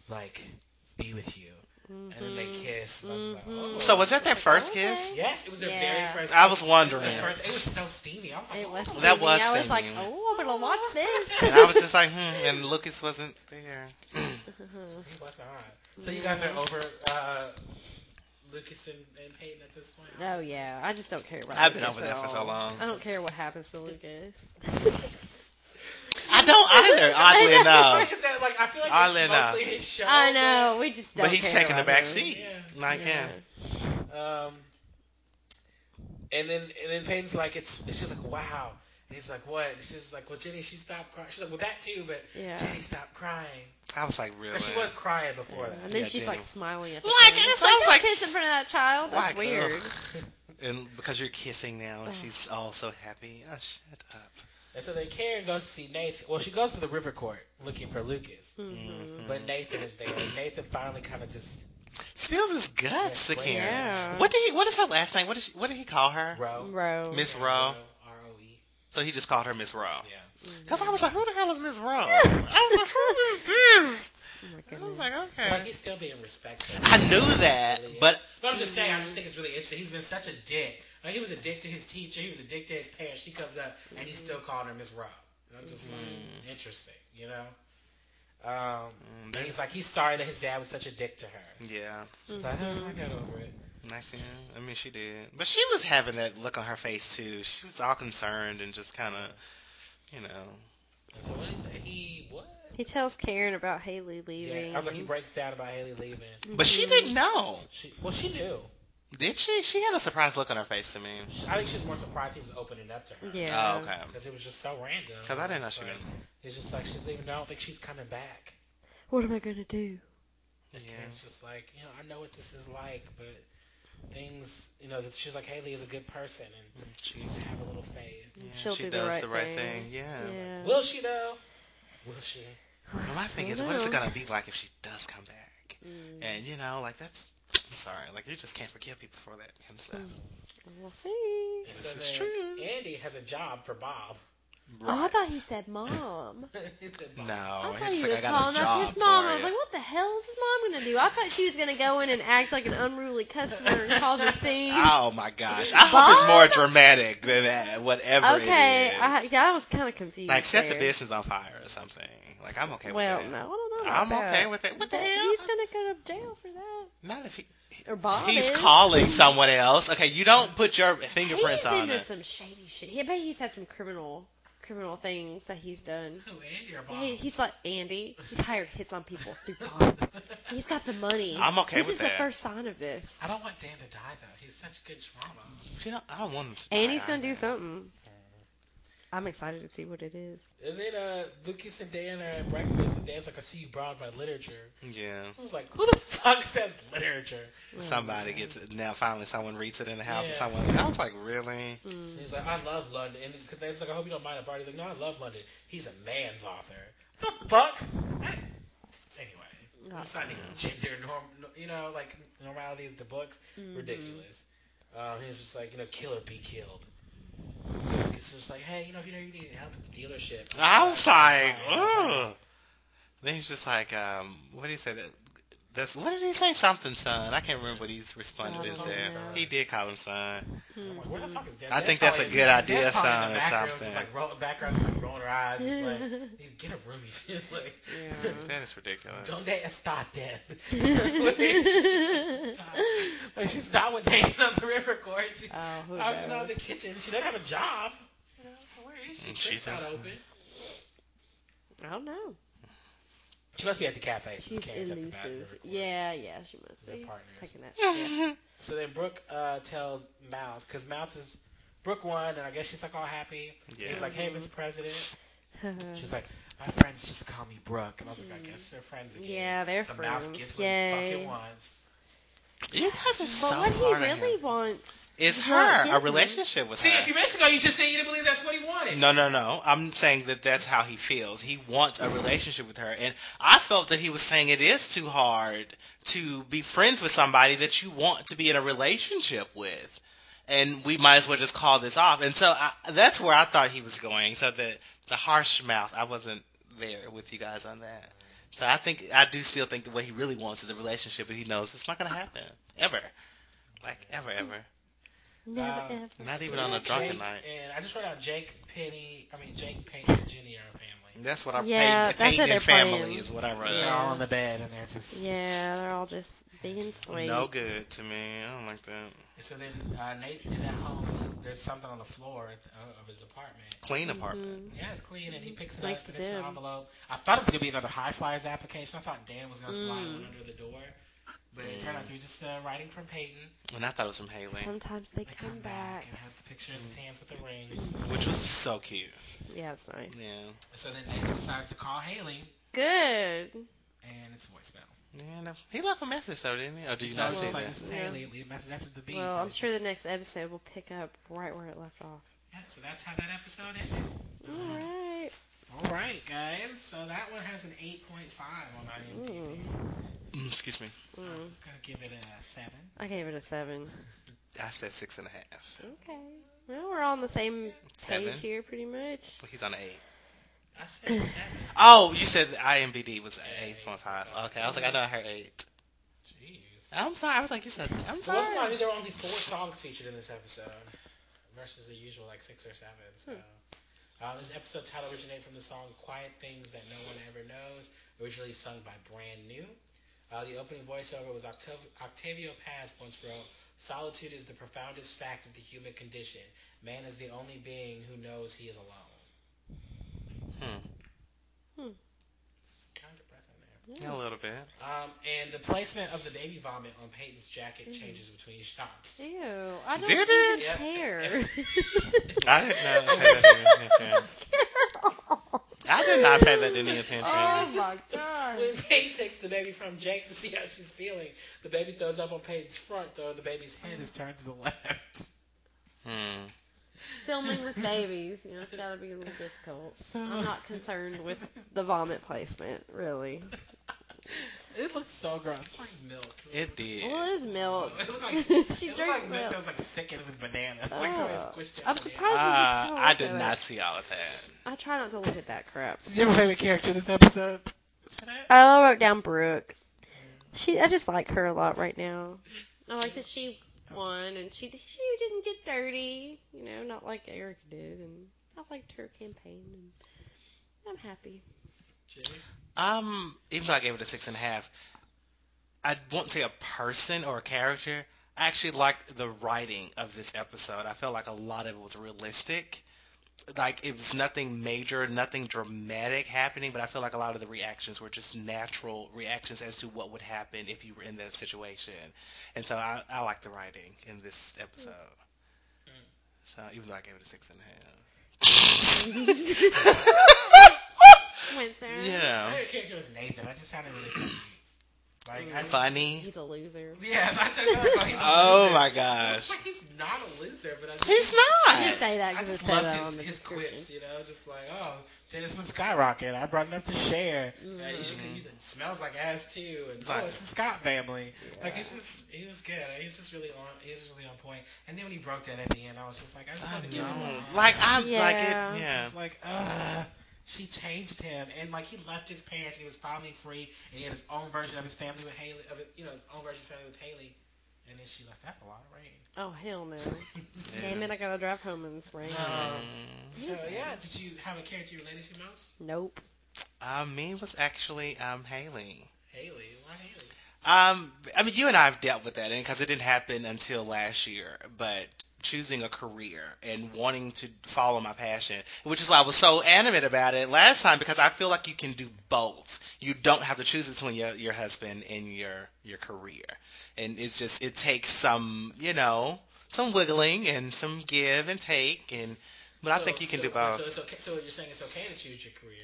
B: like be with you and then they
C: Mm. Mm-hmm.
B: kissed and I was just like, oh.
A: So was that their first
C: Okay.
A: kiss?
B: yes it was their
C: Mm-hmm. Yeah.
B: very first
A: I was
B: it was,
A: wondering.
B: their first, it was so steamy i was like
C: It was
B: oh.
A: That
C: creepy.
A: was
C: I was
A: stinging.
C: like, oh, I'm gonna watch this.
A: And I was just like, hmm. And Lucas wasn't there.
B: It was not. so you guys
C: Mm-hmm.
B: are over uh lucas and, and peyton at this point
C: oh yeah, I just don't care about.
A: I've been
C: Lucas
A: over that
C: at
A: for so
C: all.
A: long.
C: I don't care what happens to Lucas.
A: I don't either, oddly
C: I know.
A: enough.
B: Because that, like, I feel like
A: Oddly
B: it's
A: enough.
B: mostly his show.
C: I know we just don't.
A: But he's
C: care
A: taking the
C: about
A: back
C: him.
A: seat.
B: Yeah.
A: Like
C: Yeah.
A: him.
B: Um, and then and then Peyton's like, it's it's just like wow. And he's like, what? And she's like, well, Jenny, she stopped crying. She's like, well, that too, but
C: Yeah.
B: Jenny stopped crying.
A: I was like, really?
B: But she was crying before
C: And
B: that.
C: then
A: Yeah,
C: she's
A: Jenny.
C: like smiling at the
A: Like,
C: like,
A: and it's-
C: it's like,
A: I was
C: don't
A: like-
C: kiss in front of that child. That's
A: Like,
C: weird.
A: ugh. And because you're kissing now, and she's all so happy. Oh, shut up.
B: And so then Karen goes to see Nathan. Well, she goes to the river court looking for Lucas,
A: Mm-hmm.
B: but Nathan is there. And Nathan finally kind of just
A: Spills his guts
B: Yeah.
A: to Karen.
C: Yeah.
A: What did he? What is her last name? What did she, What did he call her?
B: row.
C: Bro.
A: Miss Rowe.
B: R O E.
A: So he just called her Miss Rowe.
B: Yeah.
A: Because I was like, who the hell is Miss Rowe? I was like, who is this? I was like,
B: Like
A: okay.
B: he's still being respectful.
A: I knew that, but
B: But I'm just saying, I just think it's really interesting. He's been such a dick. Like he was a dick to his teacher. He was a dick to his parents. She comes up and he's still calling her Miss Rob. And I'm just
A: Mm.
B: like, interesting, you know. Um, and he's like, he's sorry that his dad was such a dick to her.
A: yeah.
B: It's like, oh, I got over it.
A: Actually, I mean, she did, but she was having that look on her face too. She was all concerned and just kind of, you know,
B: And so what did he say? He what?
C: He tells Karen about Haley
B: Yeah,
C: leaving. Mm-hmm.
B: I was like, he breaks down about Haley leaving.
A: But she didn't know,
B: She, well, she knew.
A: did she? She had a surprised look on her face to me.
B: I think she was more surprised he was opening up to her.
C: yeah.
A: Oh, okay.
B: Because it was just so random.
A: Because I didn't know she
B: Like,
A: was.
B: It's just like she's leaving. I don't think she's coming back.
C: What am I gonna do?
A: Yeah.
B: And it's just like, you know, I know what this is like, but things, you know, that she's like, Haley is a good person, and just
A: She's,
B: have a little faith.
A: yeah,
C: She'll
A: she
C: do the
A: does
C: right
A: the right
C: thing.
A: thing. Yeah.
C: Yeah.
B: Will she, though? Will she?
A: Well, my thing is, what is it gonna be like if she does come back?
C: Mm,
A: And you know, like that's. I'm sorry, like you just can't forgive people for that kind of stuff.
C: We'll see.
B: And
A: This
B: so
A: is
B: then
A: true.
B: Andy has a job for Bob.
C: Oh, I
A: Right.
C: thought he said mom.
B: He said,
A: No,
B: "Bob,
C: I
A: Oh, I
C: thought
A: just
C: he
A: like
C: was
A: I got
C: calling
A: a job
C: up his mom.
A: for
C: I was
A: you.
C: like, what the hell is his mom going to do? I thought she was going to go in and act like an unruly customer and cause a scene.
A: Oh my gosh! I hope it's more dramatic than that. Whatever. it
C: okay.
A: is.
C: I, yeah, I was kind of confused.
A: like set the
C: there.
A: business on fire or something. Like I'm okay
C: Well,
A: with that.
C: no, I don't know. about
A: I'm okay
C: that.
A: with it. What the
C: But
A: hell?
C: He's going to go to jail for that.
A: Not if he,
C: Or Bob
A: he's
C: is.
A: calling someone else. Okay, you don't put your
C: He's
A: fingerprints on
C: into
A: it.
C: some shady shit. I bet he's had some criminal criminal things that he's done.
B: Who, Andy or Bob?
C: He, he's like Andy. He's hired hits on people through Bob. He's got the money.
A: I'm okay
C: this
A: with
C: is
A: that.
C: the first sign of this.
B: I don't want Dan to die though. He's such a good drama.
A: You know, I don't want him to.
C: And
A: die
C: he's gonna do
A: either.
C: something. I'm excited to see what it is.
B: And then uh, Lucas and Dan are at breakfast, and Dan's like, "I see you brown by literature."
A: Yeah.
B: I was like, "Who the fuck says literature?"
C: Oh,
A: Somebody gets it now. Finally, someone reads it in the house.
B: Yeah.
A: Or someone. I was like, really?
B: And he's like, "I love London," and because Dan's like, "I hope you don't mind a bar." He's like, "No, I love London. He's a man's author." The fuck. I- Anyway,
C: No.
B: I'm signing gender norm. You know, like normalities to books. Ridiculous. Um, he's just like, you know, kill or be killed. It's just like, hey, you know, if you know you need help at the dealership.
A: I was like, ugh. Then he's just like, um, what did he say? That, that's what did he say? Something, son. I can't remember what he's responded and
C: Oh,
A: said.
C: yeah.
A: He did call him son.
C: Hmm.
B: I'm like, where the fuck is that?
A: I think that's a good idea, son, or
B: Just
A: something.
B: like roll, background, just like rolling her eyes. Just like, "Hey, get a room, you shit. Like,
C: Yeah.
A: That is ridiculous.
B: donde está dead? like, she's not with David on the river court. She's
C: Oh, who
B: obviously not in
C: knows?
B: the kitchen. She doesn't have a job. You know, so where is she?
A: And she
B: She's not
A: doesn't.
B: open.
C: I don't know.
B: She must be at the cafe. She's
C: She's
B: Karen's at the back of the river
C: elusive.
B: court.
C: Yeah, yeah, she must
B: They're
C: be
B: partners.
C: taking that. Yeah.
B: So then Brooke uh, tells Mouth, because Mouth is. Brooke won, and I guess she's like all happy.
A: Yeah.
B: He's like, hey, Miss President.
C: Mhm.
B: She's like, my friends just call me Brooke. And I was like, I guess they're friends again.
C: Yeah, they're
B: so
C: friends.
B: Mouth gets what he
C: Yay.
B: fucking wants.
A: You guys are so
C: but
A: hard
C: what he
A: on him.
C: really wants
A: It's
C: is not
A: her. A
C: given.
A: relationship with
B: See,
A: her.
B: a few minutes ago, you just said you didn't believe that's what he wanted.
A: No, no, no. I'm saying that that's how he feels. He wants a relationship with her. And I felt that he was saying it is too hard to be friends with somebody that you want to be in a relationship with. And we might as well just call this off. And so I, that's where I thought he was going. So the, the harsh mouth, I wasn't there with you guys on that. So I think, I do still think that what he really wants is a relationship, but he knows it's not going to happen. Ever. Like, ever, ever.
C: Never
B: Um,
C: ever.
A: Not even on a drunken
B: Jake,
A: night.
B: and I just wrote out Jake, Penny, I mean, Jake, Peyton, and Jenny are a family.
A: That's what I
C: Yeah,
A: paid.
C: that's
A: Paid
C: what
A: in
C: they're
A: family
C: playing.
A: is what I wrote.
B: They're all on the bed, and they're just...
C: Yeah, they're all just being sweet.
A: No good to me. I don't like that.
B: So then uh, Nate is at home, and he- there's something on the floor uh, of his apartment.
A: Clean
C: Mm-hmm.
A: apartment.
B: Yeah, it's clean, and he picks it
C: Nice
B: up,
C: to
B: and it's an
C: them.
B: envelope. I thought it was gonna be another high flyers application. I thought Dan was gonna slide
C: Mm.
B: one under the door, but it turned out to be just uh, writing from Peyton.
A: And I thought it was from Haley,
C: Sometimes they
B: They come back and have the picture of his hands with the rings.
A: which was so cute.
C: Mm-hmm. Yeah, that's nice.
A: Yeah.
B: So then Nathan decides to call Haley,
C: Good.
B: and it's voicemail.
A: Yeah, no. He left a message though, didn't he? Or do you
B: No,
A: not
B: it's
A: see
B: just
A: that?
B: like this is
C: Yeah.
B: Haley. Leave a message after the beep.
C: Well, I'm sure the next episode will pick up right where it left off.
B: Yeah, so that's how that episode ended.
C: All right.
B: All right, guys. So that one has an 8.5 on IMDb.
C: Mm.
A: Mm, excuse me.
C: Mm.
B: I'm gonna give it a seven.
C: I gave it a seven.
A: I said six and a half.
C: Okay. Well, we're all on the same page
A: Seven.
C: here, pretty much.
A: He's on an eight.
B: I said seven.
A: Oh, you said the IMBD was an eight point five. Okay, I was like, I know I heard eight.
B: Jeez.
A: I'm sorry. I was like, you said. I'm
B: Well, that's why
A: sorry.
B: there were only four songs featured in this episode versus the usual like six or seven. So
A: Hmm.
B: uh, this episode title originated from the song "Quiet Things That No One Ever Knows," originally sung by Brand New. Uh, the opening voiceover was Octav- Octavio Paz once wrote, "Solitude is the profoundest fact of the human condition. Man is the only being who knows he is alone."
C: Hmm.
B: It's kind of depressing there.
A: Yeah, a little bit.
B: Um, and the placement of the baby vomit on Peyton's jacket
C: Mm.
B: changes between shots.
C: Ew. I don't
A: Did
C: even
B: it?
C: care.
A: I did not pay that any attention. I did not pay that any attention.
C: oh my god.
B: When Peyton takes the baby from Jake to see how she's feeling, the baby throws up on Peyton's front, though the baby's head is turned to the left.
A: Hmm.
C: Filming with babies, you know, it's gotta be a little difficult.
B: So
C: I'm not concerned with the vomit placement, really.
B: it looks so gross. It's like milk.
A: It did.
C: Well, it is milk.
B: It looks like,
C: she
B: it looked
C: drinks
B: like milk
C: milk.
B: that was like thickened with bananas. Like somebody
C: Oh.
B: squished it.
C: I'm
B: in
C: surprised
B: banana.
C: you just
A: Uh,
C: kinda
A: I
C: looked
A: did
C: at
A: not
C: it.
A: see all of that.
C: I try not to look at that crap.
B: Is your favorite character in this episode? Jeanette?
C: Oh, I wrote down Brooke. She, I just like her a lot right now. I like that she won and she she didn't get dirty, you know, not like Eric did. And I liked her campaign, and I'm happy.
B: Jimmy?
A: Um, even though I gave it a six and a half, I won't say a person or a character. I actually liked the writing of this episode. I felt like a lot of it was realistic. like it was nothing major, nothing dramatic happening, but I feel like a lot of the reactions were just natural reactions as to what would happen if you were in that situation. And so I, I like the writing in this episode. So even though I gave it a six and a
C: Winston.
A: half. yeah.
B: Her character was Nathan. I just found it really funny. Like, I,
A: Funny.
C: He's a loser.
B: yeah, I tried to like, oh, he's a
A: Oh
B: loser.
A: my
B: I was
A: gosh.
B: like, he's not a loser, but I just,
A: He's
C: You
A: not.
C: say that
B: I
C: because it
B: just
C: said
B: loved
C: that on
B: his,
C: the
B: his
C: description.
B: quips, you know, just like, oh, Dennis would skyrocket. I brought it up to share.
C: Mm-hmm.
B: Uh, you should use it. It Smells like ass too, and
A: Right.
B: oh, it's the Scott family. Like it's just, he was good. He was just really on, he was just really on point. And then when he broke down at the end, I was just like, I'm
A: I
B: supposed to give him
A: know.
B: a-
A: Like I like
C: Yeah.
A: it. Yeah.
B: It's like, ugh. She changed him, and like he left his parents. He was probably free, and he had his own version of his family with Haley. Of his, you know, his own version of family with Haley. And then she left. That's a lot of rain.
C: Oh hell no!
A: Yeah.
C: Damn it! I gotta drive home in the spring.
B: Um, so
C: Yeah.
B: yeah, did you have a character you related to most?
C: Nope.
A: Uh, me was actually um Haley.
B: Haley. Why Haley?
A: Um, I mean, you and I have dealt with that, and because it didn't happen until last year, but choosing a career and wanting to follow my passion, which is why I was so animate about it last time, because I feel like you can do both. You don't have to choose between your, your husband and your, your career. And it's just, it takes some, you know, some wiggling and some give and take, and, but I
B: So-
A: think you can
B: so-
A: do both.
B: So it's okay. So you're saying it's okay to choose your career.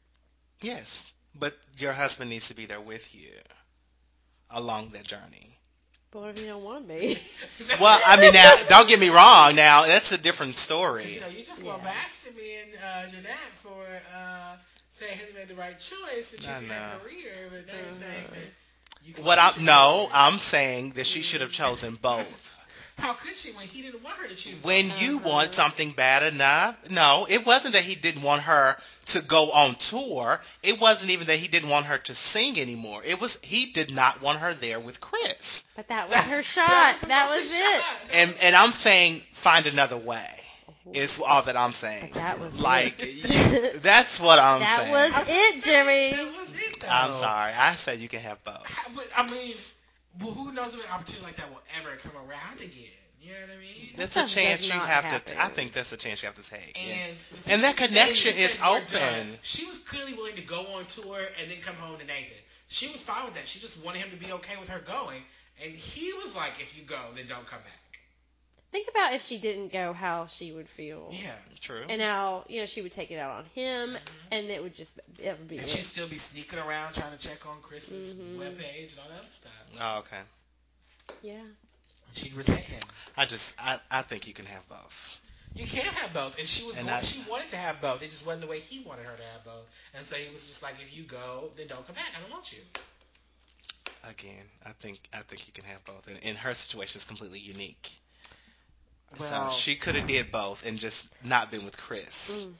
A: yes. But your husband needs to be there with you along that journey.
C: But what if you don't want me?
A: Well, I mean, now don't get me wrong. Now that's a different
B: 'Cause,
A: story.
B: you know, you just
C: Yeah.
B: lambasted me and uh, Jeanette for uh, saying Haley made the right choice and
A: I
B: choosing her
A: know.
B: career, but now you're saying
C: Uh-huh.
B: that you can
A: What I
B: choose your
A: no,
B: career.
A: I'm saying that she should have chosen both.
B: How could she when he didn't want her to choose?
A: When you want something bad enough, no, it wasn't that he didn't want her to go on tour. It wasn't even that he didn't want her to sing anymore. It was he did not want her there with Chris.
C: But that was her shot. that was it.
A: And and I'm saying find another way. Is all that I'm saying.
C: But that was
A: like you, that's what I'm
C: That
A: saying.
C: was- Oh. It, Jimmy.
B: That was it, though.
A: I'm sorry. I said you can have both.
B: But I mean, well, who knows if an opportunity like that will ever come around again? You know what I mean?
A: That's
C: That
A: a
C: does
A: chance you
C: not
A: have to.
C: happen.
A: I think that's a chance you have to take. yeah.
B: And,
A: And that connection
B: They
A: is
B: said we're
A: open.
B: done. She was clearly willing to go on tour and then come home to Nathan. She was fine with that. She just wanted him to be okay with her going. And he was like, if you go, then don't come back.
C: Think about if she didn't go, how she would feel,
B: Yeah.
A: True.
C: and how you know she would take it out on him, and it would just it would be.
B: Uh-huh. And
C: it.
B: she'd still be sneaking around trying to check on Chris's
C: Mhm.
B: webpage and all that stuff.
A: oh, okay.
C: Yeah.
B: She'd resent him.
A: I just, I, I think you can have both.
B: You can have both, and she was
A: And
B: going,
A: I-
B: she wanted to have both. It just wasn't the way he wanted her to have both, and so he was just like, "If you go, then don't come back. I don't want you."
A: Again, I think, I think you can have both. And, and her situation is completely unique.
B: Well-
A: so she could have did both and just not been with Chris.
C: Mm.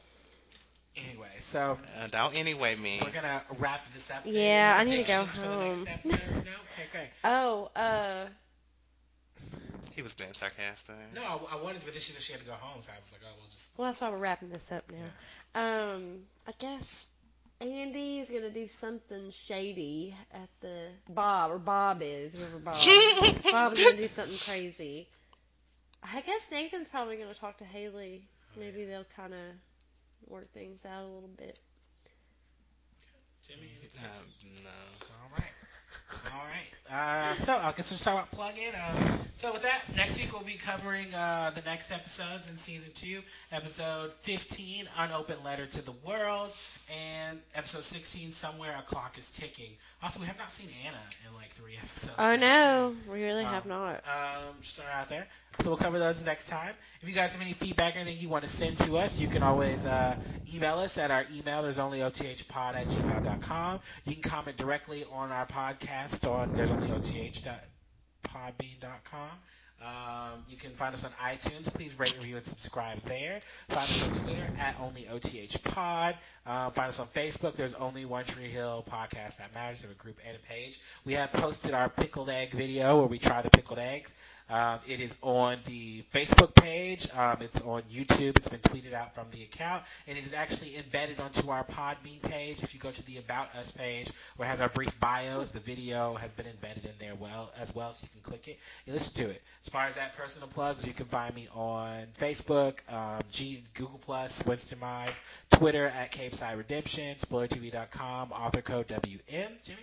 B: Anyway, so
A: Uh, don't anyway me.
B: we're gonna wrap this up.
C: Yeah,
B: Any
C: I need to go
B: predictions for the next
C: home.
B: episodes? no, okay, great.
C: Oh, uh,
A: He was being sarcastic.
B: No, I, I wanted, but then she said she had to go home, so I was like, "Oh, we'll just."
C: well, that's why we're wrapping this up now. Um, I guess Andy is gonna do something shady at the Bob or Bob is whoever Bob. Bob's gonna do something crazy. I guess Nathan's probably gonna talk to Haley.
B: Oh,
C: Maybe they'll kind of work things out a little bit.
B: Jimmy, anything?
A: Um, no.
B: All right. All right. Uh, so I'll get some about plug-in. Um, so with that, next week we'll be covering uh, the next episodes in season two, episode 15, unopened letter to the world, and episode 16, somewhere a clock is ticking. Also, we have not seen Anna in like three episodes.
C: Oh no, we really have
B: Um,
C: not.
B: Um, just throw it out there. So we'll cover those next time. If you guys have any feedback or anything you want to send to us, you can always uh, email us at our email. There's only othpod at gmail.com. You can comment directly on our podcast on there's only oth.podbean.com. Um, you can find us on iTunes. Please rate, review, and subscribe there. Find us on Twitter at only OTH Pod. Um, find us on Facebook. There's only One Tree Hill podcast that matters. There's a group and a page. We have posted our pickled egg video where we try the pickled eggs. Um, it is on the Facebook page. Um, it's on YouTube. It's been tweeted out from the account, and it is actually embedded onto our Podbean page. If you go to the About Us page, where it has our brief bios, the video has been embedded in there well as well, so you can click it and listen to it. As far as that personal plugs, you can find me on Facebook, um, G, Google Plus, Winston Mize, Twitter at Capeside Redemption, ExploreTV.com, author code WM. Jimmy?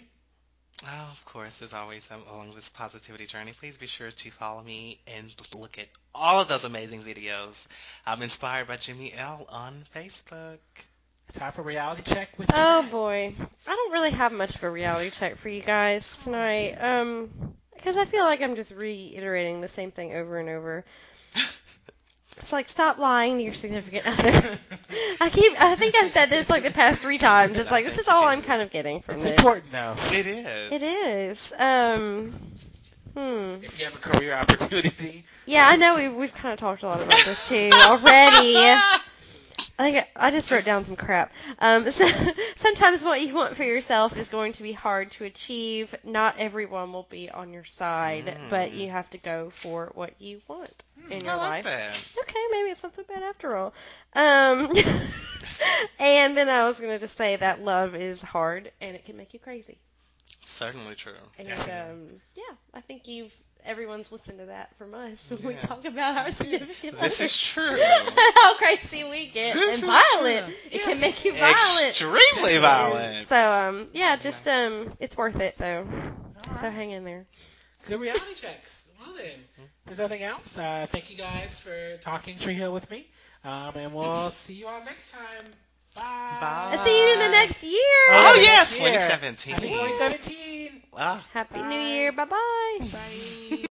A: Oh, of course, as always, I'm along this positivity journey. Please be sure to follow me and look at all of those amazing videos. I'm inspired by Jimmy L on Facebook.
B: Time for reality check with
C: Oh boy, I don't really have much of a reality check for you guys tonight, um, because I feel like I'm just reiterating the same thing over and over. It's like stop lying to your significant other. I keep, I think I've said this like the past three times. It's like this is all I'm kind of getting from
B: It's
C: this.
B: important, though.
A: It is.
C: It is. Um, hmm.
B: If you have a career opportunity,
C: Yeah, I know we, we've kind of talked a lot about this too already. I think I just wrote down some crap. Um, so sometimes what you want for yourself is going to be hard to achieve. Not everyone will be on your side, but you have to go for what you want in your
A: Mm. Hmm. I like
C: life.
A: that.
C: Okay, maybe it's not so bad after all. Um, and then I was going to just say that love is hard and it can make you crazy.
A: Certainly true.
C: And
B: Definitely.
C: um, yeah, I think you've everyone's listened to that from us when we
A: Yeah.
C: talk about our significant
A: This is
C: others.
A: true.
C: how crazy we get
A: This is
C: and violent. It can make you violent.
A: Extremely violent.
C: So um, yeah, just um, it's worth it though. So hang in there.
B: good reality checks. Well then, if there's nothing else. Uh, thank you guys for talking Tree Hill with me, um, and we'll see you all next time. Bye.
A: Bye.
C: I'll see you in the next year.
A: Oh,
B: yeah,
A: yes,
B: next
A: 2017.
B: year. Happy 2017.
A: Ah.
C: Happy
B: Bye.
C: New Year. Bye bye.
B: Bye.